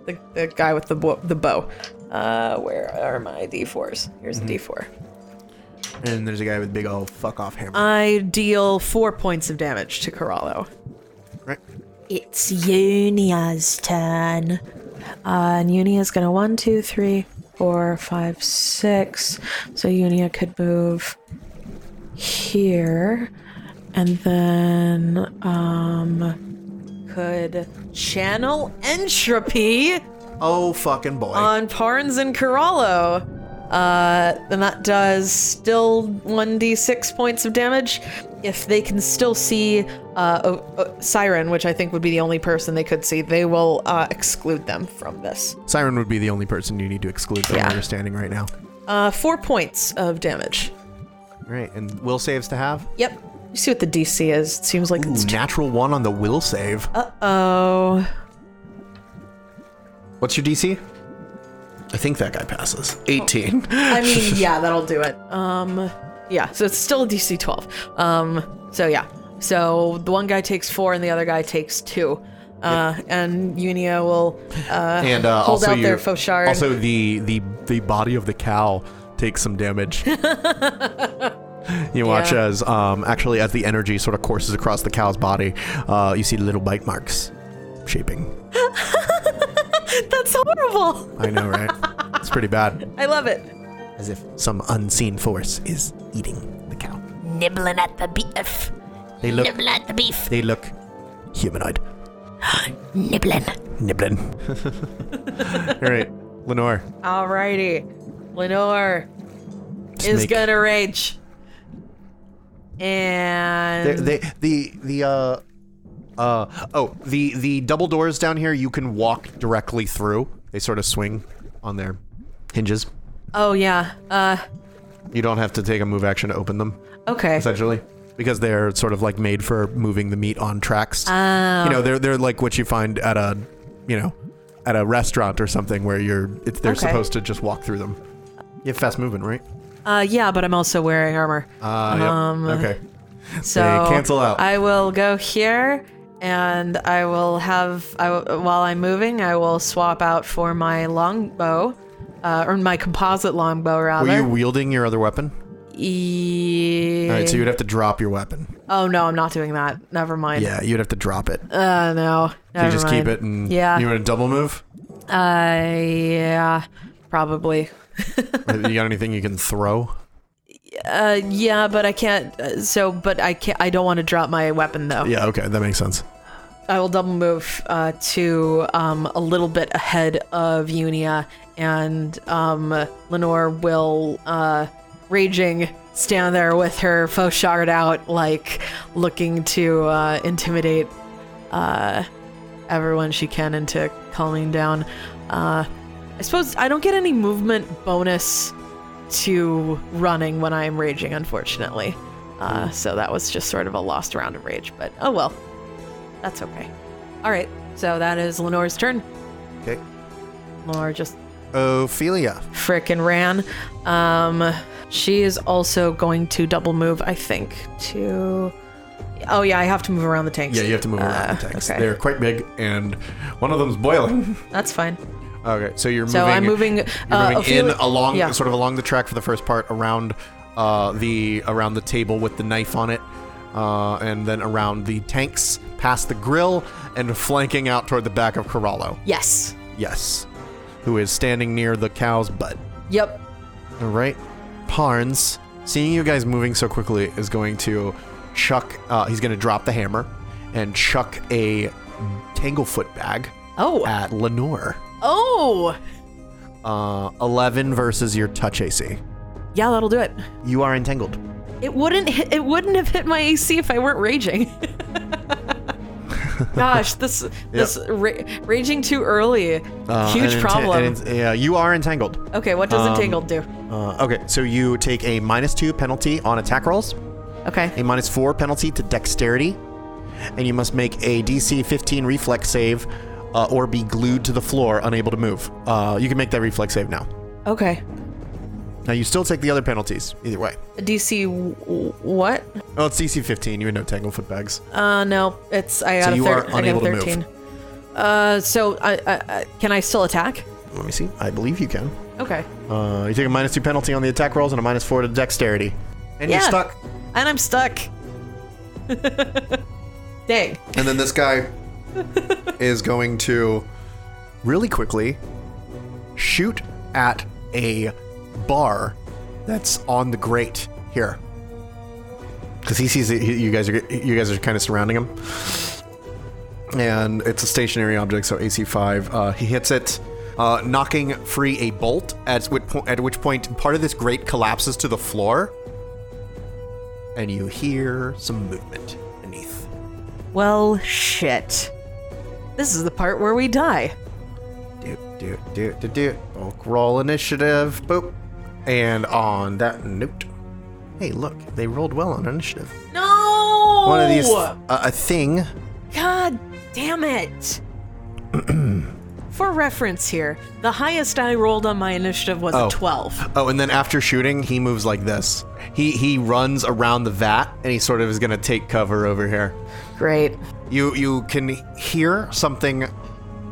Speaker 1: the, the guy with the bo- the bow. Uh, where are my d4s? Here's a d4.
Speaker 2: And there's a guy with big old fuck off hammer.
Speaker 1: I deal four points of damage to Corallo.
Speaker 2: right?
Speaker 3: It's Unia's turn.
Speaker 5: Uh, and Unia's gonna one, two, three, four, five, six. So Unia could move here, and then um,
Speaker 1: Could channel entropy
Speaker 2: Oh fucking boy.
Speaker 1: on Parnes and Corallo. Uh, then that does still 1d6 points of damage. If they can still see uh, o- o- Siren, which I think would be the only person they could see, they will uh, exclude them from this.
Speaker 2: Siren would be the only person you need to exclude from
Speaker 1: Yeah.
Speaker 2: understanding right now.
Speaker 1: Uh, four points of damage.
Speaker 2: All right, and will saves to have.
Speaker 1: Yep. You see what the DC is. It seems like
Speaker 2: Ooh,
Speaker 1: it's. Uh.
Speaker 2: natural one on the will save.
Speaker 1: oh.
Speaker 2: What's your DC? I think that guy passes.
Speaker 4: 18.
Speaker 1: I mean, yeah, that'll do it. Um, yeah, so it's still a DC 12. Um, so yeah, so the one guy takes four and the other guy takes two. Uh, and Unia will uh,
Speaker 2: and uh,
Speaker 1: hold
Speaker 2: also
Speaker 1: out
Speaker 2: you,
Speaker 1: their faux shard.
Speaker 2: Also, the the the body of the cow takes some damage. You watch
Speaker 1: Yeah.
Speaker 2: as um, actually as the energy sort of courses across the cow's body, uh, you see little bite marks shaping.
Speaker 1: That's horrible.
Speaker 2: I know, right? it's pretty bad.
Speaker 1: I love it.
Speaker 2: As if some unseen force is eating the cow.
Speaker 6: Nibbling at the beef.
Speaker 2: They look
Speaker 6: Nibbling at the beef.
Speaker 2: they look humanoid,
Speaker 6: Nibbling.
Speaker 2: nibbling. All right, Lenore.
Speaker 1: Alrighty. Lenore is
Speaker 2: snake.
Speaker 1: gonna rage. And
Speaker 2: They're- they the the uh uh oh the the double doors down here you can walk directly through they sort of swing on their hinges
Speaker 1: oh yeah. Uh,
Speaker 2: you don't have to take a move action to open them
Speaker 1: okay.
Speaker 2: essentially because they're sort of like made for moving the meat on tracks
Speaker 1: Ah, Uh,
Speaker 2: you
Speaker 1: Oh.
Speaker 2: know they're they're like what you find at a you know at a restaurant or something where you're it's, they're
Speaker 1: Okay.
Speaker 2: supposed to just walk through them you have fast movement right
Speaker 1: Uh, yeah, but I'm also wearing armor.
Speaker 2: uh yep.
Speaker 1: Um,
Speaker 2: okay
Speaker 1: So
Speaker 2: cancel out.
Speaker 1: I will go here, and I will have I, w- while I'm moving, I will swap out for my longbow, uh, or my composite longbow rather.
Speaker 2: were you wielding your other weapon
Speaker 1: E-
Speaker 2: all right so you'd have to drop your weapon
Speaker 1: oh no, I'm not doing that. Never mind.
Speaker 2: yeah you'd have to drop it
Speaker 1: Uh, no.
Speaker 2: So
Speaker 1: Never
Speaker 2: you just
Speaker 1: mind.
Speaker 2: keep it and
Speaker 1: Yeah.
Speaker 2: you want to double move?
Speaker 1: Uh, yeah, probably.
Speaker 2: Or you got anything you can throw?
Speaker 1: Uh, yeah, but I can't. Uh, so, but I can't. I don't want to drop my weapon though.
Speaker 2: Yeah, okay, that makes sense.
Speaker 1: I will double move uh, to um, a little bit ahead of Unia, and um, Lenore will, uh, raging, stand there with her faux shard out, like looking to uh, intimidate uh, everyone she can into calming down. Uh, I suppose I don't get any movement bonus to running when I am raging, unfortunately. Uh, so that was just sort of a lost round of rage, but oh well. That's okay. All right. So that is Lenore's turn.
Speaker 2: Okay.
Speaker 1: Lenore just
Speaker 2: Ophelia.
Speaker 1: Frickin' ran. Um, she is also going to double move, I think, to. Oh, yeah, I have to move around the tanks.
Speaker 7: Yeah, you have to move around the
Speaker 1: Uh,
Speaker 7: tanks.
Speaker 1: okay.
Speaker 7: They're quite big, and one of them's boiling.
Speaker 1: That's fine.
Speaker 2: Okay, so you're
Speaker 1: So
Speaker 2: moving.
Speaker 1: I'm moving.
Speaker 2: You're
Speaker 1: uh,
Speaker 2: moving in
Speaker 1: Ophelia-
Speaker 2: along,
Speaker 1: yeah.
Speaker 2: sort of along the track for the first part, around uh, the around the table with the knife on it, uh, and then around the tanks, past the grill, and flanking out toward the back of Corallo.
Speaker 1: Yes.
Speaker 2: Yes, who is standing near the cow's butt.
Speaker 1: Yep.
Speaker 2: All right, Parnes, seeing you guys moving so quickly, is going to chuck. Uh, he's going to drop the hammer and chuck a tanglefoot bag
Speaker 1: Oh.
Speaker 2: at Lenore.
Speaker 1: oh.
Speaker 2: Uh, 11 versus your touch AC.
Speaker 1: Yeah, that'll do it.
Speaker 2: You are entangled.
Speaker 1: It wouldn't. Hit, it wouldn't have hit my AC if I weren't raging. Gosh, this this ra- raging too early.
Speaker 2: Uh, and
Speaker 1: Huge
Speaker 2: enta-
Speaker 1: problem.
Speaker 2: and it's- yeah, you are entangled.
Speaker 1: okay, what does
Speaker 2: um,
Speaker 1: entangled do?
Speaker 2: Uh, okay, so you take a minus two penalty on attack rolls,
Speaker 1: Okay.
Speaker 2: a minus four penalty to dexterity, and you must make a DC 15 reflex save uh, or be glued to the floor, unable to move. Uh, you can make that reflex save now.
Speaker 1: Okay.
Speaker 2: Now you still take the other penalties, either way.
Speaker 1: DC w- what?
Speaker 2: Oh, it's DC 15. You had no tanglefoot bags.
Speaker 1: Uh, no, it's I got
Speaker 2: So
Speaker 1: a
Speaker 2: you
Speaker 1: thir-
Speaker 2: are
Speaker 1: I got a
Speaker 2: unable to move.
Speaker 1: thirteen. Uh, so I, I, I can I still attack?
Speaker 2: Let me see. I believe you can.
Speaker 1: Okay,
Speaker 2: Uh, you take a minus two penalty on the attack rolls and a minus four to dexterity. And
Speaker 1: Yeah.
Speaker 2: you're stuck.
Speaker 1: and I'm stuck. Dang.
Speaker 2: And then this guy is going to really quickly shoot at a bar that's on the grate here. Because he sees that he- you guys are you guys are kind of surrounding him, and it's a stationary object, so AC five. Uh, he hits it, uh, knocking free a bolt. At which, po- at which point, part of this grate collapses to the floor, and you hear some movement beneath.
Speaker 1: Well, shit. This is the part where we die.
Speaker 2: Doot, doot, doot, doot, doot. Bulk roll initiative. Boop. And on that note, hey, look, they rolled well on initiative.
Speaker 1: No.
Speaker 2: One of these, uh, a thing.
Speaker 1: God damn it. For reference here, the highest I rolled on my initiative was
Speaker 2: Oh.
Speaker 1: a twelve.
Speaker 2: Oh, and then after shooting, he moves like this. He he runs around the vat, and he sort of is gonna take cover over here.
Speaker 1: Great.
Speaker 2: You you can hear something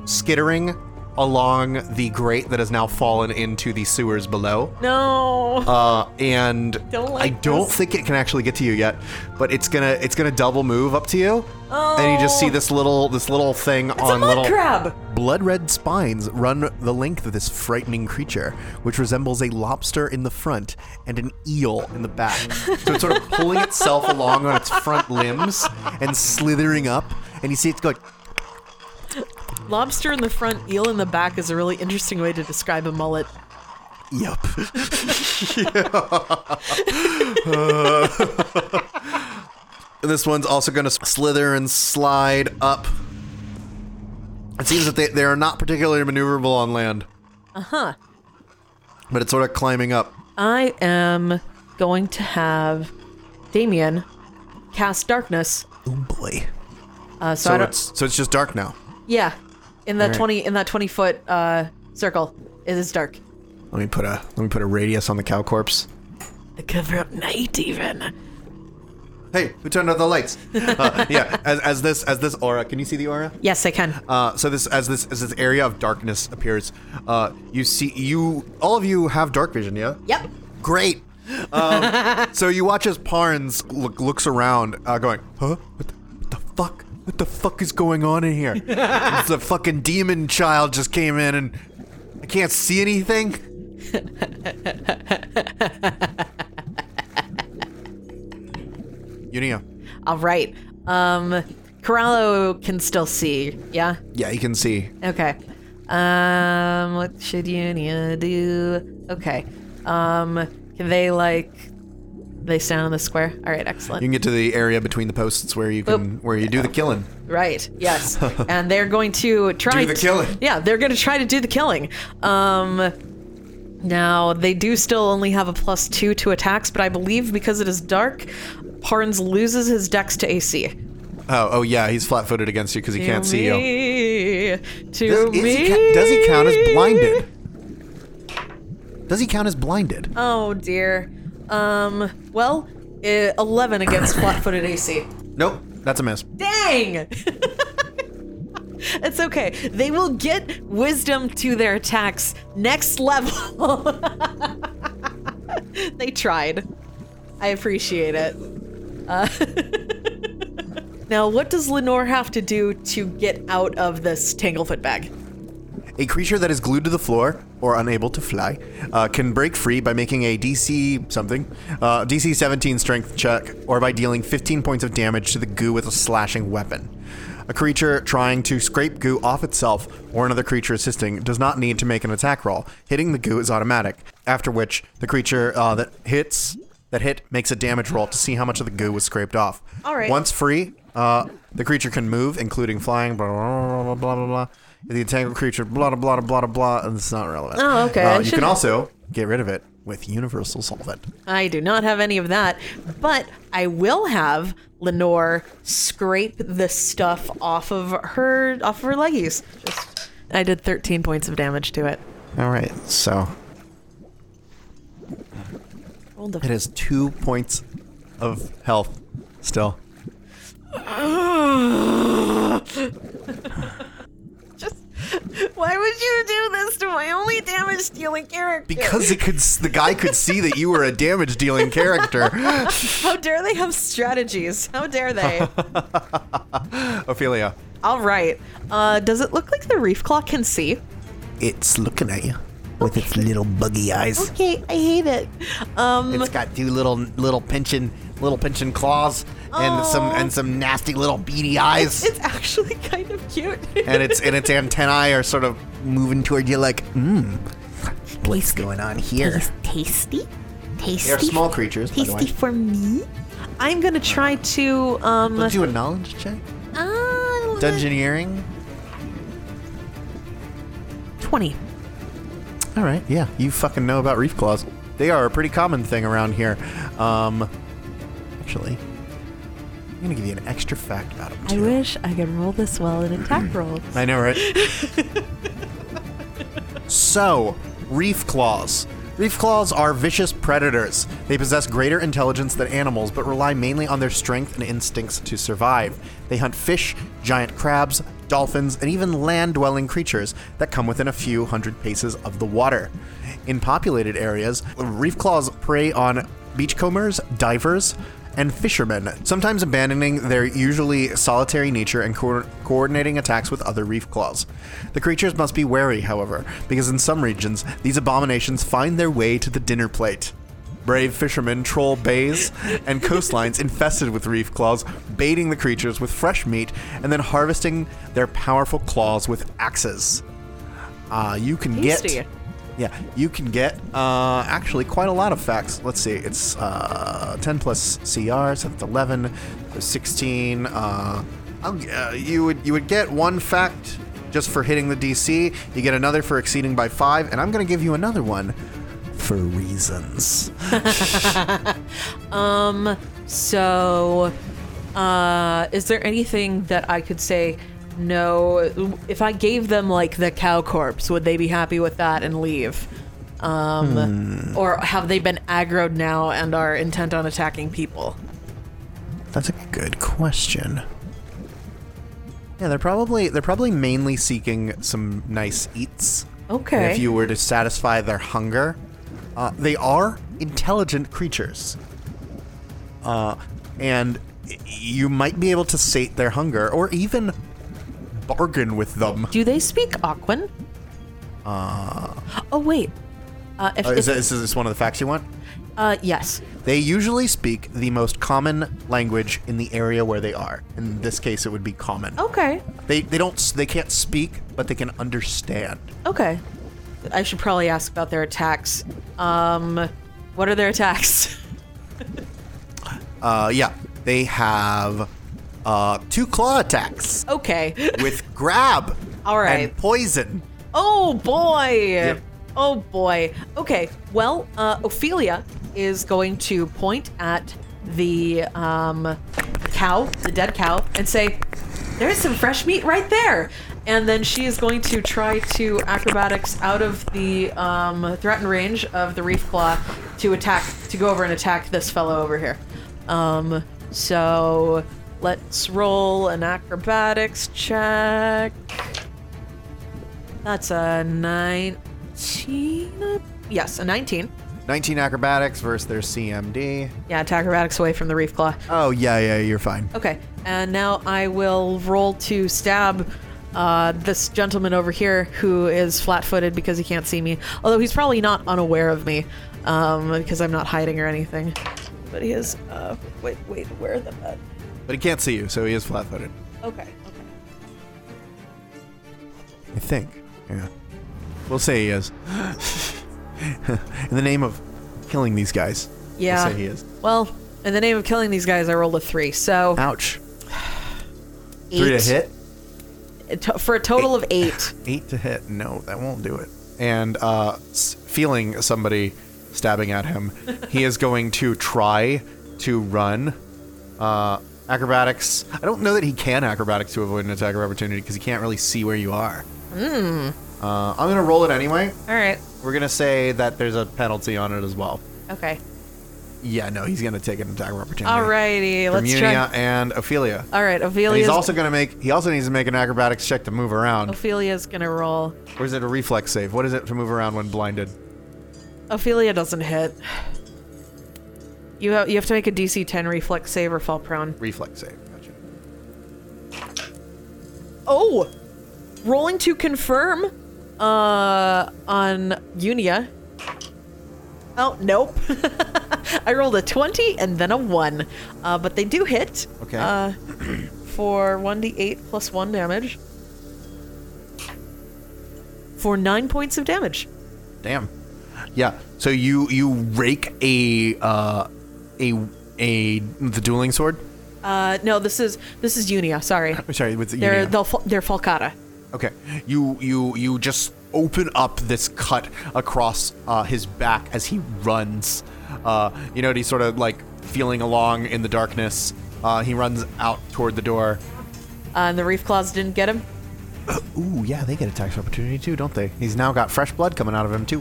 Speaker 2: skittering along the grate that has now fallen into the sewers below.
Speaker 1: No.
Speaker 2: Uh, and
Speaker 1: Don't
Speaker 2: I
Speaker 1: like
Speaker 2: don't
Speaker 1: this.
Speaker 2: think it can actually get to you yet, but it's gonna it's gonna double move up to you, and you just
Speaker 1: Oh.
Speaker 2: see this little this little thing on little
Speaker 1: crab.
Speaker 2: blood red spines run the length of this frightening creature, which resembles a lobster in the front and an eel in the back. so it's sort of pulling itself along on its front limbs and slithering up, and you see it's going.
Speaker 1: Lobster in the front, eel in the back is a really interesting way to describe a mullet.
Speaker 2: Yep. this one's also going to slither and slide up. It seems that they, they are not particularly maneuverable on land. Uh huh. But it's sort of climbing up.
Speaker 1: Uh-huh. I am going to have Damien cast darkness.
Speaker 2: Oh boy.
Speaker 1: Uh, so,
Speaker 2: So
Speaker 1: I don't.
Speaker 2: it's so it's just dark now.
Speaker 1: Yeah, in that twenty in that twenty foot uh, circle, it is dark.
Speaker 2: Let me put a let me put a radius on the cow corpse.
Speaker 1: The cover up night, even.
Speaker 2: Hey, who turned out the lights? Uh, yeah, as, as this as this aura, can you see the aura?
Speaker 1: Yes, I can.
Speaker 2: Uh, so this as this as this area of darkness appears, uh, you see you all of you have dark vision, yeah?
Speaker 1: Yep.
Speaker 2: Great. Um, so you watch as Parnes look, looks around, uh, going, "Huh? What the, what the fuck? What the fuck is going on in here? it's a fucking demon child just came in, and I can't see anything." Unia.
Speaker 1: All right. Um, Corallo can still see. Yeah.
Speaker 2: Yeah, you can see.
Speaker 1: Okay. Um, what should Unia do? Okay. Um, can they like? They stand on the square. All right. Excellent.
Speaker 2: You can get to the area between the posts where you can where you do the killing.
Speaker 1: Right. Yes. and they're going to try
Speaker 2: Do the
Speaker 1: to-
Speaker 2: killing.
Speaker 1: yeah, they're going to try to do the killing. Um now they do still only have a plus 2 to attacks, but I believe because it is dark, Parnes loses his dex to AC.
Speaker 2: Oh, oh yeah, he's flat-footed against you because he can't see you.
Speaker 1: me, To
Speaker 2: Does, is
Speaker 1: me.
Speaker 2: he, ca- does he count as blinded? Does he count as blinded?
Speaker 1: Oh dear. Um. Well, eh, eleven against flat-footed AC.
Speaker 2: Nope, that's a miss.
Speaker 1: Dang. It's okay. They will get wisdom to their attacks next level. they tried. I appreciate it. Uh, now, what does Lenore have to do to get out of this Tanglefoot bag?
Speaker 2: A creature that is glued to the floor or unable to fly uh, can break free by making a DC something, uh, DC 17 strength check, or by dealing 15 points of damage to the goo with a slashing weapon. A creature trying to scrape goo off itself or another creature assisting does not need to make an attack roll. Hitting the goo is automatic. After which, the creature uh, that hits that hit makes a damage roll to see how much of the goo was scraped off.
Speaker 1: All right.
Speaker 2: Once free, uh, the creature can move, including flying. Blah blah blah blah blah. blah. The entangled creature. Blah blah blah blah blah. And it's not relevant.
Speaker 1: Oh, okay. I
Speaker 2: Uh, you
Speaker 1: should-
Speaker 2: can also get rid of it with universal solvent.
Speaker 1: I do not have any of that, but I will have Lenore scrape the stuff off of her off of her leggies. Just, I did 13 points of damage to it.
Speaker 2: All right. So
Speaker 1: Rolled
Speaker 2: it
Speaker 1: a-
Speaker 2: has two points of health still.
Speaker 1: Just why would you do this to my only damage stealing character?
Speaker 2: Because it could, the guy could see that you were a damage dealing character.
Speaker 1: how dare they have strategies? How dare they?
Speaker 2: Ophelia,
Speaker 1: All right. Uh, does it look like the reef clock can see?
Speaker 2: it's looking at you with its little buggy eyes.
Speaker 1: Okay, I hate it. Um,
Speaker 2: It's got two little little pinching little pinching claws and some
Speaker 1: Aw.
Speaker 2: and some nasty little beady eyes.
Speaker 1: it's actually kind of cute.
Speaker 2: and its and its antennae are sort of moving toward you like, mmm, what's going on here?
Speaker 3: Taste, tasty? Tasty?
Speaker 2: They are small creatures, by the
Speaker 3: Tasty
Speaker 2: way.
Speaker 3: for me?
Speaker 1: I'm gonna try to um.
Speaker 2: Let's do a knowledge check.
Speaker 3: Ah,
Speaker 2: Dungeoneering.
Speaker 1: 20.
Speaker 2: All right, yeah, you fucking know about reef claws. They are a pretty common thing around here. Um, actually, I'm gonna give you an extra fact about them
Speaker 8: I
Speaker 2: too.
Speaker 8: wish I could roll this well in attack roll.
Speaker 2: I know, right? so, reef claws. Reef claws are vicious predators. They possess greater intelligence than animals, but rely mainly on their strength and instincts to survive. They hunt fish, giant crabs, dolphins, and even land dwelling creatures that come within a few hundred paces of the water. In populated areas, reef claws prey on beachcombers, divers, and fishermen, sometimes abandoning their usually solitary nature and co- coordinating attacks with other reef claws. The creatures must be wary, however, because in some regions, these abominations find their way to the dinner plate. Brave fishermen troll bays and coastlines infested with reef claws, baiting the creatures with fresh meat and then harvesting their powerful claws with axes. Uh, you can
Speaker 1: Tasty.
Speaker 2: get. Yeah, you can get uh, actually quite a lot of facts. Let's see, it's uh, 10 plus CR, so that's 11, so 16. Uh, I'll, g- uh, you would you would get one fact just for hitting the DC. You get another for exceeding by five, and I'm going to give you another one for reasons.
Speaker 1: Um, so, uh, is there anything that I could say? No, if I gave them like the cow corpse, would they be happy with that and leave?
Speaker 2: Hmm.
Speaker 1: Um, or have they been aggroed now and are intent on attacking people?
Speaker 2: That's a good question. Yeah, they're probably they're probably mainly seeking some nice eats. And
Speaker 1: Okay.
Speaker 2: if you were to satisfy their hunger, uh, they are intelligent creatures. Uh, and y- you might be able to sate their hunger, or even bargain with them.
Speaker 1: Do they speak Aquan? Uh, oh wait. Uh, if,
Speaker 2: Uh, is,
Speaker 1: if-
Speaker 2: this, is this one of the facts you want?
Speaker 1: uh, yes.
Speaker 2: They usually speak the most common language in the area where they are. In this case, it would be common.
Speaker 1: Okay.
Speaker 2: They they don't s- they can't speak, but they can understand.
Speaker 1: Okay. I should probably ask about their attacks. Um, what are their attacks?
Speaker 2: Uh, yeah, they have uh, two claw attacks
Speaker 1: okay.
Speaker 2: with grab.
Speaker 1: All right.
Speaker 2: And poison.
Speaker 1: Oh boy. Oh boy. Okay. Well, uh, Ophelia is going to point at the um, cow, the dead cow, and say, "There's some fresh meat right there," And then she is going to try to acrobatics out of the um, threatened range of the reef claw to attack, to go over and attack this fellow over here. Um, so let's roll an acrobatics check. That's a 19. uh, Yes, a 19.
Speaker 2: 19 acrobatics versus their CMD.
Speaker 1: Yeah, attack acrobatics away from the reef claw.
Speaker 2: Oh, yeah, yeah, you're fine.
Speaker 1: Okay, and now I will roll to stab uh, this gentleman over here who is flat footed because he can't see me. Although he's probably not unaware of me um, because I'm not hiding or anything. But he is. Uh, wait, wait, where the. Uh,
Speaker 2: But he can't see you, so he is flat footed.
Speaker 1: okay, okay.
Speaker 2: I think. Yeah. We'll say he is. In the name of killing these guys.
Speaker 1: Yeah.
Speaker 2: We'll say he is.
Speaker 1: Well, in the name of killing these guys, I rolled a three. So
Speaker 2: Ouch. Three to hit.
Speaker 1: to- for a total of eight.
Speaker 2: Eight to hit. No, that won't do it. And uh, s- feeling somebody stabbing at him, he is going to try to run. Uh, acrobatics. I don't know that he can acrobatics to avoid an attack of opportunity because he can't really see where you are.
Speaker 1: Hmm.
Speaker 2: Uh, I'm going to roll it anyway.
Speaker 1: All right.
Speaker 2: We're going to say that there's a penalty on it as well.
Speaker 1: Okay.
Speaker 2: Yeah, no, he's going to take an attack of opportunity.
Speaker 1: Alrighty.
Speaker 2: From
Speaker 1: Let's
Speaker 2: Unia
Speaker 1: try.
Speaker 2: and Ophelia.
Speaker 1: All right.
Speaker 2: And he's
Speaker 1: Ophelia's,
Speaker 2: also going to make. He also needs to make an acrobatics check to move around.
Speaker 1: Ophelia's gonna roll.
Speaker 2: Or is it a reflex save? What is it to move around when blinded?
Speaker 1: Ophelia doesn't hit. You have, you have to make a DC 10 reflex save or fall prone.
Speaker 2: Reflex save. Gotcha.
Speaker 1: Oh, rolling to confirm. Uh, on Unia. Oh nope. I rolled a 20 and then a one, uh, but they do hit.
Speaker 2: Okay.
Speaker 1: Uh, for 1d8 plus one damage. For nine points of damage.
Speaker 2: Damn. Yeah. So you you rake a uh, a a the dueling sword.
Speaker 1: Uh, no, this is this is Unia. Sorry,
Speaker 2: I'm sorry. With the
Speaker 1: they're
Speaker 2: Unia.
Speaker 1: they'll, fal- they're Falcata. Uh,
Speaker 2: Okay. You you you just open up this cut across uh, his back as he runs. Uh, you know, and he's sort of like feeling along in the darkness. Uh, he runs out toward the door.
Speaker 1: Uh, and the reef claws didn't get him.
Speaker 2: Ooh, yeah, they get a tax opportunity too, don't they? He's now got fresh blood coming out of him too.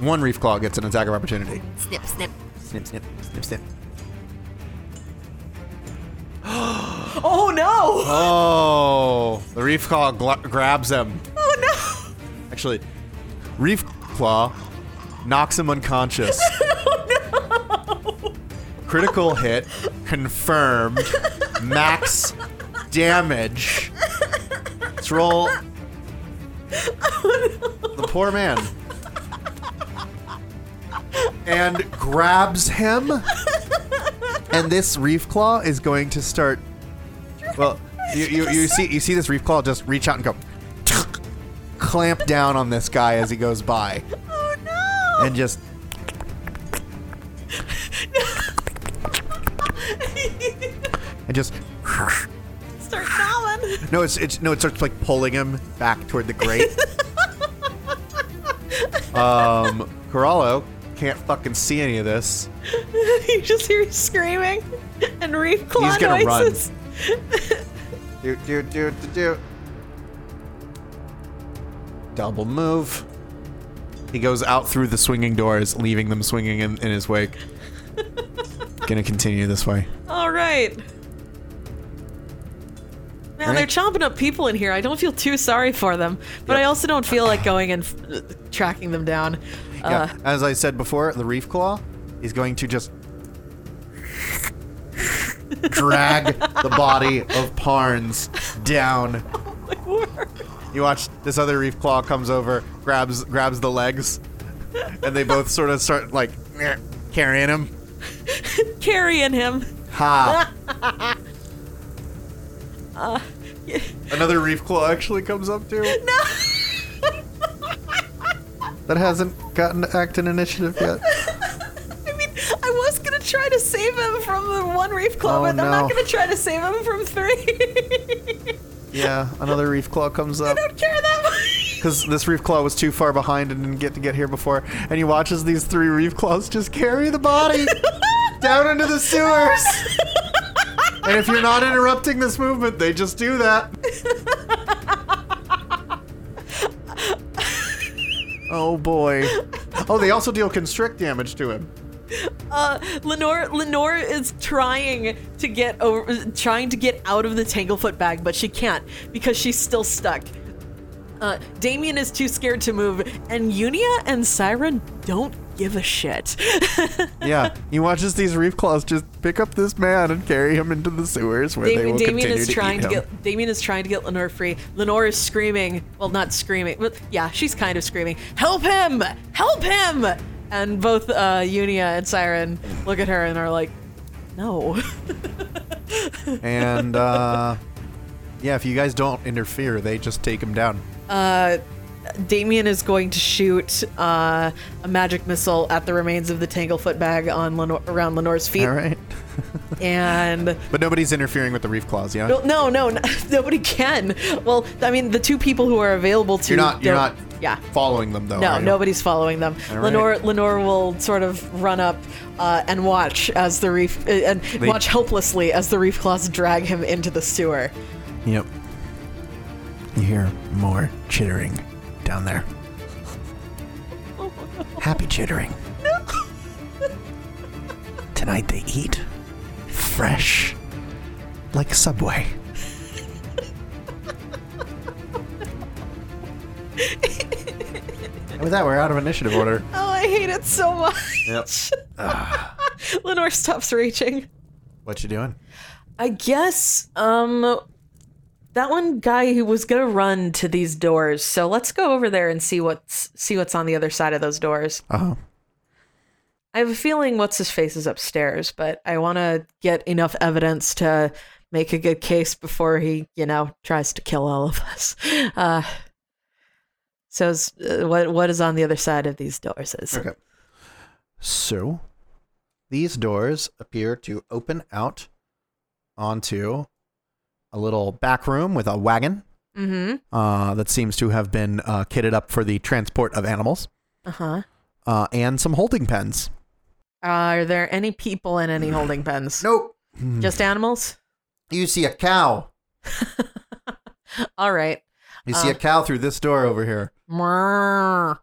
Speaker 2: One reef claw gets an attack of opportunity.
Speaker 3: Snip, snip.
Speaker 2: Snip, snip, snip, snip.
Speaker 1: Oh no!
Speaker 2: Oh, the reef claw gla- grabs him.
Speaker 1: Oh no!
Speaker 2: Actually, reef claw knocks him unconscious. Critical hit confirmed. Max damage. Let's roll. The poor man. And grabs him. And this reef claw is going to start. Well, you, you, you see you see this reef claw just reach out and go clamp down on this guy as he goes by.
Speaker 1: Oh
Speaker 2: And just
Speaker 1: no!
Speaker 2: and just
Speaker 1: Start falling.
Speaker 2: no, it's, it's no, it starts like pulling him back toward the grate. um, Corallo can't fucking see any of this.
Speaker 1: you just hear screaming and reef claw
Speaker 2: He's gonna run.
Speaker 1: noises.
Speaker 2: Do do do do do. Double move. He goes out through the swinging doors, leaving them swinging in, in his wake. Gonna continue this way.
Speaker 1: All right. Man, they're
Speaker 2: Right.
Speaker 1: chomping up people in here. I don't feel too sorry for them, but
Speaker 2: Yep.
Speaker 1: I also don't feel like going and f- tracking them down. Uh,
Speaker 2: Yeah, as I said before, the reef claw is going to just drag the body of Parnes down.
Speaker 1: my word.
Speaker 2: You watch this other reef claw comes over, grabs grabs the legs, and they both sort of start like carrying him.
Speaker 1: Carrying him.
Speaker 2: Ha! Another reef claw actually comes up too. No. that hasn't gotten to act an initiative yet.
Speaker 1: I mean, I was gonna try to save him from the one reef claw,
Speaker 2: Oh,
Speaker 1: but I'm not
Speaker 2: no.
Speaker 1: gonna try to save him from three.
Speaker 2: Yeah, another reef claw comes
Speaker 1: I
Speaker 2: up.
Speaker 1: don't care that much.
Speaker 2: because this reef claw was too far behind and didn't get to get here before. And he watches these three reef claws just carry the body down into the sewers. and if you're not interrupting this movement, they just do that. Oh boy. Oh, they also deal constrict damage to him.
Speaker 1: Uh, Lenore, Lenore is trying to get over, trying to get out of the Tanglefoot bag, but she can't because she's still stuck. Uh, Damien is too scared to move, and Unia and Siren don't give a shit.
Speaker 2: Yeah, he watches these reef claws just pick up this man and carry him into the sewers where they
Speaker 1: Damien,
Speaker 2: will
Speaker 1: Damien
Speaker 2: continue
Speaker 1: is
Speaker 2: to
Speaker 1: trying
Speaker 2: eat
Speaker 1: to
Speaker 2: him.
Speaker 1: get Damien is trying to get Lenore free. Lenore is screaming, well, not screaming, but yeah, she's kind of screaming, "Help him! Help him!" And both uh, Unia and Siren look at her and are like, "No."
Speaker 2: And uh, yeah, if you guys don't interfere, they just take him down.
Speaker 1: Uh, Damien is going to shoot uh, a magic missile at the remains of the Tanglefoot bag on Lenore, around Lenore's feet,
Speaker 2: All right.
Speaker 1: and
Speaker 2: But nobody's interfering with the reef claws, yeah.
Speaker 1: no, no, no, n- nobody can. Well, I mean, the two people who are available to
Speaker 2: you're not. You're not.
Speaker 1: don't- Yeah.
Speaker 2: Following them though.
Speaker 1: No,
Speaker 2: are you?
Speaker 1: nobody's following them.
Speaker 2: All right.
Speaker 1: Lenore, Lenore will sort of run up uh, and watch as the reef uh, and watch helplessly as the reef claws drag him into the sewer.
Speaker 2: Yep. You hear more chittering down there. Happy chittering. Tonight they eat fresh, like Subway. And with that, we're out of initiative order.
Speaker 1: Oh, I hate it so much.
Speaker 2: Yep.
Speaker 1: Lenore stops reaching.
Speaker 2: What you doing?
Speaker 1: I guess um that one guy who was gonna run to these doors. So let's go over there and see what's see what's on the other side of those doors.
Speaker 2: Uh huh.
Speaker 1: I have a feeling what's his face is upstairs, but I want to get enough evidence to make a good case before he, you know, tries to kill all of us. Uh, so, is- uh, what what is on the other side of these doors is
Speaker 2: Okay. So, these doors appear to open out onto a little back room with a wagon
Speaker 1: Mm-hmm.
Speaker 2: uh, that seems to have been uh, kitted up for the transport of animals
Speaker 1: Uh huh.
Speaker 2: uh, and some holding pens.
Speaker 1: Are there any people in any holding pens?
Speaker 2: Nope.
Speaker 1: Just animals.
Speaker 2: You see a cow.
Speaker 1: All right.
Speaker 2: You see a
Speaker 1: Uh,
Speaker 2: cow through this door over here.
Speaker 1: All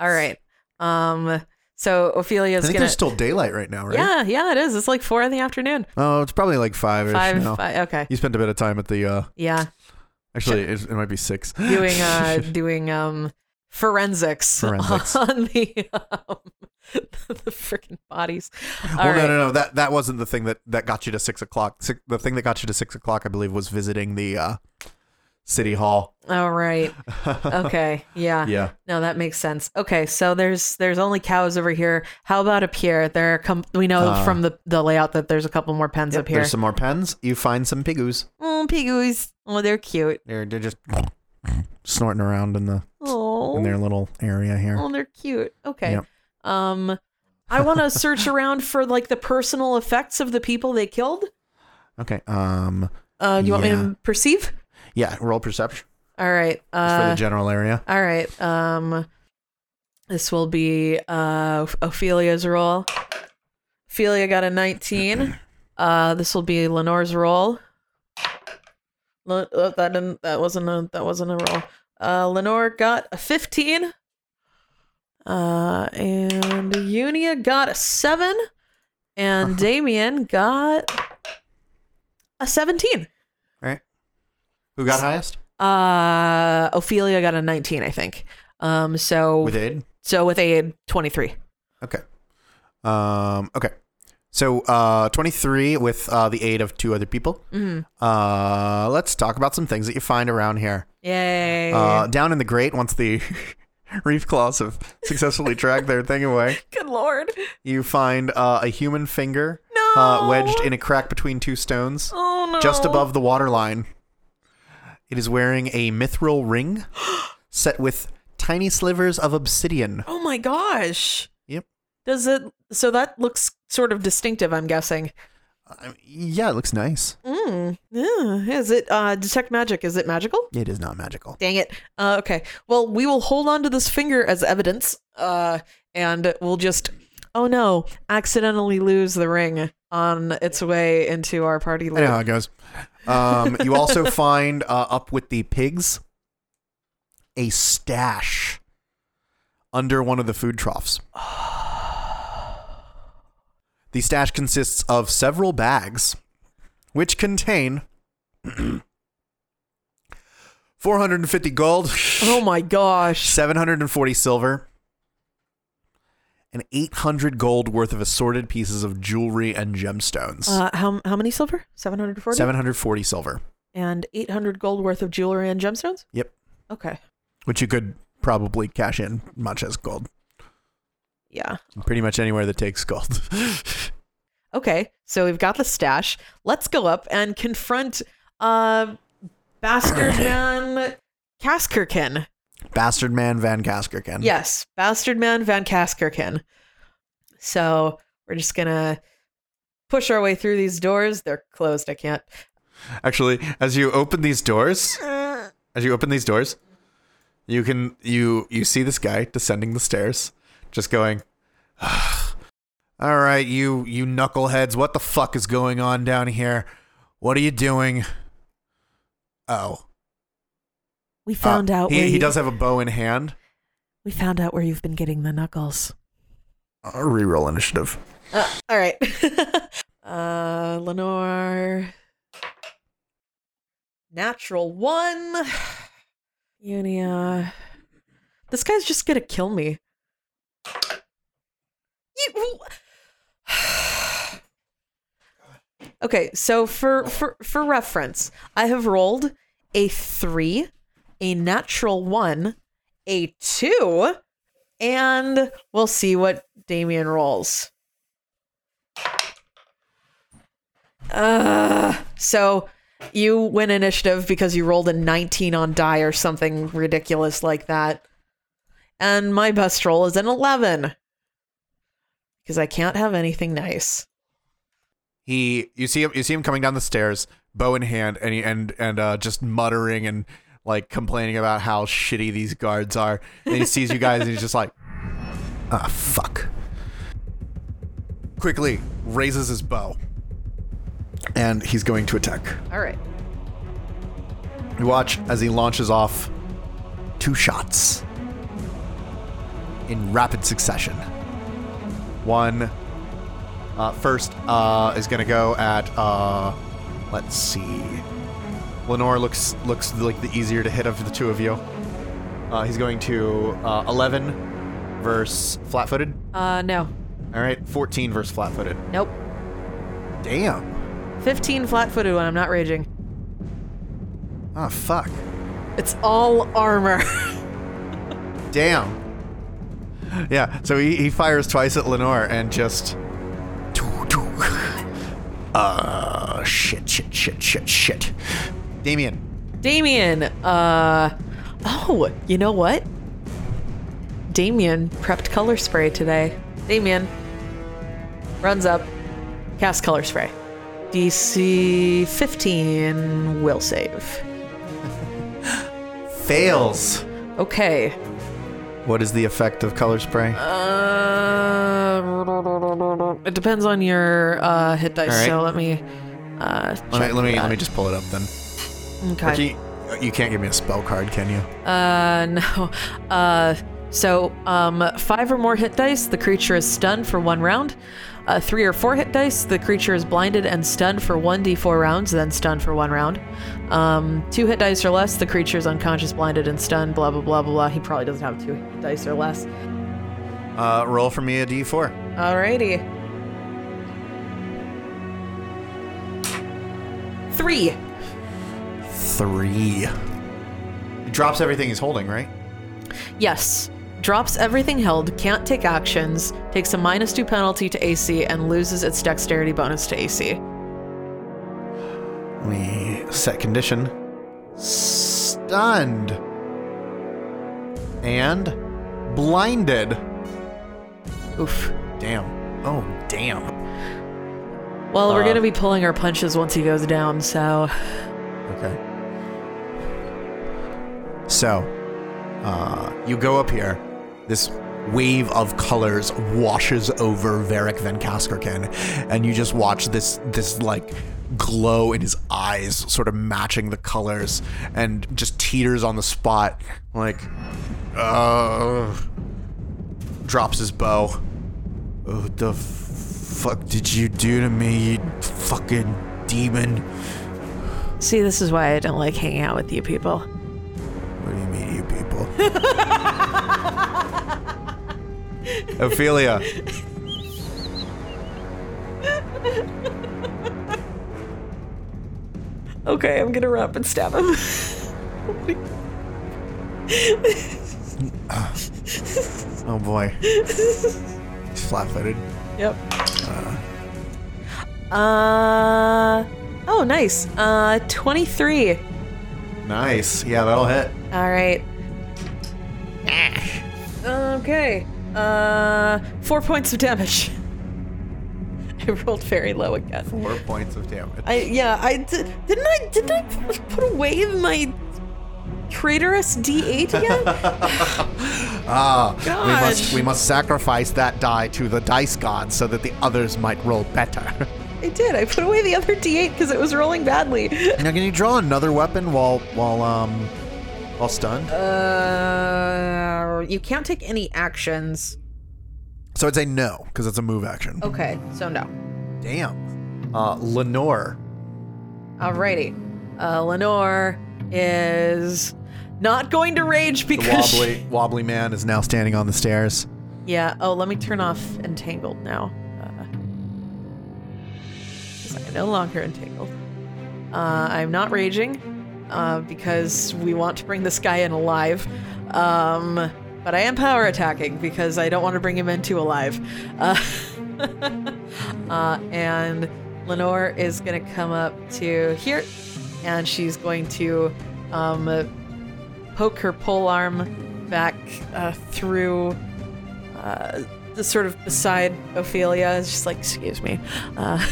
Speaker 1: right. Um. So
Speaker 2: I
Speaker 1: Ophelia's
Speaker 2: think
Speaker 1: gonna.
Speaker 2: there's still daylight right now, right?
Speaker 1: Yeah, yeah, it is. It's like four in the afternoon.
Speaker 2: Oh, it's probably like five or
Speaker 1: Five.
Speaker 2: now.
Speaker 1: five okay.
Speaker 2: You spent a bit of time at the. Uh,
Speaker 1: Yeah.
Speaker 2: actually, it, it might be six.
Speaker 1: doing uh doing um forensics,
Speaker 2: Forensics.
Speaker 1: on the um, the freaking bodies. All
Speaker 2: well, no,
Speaker 1: right.
Speaker 2: no, no. That that wasn't the thing that, that got you to six o'clock. Six, the thing that got you to six o'clock, I believe, was visiting the uh, city hall.
Speaker 1: All right. Ah, Okay. Yeah.
Speaker 2: Yeah.
Speaker 1: No, that makes sense. Okay, so there's there's only cows over here. How about up here? There are com- we know
Speaker 2: Uh,
Speaker 1: from the the layout that there's a couple more pens up here.
Speaker 2: There's some more pens. You find some pigoos.
Speaker 1: oh, pigoos. Oh, they're cute.
Speaker 2: They're they're just snorting around in the in
Speaker 1: Oh,
Speaker 2: their little area here.
Speaker 1: oh, they're cute. Okay.
Speaker 2: Yep.
Speaker 1: Um I want to search around for like the personal effects of the people they killed.
Speaker 2: Okay. Um.
Speaker 1: Uh, you want me
Speaker 2: Yeah.
Speaker 1: to perceive?
Speaker 2: Yeah. Roll perception
Speaker 1: All right.
Speaker 2: just for
Speaker 1: Uh,
Speaker 2: the general area.
Speaker 1: all right. Um, this will be uh, Ophelia's roll. Ophelia got a 19. Uh, this will be Lenore's roll. Le- oh, that didn't. That wasn't a. That wasn't a roll. Uh, Lenore got a 15. Uh, and Unia got a seven, and Damien got a 17.
Speaker 2: Who got highest?
Speaker 1: Uh, Ophelia got a 19, I think. Um, so
Speaker 2: With aid.
Speaker 1: so with aid, 23.
Speaker 2: Okay. Um. Okay. So, uh, 23 with uh, the aid of two other people.
Speaker 1: Mhm.
Speaker 2: Uh, let's talk about some things that you find around here.
Speaker 1: Yay!
Speaker 2: Uh, down in the grate, once the reef claws have successfully dragged their thing away,
Speaker 1: Good lord!
Speaker 2: you find uh, a human finger
Speaker 1: No.
Speaker 2: uh, wedged in a crack between two stones
Speaker 1: Oh no!
Speaker 2: just above the waterline. It is wearing a mithril ring set with tiny slivers of obsidian.
Speaker 1: Oh my gosh!
Speaker 2: Yep.
Speaker 1: Does it? So that looks sort of distinctive. I'm guessing.
Speaker 2: Uh, yeah, it looks nice.
Speaker 1: Mm. Yeah. Is it uh, detect magic? Is it magical?
Speaker 2: It is not magical.
Speaker 1: Dang it. Uh, okay. Well, we will hold on to this finger as evidence, uh, and we'll just, oh no, accidentally lose the ring on its way into our party
Speaker 2: I know
Speaker 1: loot.
Speaker 2: how it goes. Um, you also find uh, up with the pigs a stash under one of the food troughs. The stash consists of several bags, which contain 450 gold,
Speaker 1: Oh my gosh.
Speaker 2: 740 silver, and 800 gold worth of assorted pieces of jewelry and gemstones.
Speaker 1: Uh, how, how many silver? 740?
Speaker 2: 740 silver.
Speaker 1: And 800 gold worth of jewelry and gemstones?
Speaker 2: Yep.
Speaker 1: Okay.
Speaker 2: Which you could probably cash in much as gold.
Speaker 1: Yeah.
Speaker 2: Pretty much anywhere that takes gold.
Speaker 1: Okay. So we've got the stash. Let's go up and confront uh, Bastard Man Kaskerkin.
Speaker 2: Bastard man Van Kaskerken.
Speaker 1: Yes, Bastard Man Van Kaskerkin. So we're just gonna push our way through these doors. They're closed. I can't.
Speaker 2: Actually, as you open these doors, as you open these doors, you can you you see this guy descending the stairs, just going, "Ah, "All right, you you knuckleheads, what the fuck is going on down here? What are you doing?" Oh,
Speaker 3: We found
Speaker 2: Uh,
Speaker 3: out where
Speaker 2: He, he
Speaker 3: you,
Speaker 2: does have a bow in hand.
Speaker 3: we found out where you've been getting the knuckles.
Speaker 2: Uh, reroll initiative.
Speaker 1: Uh, all right. uh, Lenore. Natural one. Unia. This guy's just gonna kill me. You- okay, so for for for reference, I have rolled a three, a natural one, a two, and we'll see what Damien rolls. Uh, so you win initiative because you rolled a 19 on die or something ridiculous like that. And my best roll is an 11 because I can't have anything nice.
Speaker 2: he you see him you see him coming down the stairs bow in hand and he, and and uh just muttering and like complaining about how shitty these guards are and he sees you guys and he's just like ah fuck quickly raises his bow and he's going to attack
Speaker 1: All right.
Speaker 2: you watch as he launches off two shots in rapid succession. One uh, first uh, is going to go at. Uh, let's see. Lenore looks looks like the easier to hit of the two of you. Uh, he's going to uh, 11 versus flat-footed.
Speaker 1: Uh, no.
Speaker 2: All right, 14 versus flat-footed.
Speaker 1: Nope.
Speaker 2: Damn.
Speaker 1: 15 flat footed when I'm not raging.
Speaker 2: Ah, fuck.
Speaker 1: It's all armor.
Speaker 2: Damn. Yeah, so he, he fires twice at Lenore and just. Uh, shit, shit, shit, shit, shit. Damien.
Speaker 1: Damien, uh, oh, you know what? Damien prepped color spray today. Damien runs up, cast color spray. DC 15 will save.
Speaker 2: Fails.
Speaker 1: Okay.
Speaker 2: What is the effect of color spray?
Speaker 1: Uh, it depends on your uh, hit dice,
Speaker 2: All right.
Speaker 1: so let me. Uh,
Speaker 2: let me
Speaker 1: check
Speaker 2: let me,
Speaker 1: that.
Speaker 2: let me just pull it up then.
Speaker 1: Okay.
Speaker 2: Ricky, you can't give me a spell card, can you?
Speaker 1: Uh, no. Uh, so, um, five or more hit dice, the creature is stunned for one round. Uh, three or four hit dice, the creature is blinded and stunned for 1d4 rounds, then stunned for one round. Um, two hit dice or less, the creature is unconscious, blinded, and stunned, blah, blah, blah, blah, blah. He probably doesn't have two hit dice or less.
Speaker 2: Uh, roll for me a d4.
Speaker 1: Alrighty. Three.
Speaker 2: Three. He drops everything he's holding, right?
Speaker 1: Yes. Drops everything held, can't take actions, takes a minus two penalty to AC, and loses its dexterity bonus to AC.
Speaker 2: Let me set condition. Stunned. And blinded.
Speaker 1: Oof.
Speaker 2: Damn. Oh, damn.
Speaker 1: Well, we're
Speaker 2: Uh.
Speaker 1: gonna be pulling our punches once he goes down, so
Speaker 2: Okay. So, uh, you go up here. This wave of colors washes over Varric Van Kaskerken, and you just watch this this like glow in his eyes, sort of matching the colors, and just teeters on the spot, like, uh, drops his bow. What the f- fuck did you do to me, you fucking demon?
Speaker 1: See, this is why I don't like hanging out with you people.
Speaker 2: What do you mean, you people? Ophelia.
Speaker 1: Okay, I'm gonna wrap and stab him.
Speaker 2: Oh boy. He's flat footed.
Speaker 1: Yep. Uh. Oh, nice. Uh, 23.
Speaker 2: Nice. Yeah, that'll hit.
Speaker 1: All right. Okay. Uh, four points of damage. I rolled very low again.
Speaker 2: Four points of damage.
Speaker 1: I yeah. I di- didn't I didn't I p- put away my traitorous D8 again?
Speaker 2: Ah, we must
Speaker 1: Gosh.
Speaker 2: we must sacrifice that die to the dice god so that the others might roll better.
Speaker 1: I did. I put away the other D8 because it was rolling badly.
Speaker 2: now, can you draw another weapon while while um while stunned?
Speaker 1: Uh, you can't take any actions.
Speaker 2: so I'd say no because it's a move action.
Speaker 1: Okay, so no.
Speaker 2: Damn. Uh, Lenore.
Speaker 1: Alrighty. Uh, Lenore is not going to rage
Speaker 2: The
Speaker 1: because. she-
Speaker 2: wobbly wobbly man is now standing on the stairs.
Speaker 1: yeah. Oh, let me turn off Entangled now. Uh, 'cause I'm no longer entangled. Uh, I'm not raging uh, because we want to bring this guy in alive. Um, but I am power attacking because I don't want to bring him into alive. Uh, uh, and Lenore is going to come up to here and she's going to um, poke her pole arm back uh, through uh, the sort of beside Ophelia. It's just like, excuse me. Uh,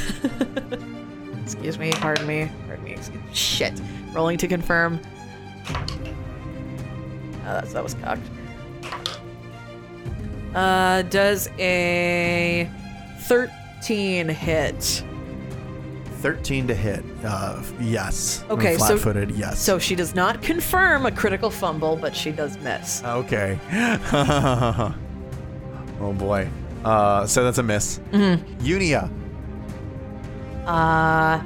Speaker 1: excuse me, pardon me, pardon me. Excuse- shit. Rolling to confirm. Oh, that's, that was cocked. Uh, does a 13 hit.
Speaker 2: Thirteen to hit. Uh, yes.
Speaker 1: Okay, so-
Speaker 2: Flat footed. Yes.
Speaker 1: So she does not confirm a critical fumble, but she does miss.
Speaker 2: Okay. oh boy. Uh, so that's a miss.
Speaker 1: Mm-hmm.
Speaker 2: Unia.
Speaker 1: Uh,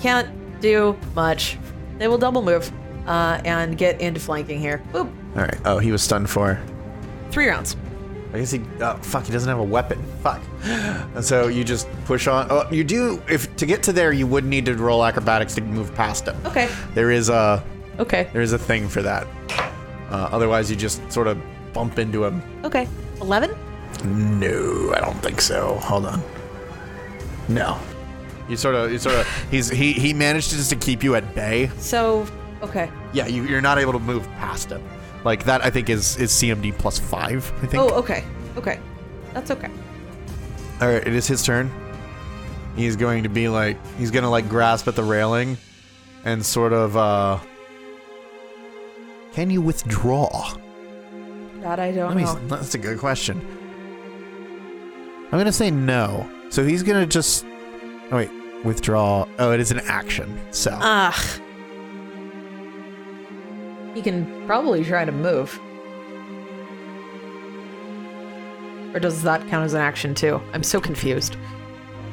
Speaker 1: can't do much. They will double move uh, and get into flanking here. Boop.
Speaker 2: All right. Oh, he was stunned for.
Speaker 1: Three rounds.
Speaker 2: I guess he. Oh, fuck. He doesn't have a weapon. Fuck. And so you just push on. Oh, you do. If to get to there, you would need to roll acrobatics to move past him.
Speaker 1: Okay.
Speaker 2: There is a
Speaker 1: Okay.
Speaker 2: there is a thing for that. Uh, otherwise, you just sort of bump into him.
Speaker 1: Okay. 11?
Speaker 2: No, I don't think so. Hold on. No. You sort of, you sort of. He's he he managed to just to keep you at bay.
Speaker 1: So, okay.
Speaker 2: Yeah, you, you're not able to move past him. Like that, I think is is CMD plus five. I think.
Speaker 1: Oh, okay. Okay. That's okay.
Speaker 2: All right, it is his turn. He's going to be like he's going to like grasp at the railing, and sort of. uh Can you withdraw?
Speaker 1: That I don't
Speaker 2: Let me-
Speaker 1: know.
Speaker 2: that's a good question. I'm gonna say no. So he's gonna just. Oh wait, withdraw. Oh, it is an action. So
Speaker 1: Ugh. He can probably try to move. Or does that count as an action too? I'm so confused.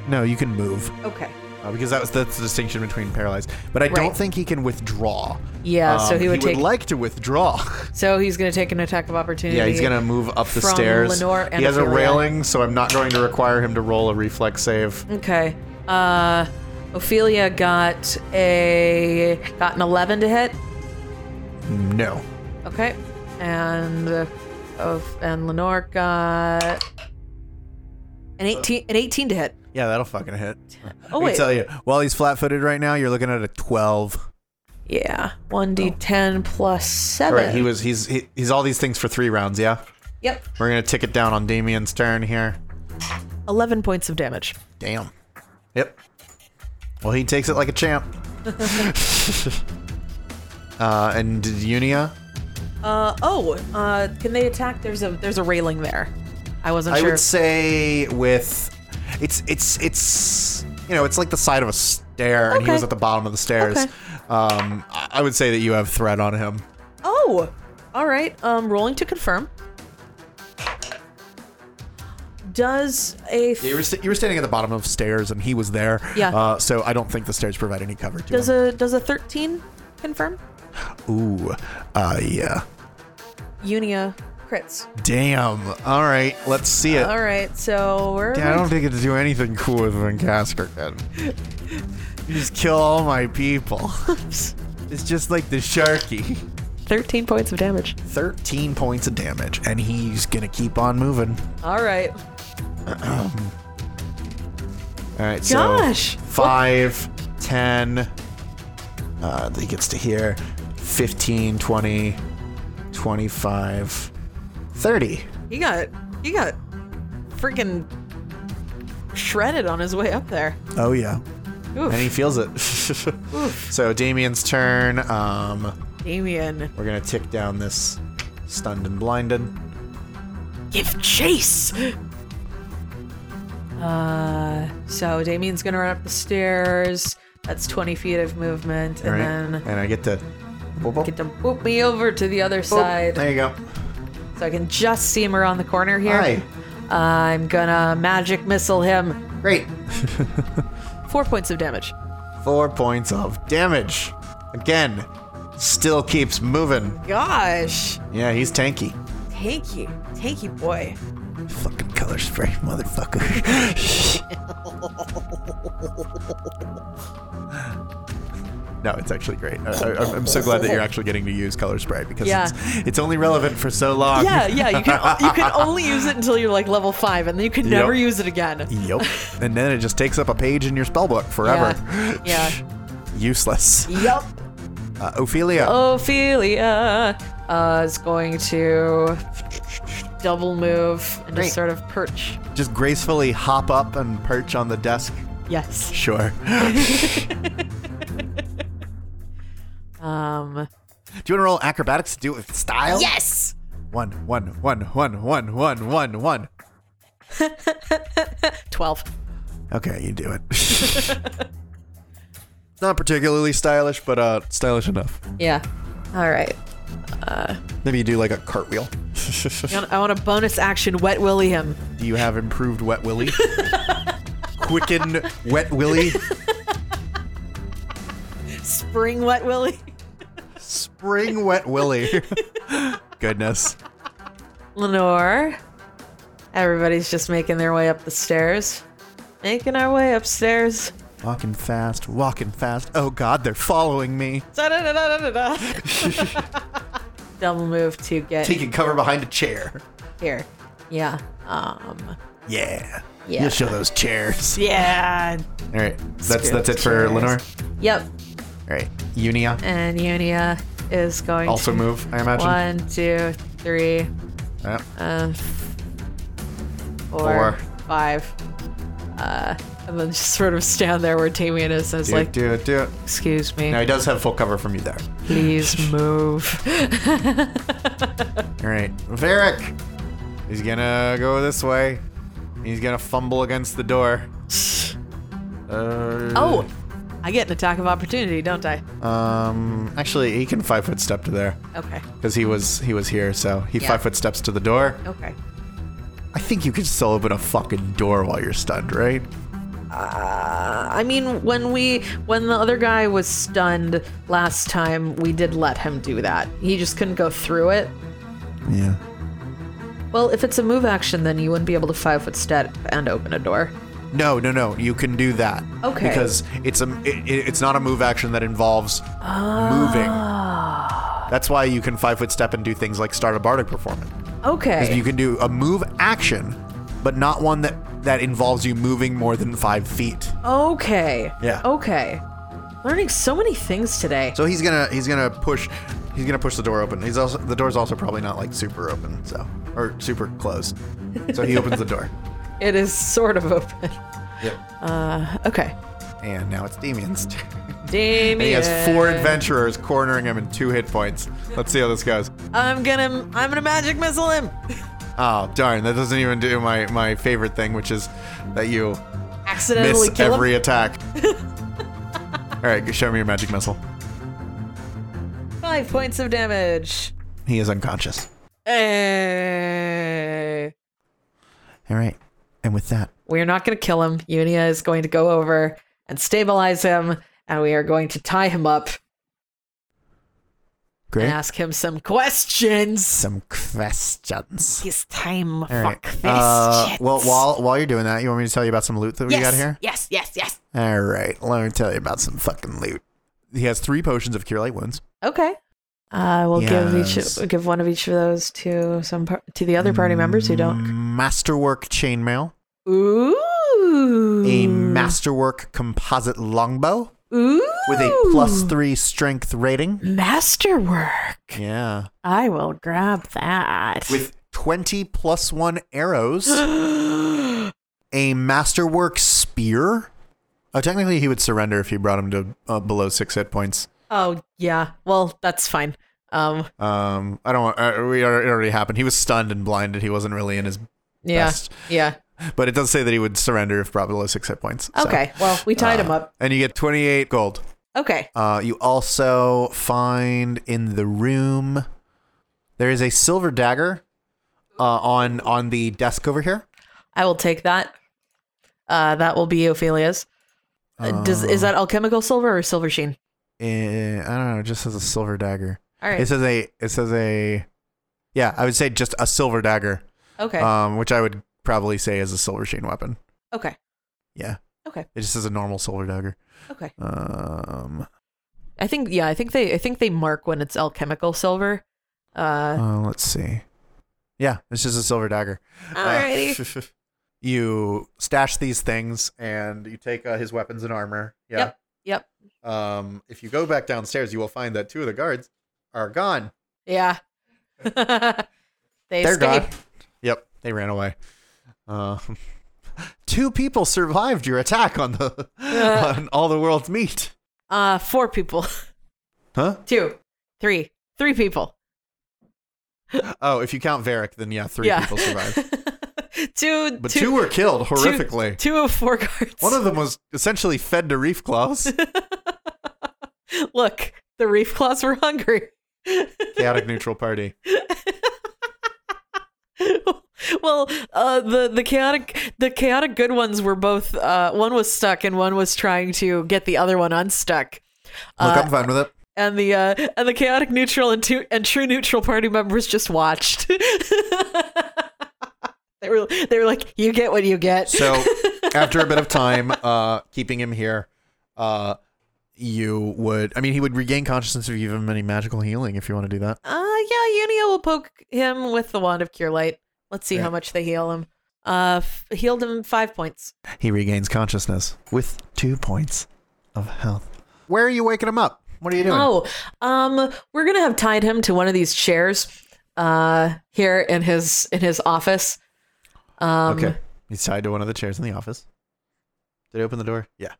Speaker 2: no, you can move
Speaker 1: Okay.
Speaker 2: uh, because that was that's the distinction between paralyzed. But I
Speaker 1: Right.
Speaker 2: don't think he can withdraw.
Speaker 1: Yeah, so
Speaker 2: Um,
Speaker 1: he would
Speaker 2: he
Speaker 1: take.
Speaker 2: would like to withdraw.
Speaker 1: so he's gonna take an attack of opportunity.
Speaker 2: yeah, he's gonna move up the
Speaker 1: From
Speaker 2: stairs.
Speaker 1: Lenore and
Speaker 2: he has a
Speaker 1: Ophelia.
Speaker 2: railing, so I'm not going to require him to roll a reflex save.
Speaker 1: Okay. Uh, Ophelia got a got an 11 to hit.
Speaker 2: No.
Speaker 1: Okay. And uh, of and Lenore got an 18 an 18 to hit.
Speaker 2: Yeah, that'll fucking hit.
Speaker 1: Oh
Speaker 2: I
Speaker 1: wait.
Speaker 2: can Uh, tell you, while he's flat-footed right now, you're looking at a twelve.
Speaker 1: Yeah. 1d10 plus 7.
Speaker 2: All right, Oh. he was he's he, he's all these things for three rounds. Yeah.
Speaker 1: Yep.
Speaker 2: We're gonna tick it down on Damien's turn here.
Speaker 1: 11 points of damage.
Speaker 2: Damn. Yep. Well, he takes it like a champ. uh, and did Unia?
Speaker 1: Uh oh, uh can they attack there's a there's a railing there. I wasn't
Speaker 2: I
Speaker 1: sure.
Speaker 2: would say with it's it's it's you know it's like the side of a stair, and he
Speaker 1: Okay.
Speaker 2: was at the bottom of the stairs.
Speaker 1: Okay.
Speaker 2: Um, I I would say that you have threat on him.
Speaker 1: oh. All right. Um rolling to confirm. Does a
Speaker 2: Yeah, you, were st- you were standing at the bottom of stairs, and he was there.
Speaker 1: Yeah.
Speaker 2: Uh, so I don't think the stairs provide any cover. to
Speaker 1: does
Speaker 2: him.
Speaker 1: a does a thirteen confirm?
Speaker 2: Ooh. Uh, yeah.
Speaker 1: Unia crits.
Speaker 2: Damn. All right. Let's see it.
Speaker 1: All right, so we're
Speaker 2: Yeah, I don't think it'd do anything cooler than Casker can. You just kill all my people. It's just like the Sharky.
Speaker 9: 13 points of damage.
Speaker 2: 13 points of damage, and he's gonna keep on moving.
Speaker 1: all right.
Speaker 2: All right,
Speaker 1: Gosh.
Speaker 2: so 5, 10, uh, he gets to here, 15, 20, 25, 30.
Speaker 1: He got he got freaking shredded on his way up there.
Speaker 2: Oh, yeah.
Speaker 1: Oof.
Speaker 2: And he feels it. so Damien's turn. Um,
Speaker 1: Damien.
Speaker 2: we're gonna tick down this stunned and blinded.
Speaker 1: Give chase. Uh so Damien's gonna run up the stairs. That's twenty feet of movement.
Speaker 2: All
Speaker 1: And
Speaker 2: right.
Speaker 1: then
Speaker 2: and I get to. Boop, boop,
Speaker 1: get to boop me over to the other
Speaker 2: boop.
Speaker 1: side.
Speaker 2: There you go.
Speaker 1: So I can just see him around the corner here.
Speaker 2: Hi.
Speaker 1: I'm gonna magic missile him.
Speaker 2: Great.
Speaker 1: Four points of damage.
Speaker 2: Four points of damage. Again, still keeps moving.
Speaker 1: Gosh.
Speaker 2: Yeah, he's tanky.
Speaker 1: Tanky. Tanky boy.
Speaker 2: Fucking color spray, motherfucker. no, it's actually great. I, I, I'm- I'm so glad that you're actually getting to use color spray because
Speaker 1: Yeah.
Speaker 2: it's, it's only relevant for so long.
Speaker 1: Yeah, yeah. You can you can only use it until you're like level five, and then you can
Speaker 2: Yep.
Speaker 1: never use it again.
Speaker 2: Yep. And then it just takes up a page in your spellbook forever.
Speaker 1: Yeah.
Speaker 2: Useless.
Speaker 1: Yep.
Speaker 2: Uh, Ophelia.
Speaker 1: Oh. Ophelia uh, is going to double move and
Speaker 2: Great.
Speaker 1: just sort of perch.
Speaker 2: just gracefully hop up and perch on the desk.
Speaker 1: Yes.
Speaker 2: Sure. Do you
Speaker 1: Um.
Speaker 2: want to roll acrobatics to do it with style?
Speaker 3: Yes!
Speaker 2: One, one, one, one, one, one, one, one.
Speaker 1: Twelve.
Speaker 2: Okay, you do it. Not particularly stylish, but uh, stylish enough.
Speaker 1: Yeah. All right.
Speaker 2: Maybe you do like a cartwheel.
Speaker 1: I want- I want a bonus action. Wet William.
Speaker 2: do you have improved wet willy? Quicken wet willy?
Speaker 1: Spring Wet Willie.
Speaker 2: Spring wet willy. Goodness.
Speaker 1: Lenore. Everybody's just making their way up the stairs. Making our way upstairs.
Speaker 2: Walking fast, walking fast. Oh god, they're following me.
Speaker 1: Da-da-da-da-da-da. Double move to get
Speaker 2: Taking cover behind a chair.
Speaker 1: here. Yeah. Um.
Speaker 2: Yeah.
Speaker 1: Yeah.
Speaker 2: You'll show those chairs.
Speaker 1: Yeah.
Speaker 2: All right. That's
Speaker 1: Screw
Speaker 2: that's it
Speaker 1: those
Speaker 2: for
Speaker 1: chairs.
Speaker 2: Lenore.
Speaker 1: Yep.
Speaker 2: All right. Unia
Speaker 1: And Unia is going
Speaker 2: also
Speaker 1: to
Speaker 2: move, I imagine.
Speaker 1: one, two, three,
Speaker 2: Yeah.
Speaker 1: uh,
Speaker 2: Four.
Speaker 1: four, five. Uh, and then just sort of stand there where Damien is and is
Speaker 2: Do
Speaker 1: like,
Speaker 2: it, do it, do it.
Speaker 1: excuse me,
Speaker 2: Now he does have full cover from you there.
Speaker 1: please move.
Speaker 2: All right. Varric. He's gonna go this way. He's gonna fumble against the door. Uh,
Speaker 1: oh, I get an attack of opportunity, don't I?
Speaker 2: Um. Actually, he can five foot step to there
Speaker 1: Okay.
Speaker 2: because he was he was here, so he
Speaker 1: Yeah.
Speaker 2: five foot steps to the door.
Speaker 1: Okay.
Speaker 2: I think you can still open a fucking door while you're stunned, right?
Speaker 1: Uh, I mean, when we when the other guy was stunned last time, we did let him do that. He just couldn't go through it.
Speaker 2: Yeah.
Speaker 1: Well, if it's a move action, then you wouldn't be able to five foot step and open a door.
Speaker 2: No, no, no. You can do that.
Speaker 1: Okay.
Speaker 2: Because it's a it, it- it's not a move action that involves moving.
Speaker 1: Ah.
Speaker 2: That's why you can five foot step and do things like start a bardic performance.
Speaker 1: Okay.
Speaker 2: You can do a move action, but not one that that involves you moving more than five feet.
Speaker 1: okay.
Speaker 2: Yeah.
Speaker 1: Okay. Learning so many things today.
Speaker 2: So he's gonna he's gonna push he's gonna push the door open. He's also the door's also probably not like super open, so or super closed. So he opens the door.
Speaker 1: It is sort of open.
Speaker 2: Yep.
Speaker 1: Okay.
Speaker 2: And now it's Damien's turn.
Speaker 1: Damien.
Speaker 2: And he has four adventurers cornering him in two hit points. Let's see how this goes.
Speaker 1: I'm gonna I'm gonna magic missile him.
Speaker 2: Oh darn! That doesn't even do my my favorite thing, which is that you
Speaker 1: Accidentally
Speaker 2: miss
Speaker 1: kill
Speaker 2: every
Speaker 1: him.
Speaker 2: attack. All right, go- show me your magic missile.
Speaker 1: Five points of damage.
Speaker 2: He is unconscious.
Speaker 1: Hey.
Speaker 2: All right, And with that,
Speaker 1: We are not going to kill him. Unia is going to go over and stabilize him, and we are going to tie him up
Speaker 2: great.
Speaker 1: and ask him some questions.
Speaker 2: Some questions.
Speaker 1: It's time.
Speaker 2: All right. Uh, well, while while you're doing that, you want me to tell you about some loot that we got here?
Speaker 10: Yes, yes, yes.
Speaker 2: All right. Let me tell you about some fucking loot. He has three potions of cure light wounds.
Speaker 1: Okay. I will
Speaker 2: Yes.
Speaker 1: give each give one of each of those to some par- to the other party members who
Speaker 2: Mm.
Speaker 1: don't.
Speaker 2: Masterwork chainmail.
Speaker 1: Ooh.
Speaker 2: A masterwork composite longbow
Speaker 1: Ooh.
Speaker 2: with a plus three strength rating.
Speaker 1: masterwork.
Speaker 2: Yeah.
Speaker 1: I will grab that.
Speaker 2: With 20 plus one arrows. a masterwork spear. Oh, technically, he would surrender if you brought him to uh, below six hit points.
Speaker 1: oh yeah. Well, that's fine. Um.
Speaker 2: Um, I don't. Uh, we are, it already happened. He was stunned and blinded. He wasn't really in his
Speaker 1: Yeah.
Speaker 2: best.
Speaker 1: Yeah.
Speaker 2: But it does say that he would surrender if brought below six hit points. so. uh,
Speaker 1: Okay. Well, we tied him up.
Speaker 2: And you get 28 gold.
Speaker 1: Okay.
Speaker 2: Uh, you also find in the room there is a silver dagger uh, on on the desk over here.
Speaker 1: I will take that. Uh, that will be Ophelia's. Uh, Does is
Speaker 2: Um,
Speaker 1: that alchemical silver or silver sheen?
Speaker 2: Eh, I don't know. It just says a silver dagger.
Speaker 1: All right.
Speaker 2: It says a. It says a. Yeah, I would say just a silver dagger.
Speaker 1: okay.
Speaker 2: Um, which I would probably say is a silver sheen weapon.
Speaker 1: okay.
Speaker 2: Yeah.
Speaker 1: Okay.
Speaker 2: It just is a normal silver dagger.
Speaker 1: Okay.
Speaker 2: Um,
Speaker 1: I think yeah. I think they I think they mark when it's alchemical silver. Uh,
Speaker 2: uh, let's see. Yeah, it's just a silver dagger.
Speaker 1: Alrighty.
Speaker 2: Uh, you stash these things and you take uh, his weapons and armor. Yeah.
Speaker 1: Yep.
Speaker 2: Um, if you go back downstairs, you will find that two of the guards are gone.
Speaker 1: Yeah. they
Speaker 2: They're
Speaker 1: escaped.
Speaker 2: gone. Yep, they ran away. Uh, two people survived your attack on the on all the world's meat.
Speaker 1: Uh, four people.
Speaker 2: Huh?
Speaker 1: Two, three, three people.
Speaker 2: Oh, if you count Varric, then yeah, three
Speaker 1: yeah.
Speaker 2: people survived.
Speaker 1: two,
Speaker 2: But
Speaker 1: two,
Speaker 2: two, were killed
Speaker 1: two-
Speaker 2: horrifically.
Speaker 1: Two of four guards.
Speaker 2: One of them was essentially fed to reef claws.
Speaker 1: Look, the reef claws were hungry.
Speaker 2: Chaotic neutral party.
Speaker 1: well, uh, the the chaotic the chaotic good ones were both. Uh, one was stuck and one was trying to get the other one unstuck.
Speaker 2: Look,
Speaker 1: Uh,
Speaker 2: I'm fine with it.
Speaker 1: and the uh, and the chaotic neutral and, tu- and true neutral party members just watched. they were they were like, "You get what you get."
Speaker 2: So, after a bit of time, uh, keeping him here, uh, you would. I mean, he would regain consciousness if you give him any magical healing. If you want to do that,
Speaker 1: Uh yeah, Unia will poke him with the wand of cure light. Let's see
Speaker 2: Yeah.
Speaker 1: how much they heal him. Uh f- healed him 5 points.
Speaker 2: he regains consciousness with two points of health. Where are you waking him up? What are you doing?
Speaker 1: Oh, um we're going to have tied him to one of these chairs uh here in his in his office. Um
Speaker 2: okay, he's tied to one of the chairs in the office. Did I open the door? Yeah.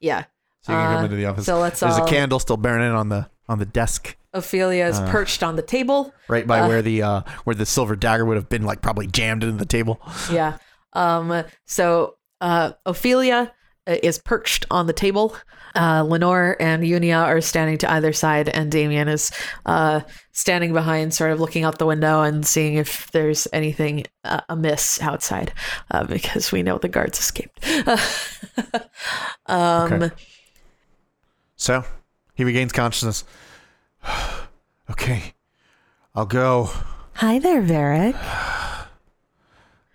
Speaker 1: yeah.
Speaker 2: So you can
Speaker 1: Uh,
Speaker 2: come into the office.
Speaker 1: So let's
Speaker 2: There's
Speaker 1: all
Speaker 2: a candle still burning on the on the desk,
Speaker 1: Ophelia is
Speaker 2: Uh.
Speaker 1: perched on the table.
Speaker 2: right by
Speaker 1: Uh.
Speaker 2: where the uh, where the silver dagger would have been, like probably jammed into the table.
Speaker 1: Yeah. Um so uh Ophelia uh, is perched on the table. Uh Lenore and Unia are standing to either side and Damien is uh standing behind sort of looking out the window and seeing if there's anything uh, amiss outside uh, because we know the guards escaped. um
Speaker 2: Okay. So he regains consciousness. okay, I'll go.
Speaker 3: Hi there, Varric.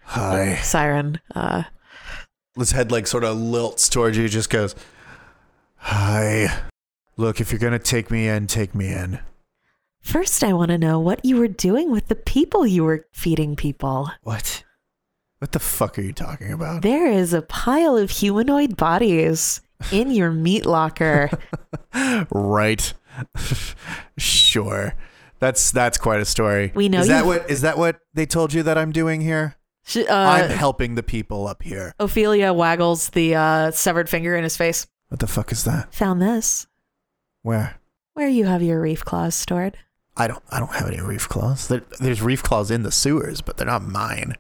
Speaker 2: Hi.
Speaker 1: Siren uh
Speaker 2: His head like sort of lilts towards you. Just goes. Hi. Look, if you're gonna take me in, take me in.
Speaker 3: First, I want to know what you were doing with the people you were feeding people.
Speaker 2: What? What the fuck are you talking about?
Speaker 3: There is a pile of humanoid bodies in your meat locker.
Speaker 2: right. sure. That's that's quite a story.
Speaker 3: We know
Speaker 2: Is that
Speaker 3: you-
Speaker 2: what is that what they told you that I'm doing here?
Speaker 1: sh- uh
Speaker 2: I'm helping the people up here.
Speaker 1: Ophelia waggles the uh severed finger in his face.
Speaker 2: What the fuck is that?
Speaker 3: Found this
Speaker 2: Where?
Speaker 3: where you have your reef claws stored.
Speaker 2: I don't I don't have any reef claws. There, there's reef claws in the sewers, but they're not mine.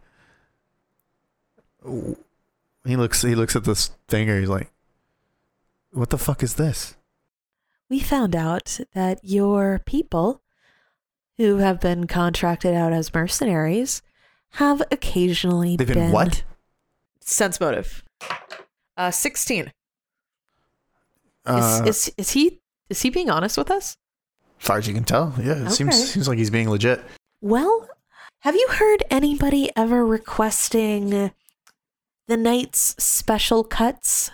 Speaker 2: Ooh. He looks he looks at this finger. He's like, "What the fuck is this?"
Speaker 3: We found out that your people, who have been contracted out as mercenaries, have occasionally
Speaker 2: They've been what?
Speaker 1: sense motive. Uh, sixteen.
Speaker 2: Uh,
Speaker 1: is, is is he is he being honest with us?
Speaker 2: as far as you can tell, yeah, it
Speaker 3: Okay.
Speaker 2: seems seems like he's being legit.
Speaker 3: Well, have you heard anybody ever requesting the night's special cuts?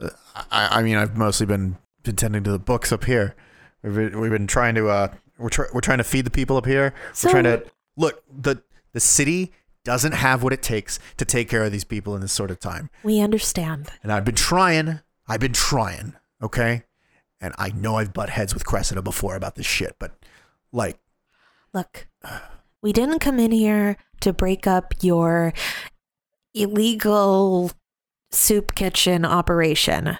Speaker 2: I, I mean, I've mostly been been tending to the books up here. We've been, we've been trying to uh, we're try, we're trying to feed the people up here.
Speaker 3: So-
Speaker 2: we're trying to look the the city doesn't have what it takes to take care of these people in this sort of time.
Speaker 3: We understand.
Speaker 2: And I've been trying. I've been trying. Okay. And I know I've butt heads with Cressida before about this shit, but like,
Speaker 3: Look, we didn't come in here to break up your illegal soup kitchen operation.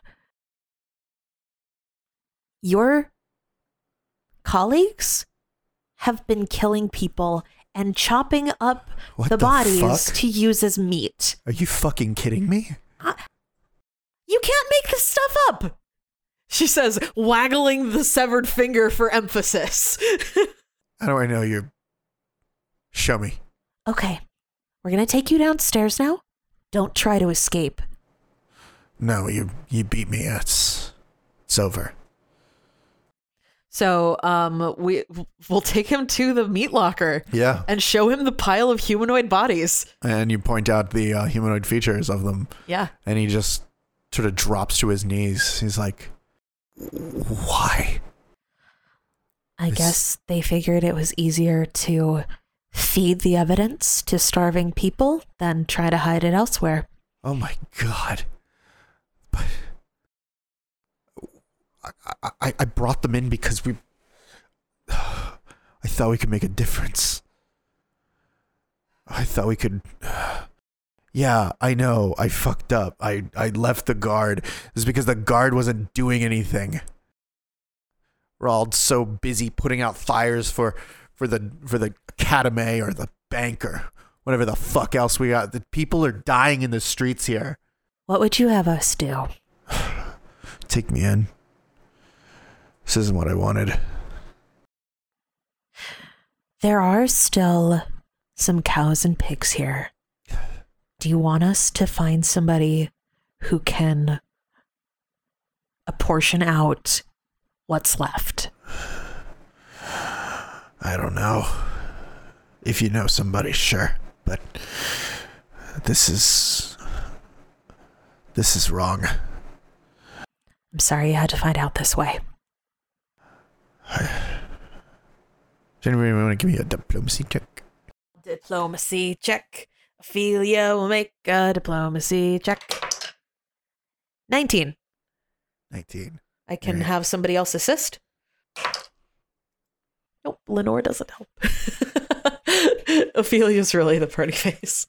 Speaker 3: Your colleagues have been killing people and chopping up
Speaker 2: What
Speaker 3: the
Speaker 2: the
Speaker 3: bodies
Speaker 2: fuck?
Speaker 3: to use as meat. Uh,
Speaker 2: are you fucking kidding me?
Speaker 1: You can't make this stuff up. She says, waggling the severed finger for emphasis.
Speaker 2: How do I know you're? Show me.
Speaker 3: Okay, we're gonna take you downstairs now. Don't try to escape.
Speaker 2: No, you you beat me. It's it's over.
Speaker 1: so, um, we we'll take him to the meat locker
Speaker 2: Yeah.
Speaker 1: and show him the pile of humanoid bodies.
Speaker 2: And you point out the uh, humanoid features of them,
Speaker 1: Yeah.
Speaker 2: and he just sort of drops to his knees. He's like, "Why?"
Speaker 3: I
Speaker 2: This-
Speaker 3: guess they figured it was easier to feed the evidence to starving people than try to hide it elsewhere.
Speaker 2: Oh my god. But I- I, I, I brought them in because we. I thought we could make a difference. I thought we could. Yeah, I know. I fucked up. I, I left the guard. It's because the guard wasn't doing anything. We're all so busy putting out fires for, for the for the academy or the banker whatever the fuck else we got. The people are dying in the streets here.
Speaker 3: What would you have us do?
Speaker 2: Take me in. This isn't what I wanted.
Speaker 3: There are still some cows and pigs here. Do you want us to find somebody who can apportion out what's left?
Speaker 2: I don't know. If you know somebody, sure. But this is. This is wrong.
Speaker 3: I'm sorry you had to find out this way.
Speaker 2: Does anybody want to give me a diplomacy check?
Speaker 3: Diplomacy check. Ophelia will make a diplomacy check. 19.
Speaker 2: 19.
Speaker 1: I can
Speaker 2: Right.
Speaker 1: have somebody else assist. Nope, Lenore doesn't help. Ophelia's really the pretty face.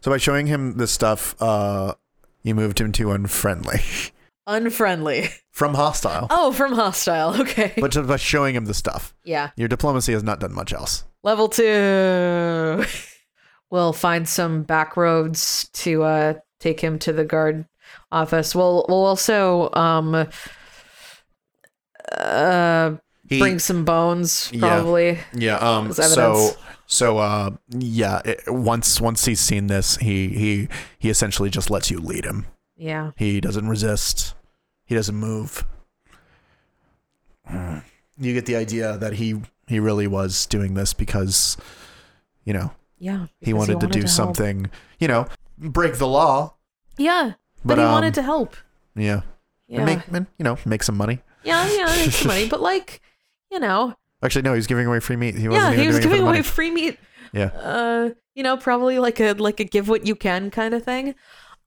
Speaker 2: So by showing him this stuff, uh, you moved him to unfriendly.
Speaker 1: Unfriendly.
Speaker 2: From hostile.
Speaker 1: Oh, from hostile. Okay.
Speaker 2: But just by showing him the stuff,
Speaker 1: yeah.
Speaker 2: your diplomacy has not done much else.
Speaker 1: Level two. we'll find some back roads to uh, take him to the guard office. We'll we'll also um uh
Speaker 2: He,
Speaker 1: bring some bones
Speaker 2: Yeah.
Speaker 1: probably.
Speaker 2: Yeah. Um.
Speaker 1: As evidence.
Speaker 2: So. So. Uh. Yeah. It, once. Once he's seen this, he he he essentially just lets you lead him.
Speaker 1: yeah.
Speaker 2: He doesn't resist. He doesn't move. You get the idea that he he really was doing this because, you know,
Speaker 1: Yeah.
Speaker 2: he wanted, to do
Speaker 1: help.
Speaker 2: something. You know, break the law.
Speaker 1: Yeah. But,
Speaker 2: But,
Speaker 1: he
Speaker 2: um,
Speaker 1: wanted to help.
Speaker 2: Yeah.
Speaker 1: Yeah.
Speaker 2: And make and, you know make some money.
Speaker 1: yeah, yeah, I need some money. But like, you know,
Speaker 2: Actually, no. He was giving away free meat. He wasn't
Speaker 1: yeah,
Speaker 2: even
Speaker 1: he was
Speaker 2: doing it
Speaker 1: giving
Speaker 2: for the
Speaker 1: away
Speaker 2: money.
Speaker 1: free meat.
Speaker 2: Yeah.
Speaker 1: Uh, you know, probably like a like a give what you can kind of thing.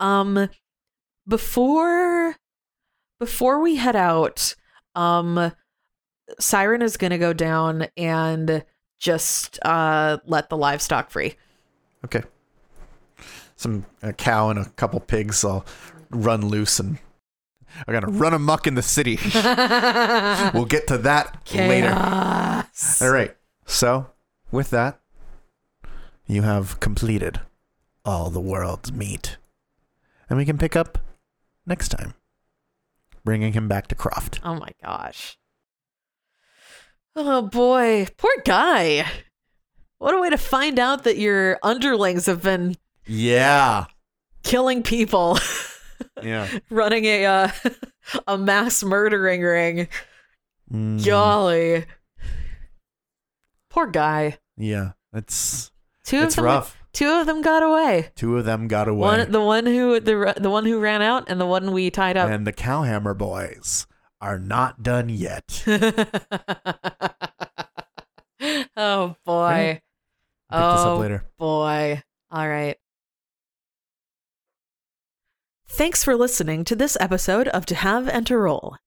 Speaker 1: Um, before before we head out, um, Siren is gonna go down and just uh let the livestock free.
Speaker 2: Okay. Some a cow and a couple pigs all run loose and I gotta run amok in the city. we'll get to that later.
Speaker 1: Chaos.
Speaker 2: All right. So with that, you have completed all the world's meat, and we can pick up next time, bringing him back to Croft.
Speaker 1: Oh my gosh. Oh boy, poor guy. What a way to find out that your underlings have been
Speaker 2: Yeah.
Speaker 5: killing people,
Speaker 2: Yeah.
Speaker 5: running a uh, a mass murdering ring.
Speaker 2: Hmm. Mm,
Speaker 5: Golly, poor guy.
Speaker 2: Yeah. That's
Speaker 5: Two of
Speaker 2: it's
Speaker 5: them.
Speaker 2: rough.
Speaker 5: Two of them got away.
Speaker 2: Two of them got away.
Speaker 5: One, the one who the r- the one who ran out, and the one we tied up.
Speaker 2: and the Cowhammer boys are not done yet.
Speaker 5: oh boy.
Speaker 2: Pick this
Speaker 5: Oh
Speaker 2: up later.
Speaker 5: boy. All right.
Speaker 1: Thanks for listening to this episode of To Have and To Roll.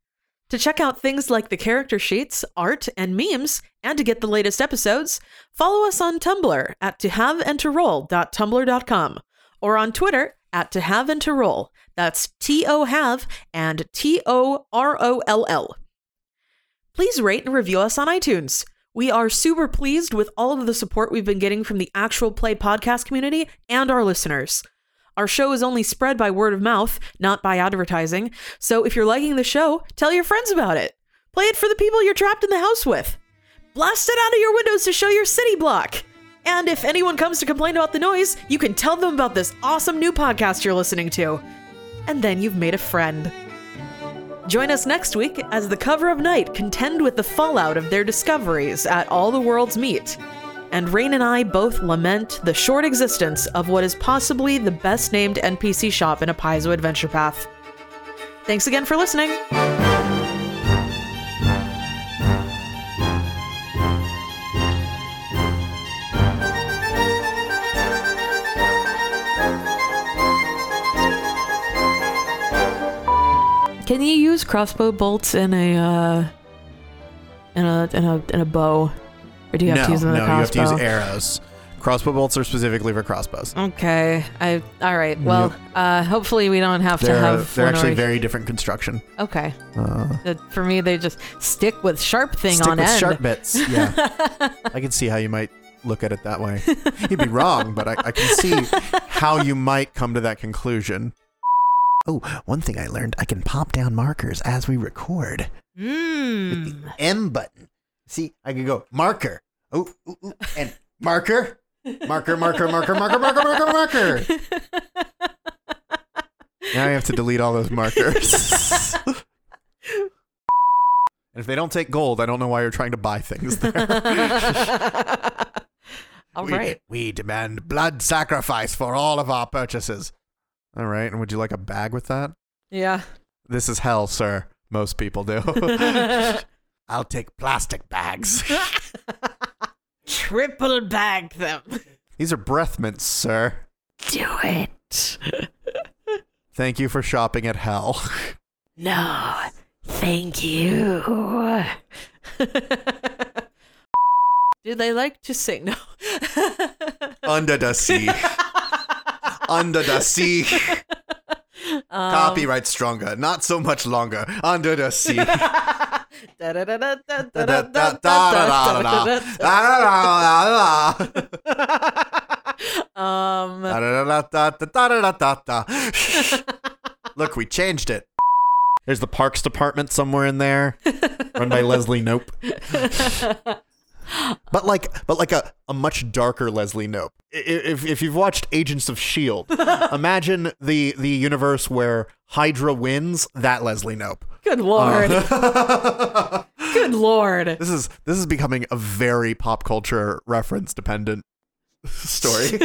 Speaker 1: To check out things like the character sheets, art, and memes, and to get the latest episodes, follow us on Tumblr at tohaveandtoroll.tumblr.com or on Twitter at to have and to roll. That's T O have and T O R O L L. Please rate and review us on iTunes. We are super pleased with all of the support we've been getting from the actual play podcast community and our listeners. Our show is only spread by word of mouth, not by advertising. So if you're liking the show, tell your friends about it. Play it for the people you're trapped in the house with. Blast it out of your windows to show your city block. And if anyone comes to complain about the noise, you can tell them about this awesome new podcast you're listening to. And then you've made a friend. Join us next week as the cover of night contend with the fallout of their discoveries at All the Worlds Meet. And Rain and I both lament the short existence of what is possibly the best named NPC shop in a Paizo adventure path. Thanks again for listening.
Speaker 5: Can you use crossbow bolts in a uh in a in a in a bow? Or do you have
Speaker 2: no,
Speaker 5: to use
Speaker 2: no,
Speaker 5: another
Speaker 2: you have
Speaker 5: crossbow?
Speaker 2: to use arrows. Crossbow bolts are specifically for crossbows.
Speaker 5: okay. I all right. Well, uh hopefully we don't have to
Speaker 2: They're,
Speaker 5: have
Speaker 2: they're
Speaker 5: one
Speaker 2: actually
Speaker 5: already-
Speaker 2: very different construction.
Speaker 5: Okay.
Speaker 2: Uh,
Speaker 5: Uh, For me they just stick with sharp thing
Speaker 2: stick
Speaker 5: on
Speaker 2: with
Speaker 5: end.
Speaker 2: sharp bits. Yeah, I can see how you might look at it that way. You'd be wrong, but I, I can see how you might come to that conclusion. Oh, one thing I learned: I can pop down markers as we record
Speaker 5: Hmm.
Speaker 2: with
Speaker 5: Mm.
Speaker 2: the M button. See, I can go marker. Oh, ooh, ooh, and marker, marker, marker, marker, marker, marker, marker, marker. Now I have to delete all those markers. and if they don't take gold, I don't know why you're trying to buy things there.
Speaker 5: all
Speaker 2: we,
Speaker 5: right.
Speaker 2: We demand blood sacrifice for all of our purchases. All right. And would you like a bag with that?
Speaker 5: Yeah.
Speaker 2: This is hell, sir. Most people do. I'll take plastic bags.
Speaker 5: Triple bag them.
Speaker 2: These are breath mints, sir.
Speaker 3: Do it.
Speaker 2: Thank you for shopping at hell.
Speaker 3: No. Thank you.
Speaker 5: Do they like to sing? No.
Speaker 2: Under the sea. Under the sea.
Speaker 5: Um,
Speaker 1: Um,
Speaker 2: Copyright stronger. Not so much longer. Under the sea.
Speaker 5: Um,
Speaker 2: um, Look, we changed it. There's the parks department somewhere in there, run by Leslie Nope. but like, but like a, a much darker Leslie Nope. I- i- If if you've watched Agents of Shield, E imagine the the universe where Hydra wins. That Leslie Nope. Uh,
Speaker 5: Good lord.
Speaker 2: Uh-huh.
Speaker 5: Good lord.
Speaker 2: This is this is becoming a very pop culture reference dependent story.